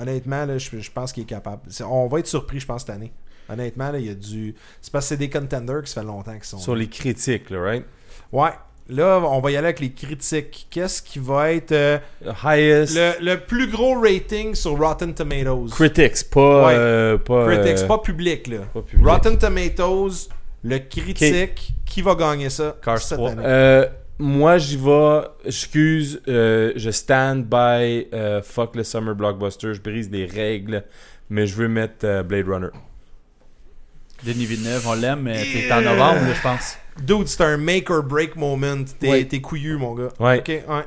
Speaker 1: Honnêtement, là, je, je pense qu'il est capable. C'est- On va être surpris, je pense, cette année. Honnêtement, là, il y a du. C'est parce que c'est des contenders qui se fait longtemps qu'ils sont.
Speaker 2: Sur les critiques, là, right?
Speaker 1: Ouais. Là, on va y aller avec les critiques. Qu'est-ce qui va être euh,
Speaker 2: Highest
Speaker 1: le, le plus gros rating sur Rotten Tomatoes?
Speaker 2: critics, pas
Speaker 1: Ouais.
Speaker 2: euh, pas
Speaker 1: Critics,
Speaker 2: euh,
Speaker 1: pas public, là.
Speaker 2: pas public.
Speaker 1: Rotten Tomatoes, le critique, qui va gagner ça
Speaker 4: Cars
Speaker 1: cette
Speaker 4: 3.
Speaker 1: année?
Speaker 2: Euh, moi, j'y vais. Excuse, euh, je stand by. euh, fuck le summer blockbuster. Je brise des règles. Mais je veux mettre euh, Blade Runner.
Speaker 4: Denis Villeneuve, on l'aime, mais c'est en novembre, là, je pense.
Speaker 1: Dude, c'est un make or break moment. T'es
Speaker 3: Ouais.
Speaker 1: t'es couillu, mon gars.
Speaker 2: Ouais.
Speaker 1: Ok, ouais.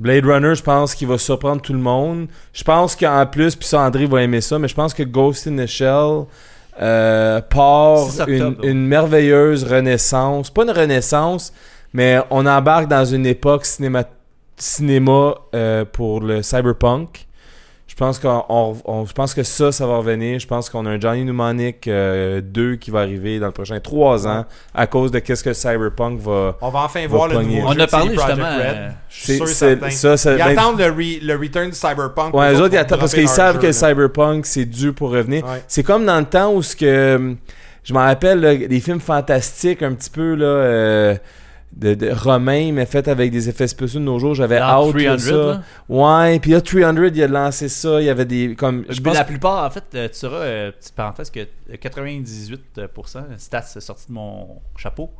Speaker 2: Blade Runner, je pense qu'il va surprendre tout le monde. Je pense qu'en plus, puis ça, André va aimer ça, mais je pense que Ghost in the Shell euh, part
Speaker 4: 6 octobre,
Speaker 2: une,
Speaker 4: ouais.
Speaker 2: une merveilleuse renaissance. Pas une renaissance, mais on embarque dans une époque cinéma, cinéma euh, pour le cyberpunk. Je pense, qu'on, on- on- je pense que ça, ça va revenir. Je pense qu'on a un Johnny Mnemonic euh, 2 qui va arriver dans le prochain 3 ans à cause de qu'est-ce que cyberpunk va...
Speaker 1: On va enfin voir le
Speaker 2: pogner.
Speaker 1: nouveau
Speaker 4: On
Speaker 1: jeu
Speaker 4: a
Speaker 1: de
Speaker 4: parlé
Speaker 1: CD Projekt
Speaker 4: justement,
Speaker 1: Red.
Speaker 4: euh,
Speaker 1: Je suis
Speaker 2: C'est,
Speaker 1: sûr et
Speaker 2: c'est-
Speaker 1: certain.
Speaker 2: ça, ça
Speaker 1: Ils
Speaker 2: ben,
Speaker 1: attendent le, re- le return de Cyberpunk.
Speaker 2: Ouais,
Speaker 1: les
Speaker 2: eux autres, ils
Speaker 1: vont
Speaker 2: attendent parce
Speaker 1: dropper
Speaker 2: qu'ils
Speaker 1: leur
Speaker 2: savent
Speaker 1: jeu,
Speaker 2: que
Speaker 1: là.
Speaker 2: Cyberpunk, c'est dur pour revenir.
Speaker 1: Ouais.
Speaker 2: C'est comme dans le temps où ce que. hum, Je m'en rappelle, là, des films fantastiques, un petit peu, là. euh, de, de romains, mais faits avec des effets spéciaux de nos jours. J'avais
Speaker 4: Dans
Speaker 2: out, là,
Speaker 4: 300,
Speaker 2: ça.
Speaker 4: là.
Speaker 2: Ouais, puis là, 300, il a lancé ça. Il y avait des. Comme, je
Speaker 4: Mais
Speaker 2: pense
Speaker 4: La plupart, en fait, euh, tu sauras, euh, petite parenthèse, que euh, 98%, euh, stats sorti de mon chapeau,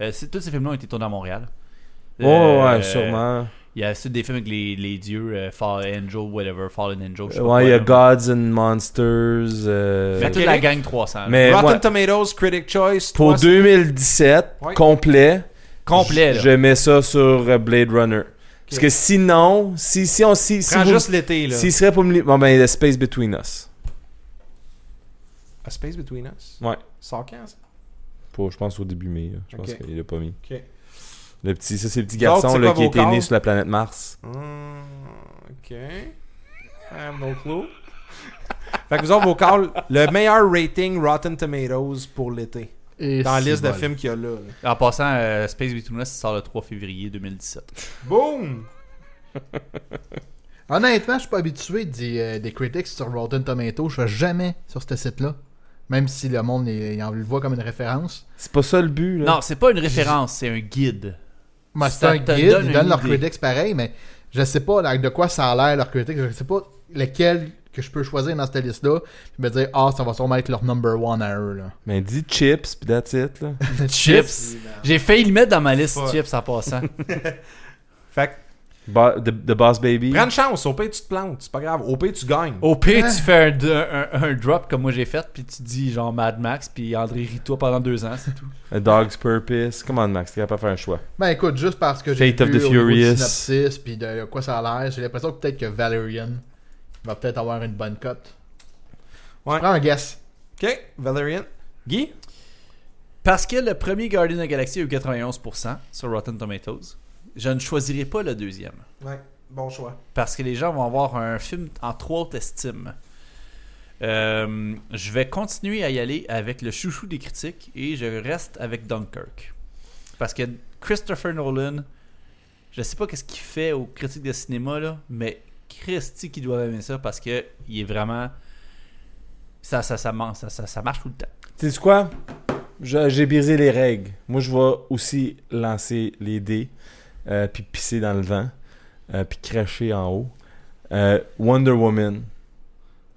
Speaker 4: euh, c'est- tous ces films-là ont été tournés à Montréal.
Speaker 2: Oh,
Speaker 4: Euh,
Speaker 2: ouais, sûrement.
Speaker 4: Il y a aussi des films avec les, les dieux, euh, Fallen Angel, whatever, Fallen Angel, je sais pas quoi,
Speaker 2: ouais, il y a
Speaker 4: là.
Speaker 2: Gods and Monsters. euh,
Speaker 4: Mais toute la gang 300. là.
Speaker 2: mais
Speaker 1: Rotten
Speaker 2: ouais,
Speaker 1: Tomatoes, Critic Choice.
Speaker 2: pour
Speaker 1: toi,
Speaker 2: 2017,
Speaker 1: Ouais.
Speaker 2: complet.
Speaker 4: Complet, là.
Speaker 2: Je mets ça sur euh, Blade Runner. Parce que sinon, si, si on si,
Speaker 1: c'est-
Speaker 2: si
Speaker 1: Prends
Speaker 2: vous-
Speaker 1: juste l'été, là.
Speaker 2: s'il serait pour me li- bon ben The Space Between Us.
Speaker 1: A Ah, Space Between Us.
Speaker 2: Ouais.
Speaker 1: Sort quand, ça?
Speaker 2: Pour, je pense au début mai. là. Je pense
Speaker 1: Ok.
Speaker 2: qu'il l'a pas mis.
Speaker 1: Ok.
Speaker 2: Le petit, ça c'est le petit
Speaker 1: L'autre,
Speaker 2: garçon
Speaker 1: c'est
Speaker 2: là,
Speaker 1: quoi
Speaker 2: qui
Speaker 1: vos
Speaker 2: était né
Speaker 1: corps?
Speaker 2: sur la planète Mars.
Speaker 1: Hmm, ok. I have no clue. [laughs] fait que vous autres, vos calls, le meilleur rating Rotten Tomatoes pour l'été.
Speaker 3: Et
Speaker 1: Dans la
Speaker 3: c'est
Speaker 1: liste de
Speaker 3: bon.
Speaker 1: films qu'il y a là. là.
Speaker 4: En passant, euh, Space Between Us sort le 3 février 2017.
Speaker 1: Boom!
Speaker 3: Honnêtement, je suis pas habitué des, euh, des critics sur Rotten Tomatoes. Je vais jamais sur ce site-là. Même si le monde il, il en le voit comme une référence.
Speaker 2: C'est pas ça le but là.
Speaker 4: Non, c'est pas une référence, c'est un guide.
Speaker 3: Mais c'est
Speaker 4: Ça
Speaker 3: un
Speaker 4: te
Speaker 3: guide,
Speaker 4: donne
Speaker 3: ils donnent
Speaker 4: une
Speaker 3: leurs
Speaker 4: idée.
Speaker 3: critics pareil, mais je sais pas like, de quoi ça a l'air leurs critics. Je sais pas lequel que je peux choisir dans cette liste-là. Je me dire, ah, ça va sûrement être leur number one à eux. Là.
Speaker 2: Mais Ben, dis chips pis that's it là.
Speaker 4: Chips. J'ai failli le mettre dans ma liste
Speaker 1: Fuck.
Speaker 4: Chips
Speaker 1: [laughs]
Speaker 4: en passant.
Speaker 1: Fait que,
Speaker 2: Bo- the, the Boss Baby.
Speaker 1: prends une chance. Au pire, tu te plantes. C'est pas grave. Au pire, tu gagnes.
Speaker 2: Oh.
Speaker 4: Au pire, tu fais un, un- un drop comme moi j'ai fait, puis tu dis genre Mad Max, puis André Ritois pendant deux ans, c'est tout.
Speaker 2: A Dog's Purpose. Come on Max, t'es capable de faire un choix.
Speaker 3: Ben écoute, juste parce que j'ai
Speaker 2: Fate of
Speaker 3: vu
Speaker 2: the
Speaker 3: au niveau du
Speaker 2: Furious.
Speaker 3: synopsis puis de quoi ça a l'air, j'ai l'impression que peut-être que Valerian va peut-être avoir une bonne cote.
Speaker 1: Ouais.
Speaker 3: Prends un guess.
Speaker 1: Ok, Valerian. Guy?
Speaker 4: Parce que le premier Guardian de la Galaxie a eu 91% sur Rotten Tomatoes, je ne choisirai pas le deuxième.
Speaker 1: Ouais, bon choix.
Speaker 4: Parce que les gens vont avoir un film en trop haute estime. Euh, je vais continuer à y aller avec le chouchou des critiques et je reste avec Dunkirk. Parce que Christopher Nolan, je sais pas qu'est-ce qu'il fait aux critiques de cinéma, là, mais Christy qui doit aimer ça parce que il est vraiment. Ça, ça, ça, man- ça, ça, ça marche tout le temps.
Speaker 2: Tu sais quoi? Je- J'ai brisé les règles. Moi, je vais aussi lancer les dés, euh, puis pisser dans le vent, euh, puis cracher en haut. Euh, Wonder Woman.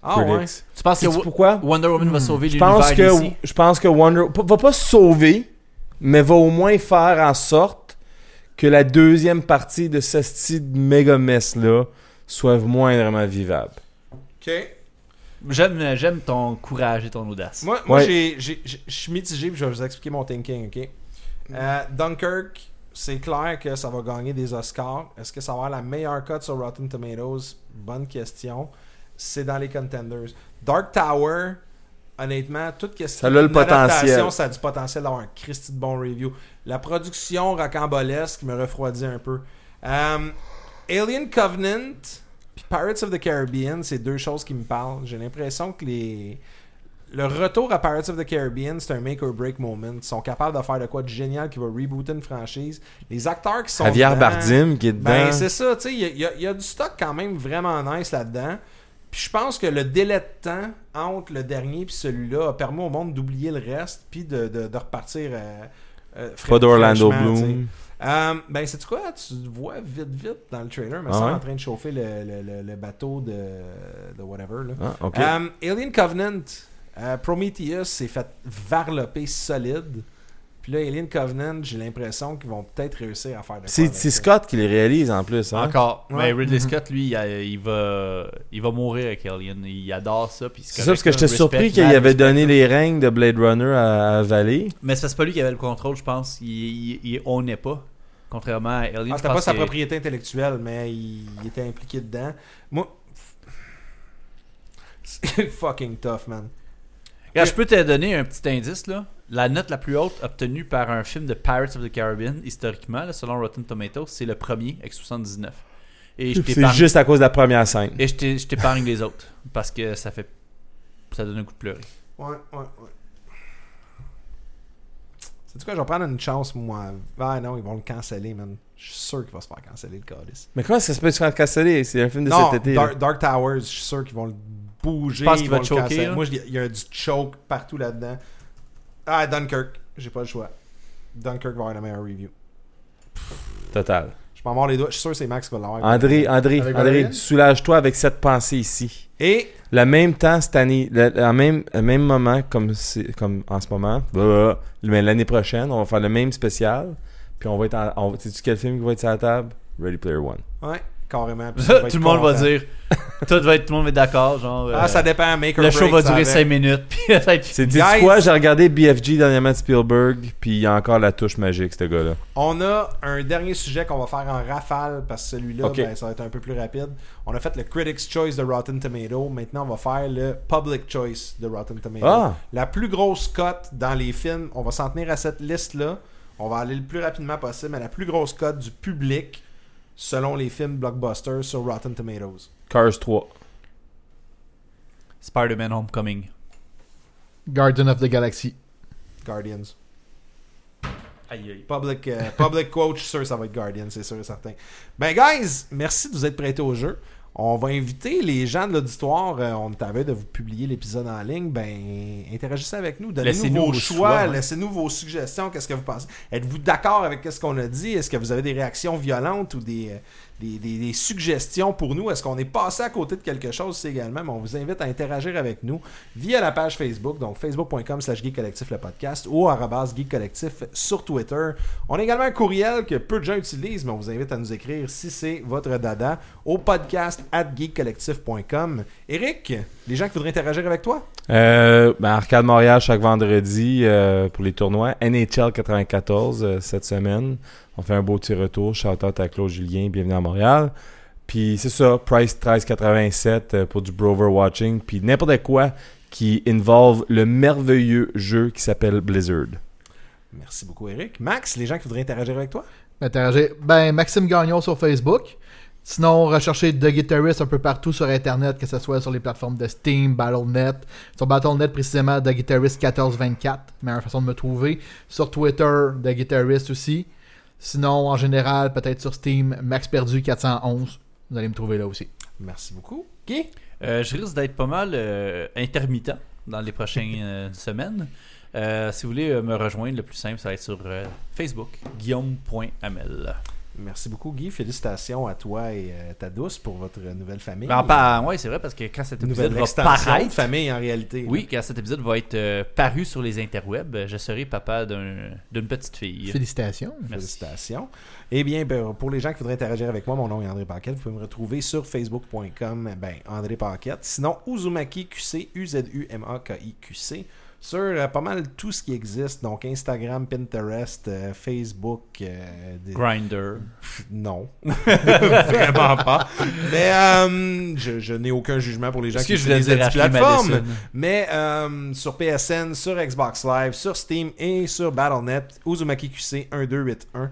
Speaker 1: Ah ouais.
Speaker 2: Critics.
Speaker 4: Tu penses que
Speaker 2: Sais-tu pourquoi?
Speaker 4: Wonder Woman va sauver
Speaker 2: Je pense,
Speaker 4: l'univers
Speaker 2: que,
Speaker 4: d'ici?
Speaker 2: je pense que Wonder p- va pas sauver, mais va au moins faire en sorte que la deuxième partie de ce style méga mess-là soit moindrement vivable.
Speaker 1: Ok.
Speaker 4: J'aime, j'aime ton courage et ton audace.
Speaker 1: Moi, moi
Speaker 2: Ouais.
Speaker 1: j'ai- j'ai- j'ai- je suis mitigé, puis je vais vous expliquer mon thinking, ok? Euh, Dunkirk, c'est clair que ça va gagner des Oscars. Est-ce que ça va avoir la meilleure cote sur Rotten Tomatoes? Bonne question. C'est dans les contenders. Dark Tower, honnêtement, toute question.
Speaker 2: Ça a le potentiel.
Speaker 1: Ça a du potentiel d'avoir un Christy de bon review. La production rocambolesque me refroidit un peu. Euh, Alien Covenant puis Pirates of the Caribbean, c'est deux choses qui me parlent. J'ai l'impression que les le retour à Pirates of the Caribbean, c'est un make or break moment. Ils sont capables de faire de quoi de génial qui va rebooter une franchise. Les acteurs qui sont
Speaker 2: Javier
Speaker 1: dedans-
Speaker 2: Bardim qui est dedans.
Speaker 1: ben, c'est ça, tu sais, il y a- il y, a- il y a du stock quand même vraiment nice là-dedans. Puis je pense que le délai de temps entre le dernier puis celui-là a permis au monde d'oublier le reste puis de, de- de repartir euh, euh, fra-
Speaker 2: pas d'Orlando
Speaker 1: fraîchement, tu sais.
Speaker 2: Bloom.
Speaker 1: Euh, ben, c'est quoi? Tu vois vite, vite dans le trailer, mais
Speaker 2: Ah
Speaker 1: ça
Speaker 2: ouais?
Speaker 1: en train de chauffer le, le- le- le bateau de, de whatever. Là.
Speaker 2: Ah, ok.
Speaker 1: Euh, Alien Covenant. euh, Prometheus s'est fait varloper solide. Puis là, Alien Covenant, j'ai l'impression qu'ils vont peut-être réussir à faire de quoi
Speaker 2: c'est
Speaker 1: avec
Speaker 2: c'est
Speaker 1: ça.
Speaker 2: Scott qui les réalise en plus. Hein?
Speaker 4: Encore.
Speaker 1: Ouais.
Speaker 4: Mais Ridley Scott, lui, il, a- il va, il va mourir avec Alien. Il adore ça. puis
Speaker 2: C'est ça,
Speaker 4: correct,
Speaker 2: parce que
Speaker 4: là,
Speaker 2: j'étais
Speaker 4: respect,
Speaker 2: surpris qu'il
Speaker 4: man,
Speaker 2: avait
Speaker 4: respect.
Speaker 2: donné les règnes de Blade Runner à, à Valley.
Speaker 4: Mais c'est parce que c'est pas lui qui avait le contrôle, je pense. Il, il, il- on n'est pas. Contrairement à Alien.
Speaker 1: Ah,
Speaker 4: je
Speaker 1: c'était
Speaker 4: pense
Speaker 1: pas sa
Speaker 4: que-
Speaker 1: propriété intellectuelle, mais il, il était impliqué dedans. Moi. [laughs] C'est fucking tough, man.
Speaker 4: Regarde, je peux te donner un petit indice. là. La note la plus haute obtenue par un film de Pirates of the Caribbean, historiquement, là, selon Rotten Tomatoes, c'est le premier avec 79. Et je
Speaker 2: C'est
Speaker 4: t'épargne
Speaker 2: juste à cause de la première scène.
Speaker 4: et je t'ai- je t'épargne les autres. Parce que ça fait. Ça donne un coup de pleurer.
Speaker 1: Ouais, ouais, ouais. C'est quoi, je vais prendre une chance, moi. Ah non, ils vont le canceller, man. Je suis sûr qu'il va se faire canceller le calice.
Speaker 2: Mais comment est-ce que ça se peut se faire canceller? C'est un film de
Speaker 1: Non,
Speaker 2: cet été.
Speaker 1: Dark, Dark Towers, je suis sûr qu'ils vont le bouger.
Speaker 4: Je pense qu'il
Speaker 1: ils
Speaker 4: va
Speaker 1: vont le
Speaker 4: choquer,
Speaker 1: canceller.
Speaker 4: là.
Speaker 1: Moi, je dis- il y a du choke partout là-dedans. Ah, Dunkirk, j'ai pas le choix. Dunkirk va avoir la meilleure review.
Speaker 2: là. Total.
Speaker 1: Je peux en mordre les doigts. Je suis sûr que c'est Max qui va l'avoir.
Speaker 2: André, André,
Speaker 3: Avec
Speaker 2: André,
Speaker 3: Valérian?
Speaker 2: soulage-toi avec cette pensée ici.
Speaker 1: Et
Speaker 2: Le même temps cette année, le, le même, le même moment comme, c'est- comme en ce moment, blablabla. mais l'année prochaine, on va faire le même spécial. Puis on va être en. on- Sais-tu quel film qui va être sur la table? Ready Player One.
Speaker 1: Ouais, carrément.
Speaker 4: [laughs]
Speaker 1: Puis
Speaker 4: Tout
Speaker 1: ça va être
Speaker 4: le monde va
Speaker 1: content.
Speaker 4: dire. Tout, va être, tout le monde va être d'accord. Genre,
Speaker 1: Ah,
Speaker 4: euh,
Speaker 1: ça dépend, make or
Speaker 4: le show
Speaker 1: break,
Speaker 4: va
Speaker 1: ça
Speaker 4: durer
Speaker 1: avec.
Speaker 4: 5 minutes. [laughs] Puis,
Speaker 2: C'est
Speaker 1: Guys!
Speaker 2: dis quoi? J'ai regardé BFG dernièrement de Spielberg, puis il y a encore la touche magique, ce gars-là.
Speaker 1: On a un dernier sujet qu'on va faire en rafale parce que celui-là,
Speaker 2: Ok.
Speaker 1: ben, ça va être un peu plus rapide. On a fait le Critics' Choice de Rotten Tomato. Maintenant, on va faire le Public Choice de Rotten Tomato.
Speaker 2: Ah!
Speaker 1: La plus grosse cote dans les films, on va s'en tenir à cette liste-là. On va aller le plus rapidement possible à la plus grosse cote du public selon les films blockbusters sur Rotten Tomatoes.
Speaker 2: Cars 3.
Speaker 4: Spider-Man Homecoming.
Speaker 3: Guardian of the Galaxy.
Speaker 1: Guardians.
Speaker 4: Aïe, aïe.
Speaker 1: Public, euh, public [laughs] coach, sûr, ça va être Guardian, c'est sûr et certain. Ben, guys, merci de vous être prêtés au jeu. On va inviter les gens de l'auditoire. euh, on t'avait de vous publier l'épisode en ligne. Ben, interagissez avec nous. Donnez-nous
Speaker 4: Laissez-nous
Speaker 1: vos
Speaker 4: vos
Speaker 1: choix.
Speaker 4: choix, ouais.
Speaker 1: Laissez-nous vos suggestions. Qu'est-ce que vous pensez Êtes-vous d'accord avec ce qu'on a dit Est-ce que vous avez des réactions violentes ou des, euh, des, des- des suggestions pour nous Est-ce qu'on est passé à côté de quelque chose C'est également. Mais on vous invite à interagir avec nous via la page Facebook, donc facebook.com slash Geek Collectif le podcast ou arrobas Geek Collectif sur Twitter. On a également un courriel que peu de gens utilisent, mais on vous invite à nous écrire si c'est votre dada au podcast at geekcollectif.com. Eric, les gens qui voudraient interagir avec toi,
Speaker 2: Euh, ben, Arcade Montréal chaque vendredi euh, pour les tournois. NHL 94 euh, cette semaine. On fait un beau petit retour. Shout out à Claude Julien. Bienvenue à Montréal. Puis c'est ça, Price 1387 euh, pour du Brover Watching. Puis n'importe quoi qui involve le merveilleux jeu qui s'appelle Blizzard.
Speaker 1: merci beaucoup Eric. Max, les gens qui voudraient interagir avec toi,
Speaker 3: Interagir. Ben, Maxime Gagnon sur Facebook. Sinon, recherchez The Guitarist un peu partout sur Internet, que ce soit sur les plateformes de Steam, Battle.net. Sur Battle.net, précisément, The Guitarist 1424, meilleure façon de me trouver. Sur Twitter, The Guitarist aussi. Sinon, en général, peut-être sur Steam, Max Perdu 411. Vous allez me trouver là aussi.
Speaker 1: merci beaucoup. Guy,
Speaker 4: Euh, je risque d'être pas mal euh, intermittent dans les prochaines euh, semaines. Euh, si vous voulez euh, me rejoindre, le plus simple, ça va être sur euh, Facebook, guillaume.amel.
Speaker 1: merci beaucoup Guy, félicitations à toi et euh, ta douce pour votre nouvelle famille.
Speaker 4: Mais Ben, en par- ouais, c'est vrai, parce que quand cet épisode
Speaker 1: nouvelle
Speaker 4: va
Speaker 1: extension de
Speaker 4: paraître,
Speaker 1: famille en réalité.
Speaker 4: oui, quand cet épisode va être euh, paru sur les interwebs, euh, je serai papa d'un- d'une petite fille.
Speaker 3: Félicitations.
Speaker 4: Merci.
Speaker 1: Félicitations. Eh bien, ben, pour les gens qui voudraient interagir avec moi, mon nom est André Paquette. Vous pouvez me retrouver sur facebook.com, ben, André Paquette. Sinon, Uzumaki QC, U-Z-U-M-A-K-I-Q-C, sur euh, pas mal tout ce qui existe. Donc, Instagram, Pinterest, euh, Facebook. euh, des-
Speaker 4: Grinder.
Speaker 1: Non. Vraiment pas. Mais euh, je, je n'ai aucun jugement pour les gens qui utilisent cette plateforme. Mais euh, sur PSN, sur Xbox Live, sur Steam et sur Battle.net, Uzumaki QC 1281.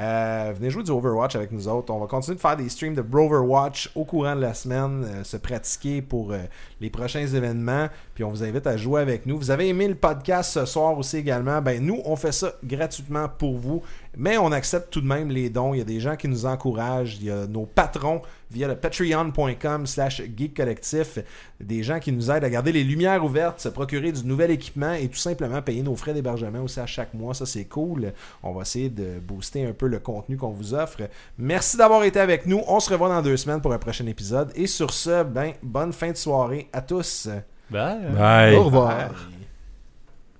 Speaker 1: Euh, venez jouer du Overwatch avec nous autres. On va continuer de faire des streams de Broverwatch au courant de la semaine, euh, se pratiquer pour euh, les prochains événements. Puis on vous invite à jouer avec nous. Vous avez aimé le podcast ce soir aussi également. Ben nous, on fait ça gratuitement pour vous. Mais on accepte tout de même les dons. Il y a des gens qui nous encouragent. Il y a nos patrons via le patreon.com slash geek collectif. Des gens qui nous aident à garder les lumières ouvertes, se procurer du nouvel équipement et tout simplement payer nos frais d'hébergement aussi à chaque mois. Ça, c'est cool. On va essayer de booster un peu le contenu qu'on vous offre. Merci d'avoir été avec nous. On se revoit dans deux semaines pour un prochain épisode. Et sur ce, ben, bonne fin de soirée à tous.
Speaker 4: Bye.
Speaker 2: Bye.
Speaker 1: Oh,
Speaker 3: Au revoir.
Speaker 1: Bye.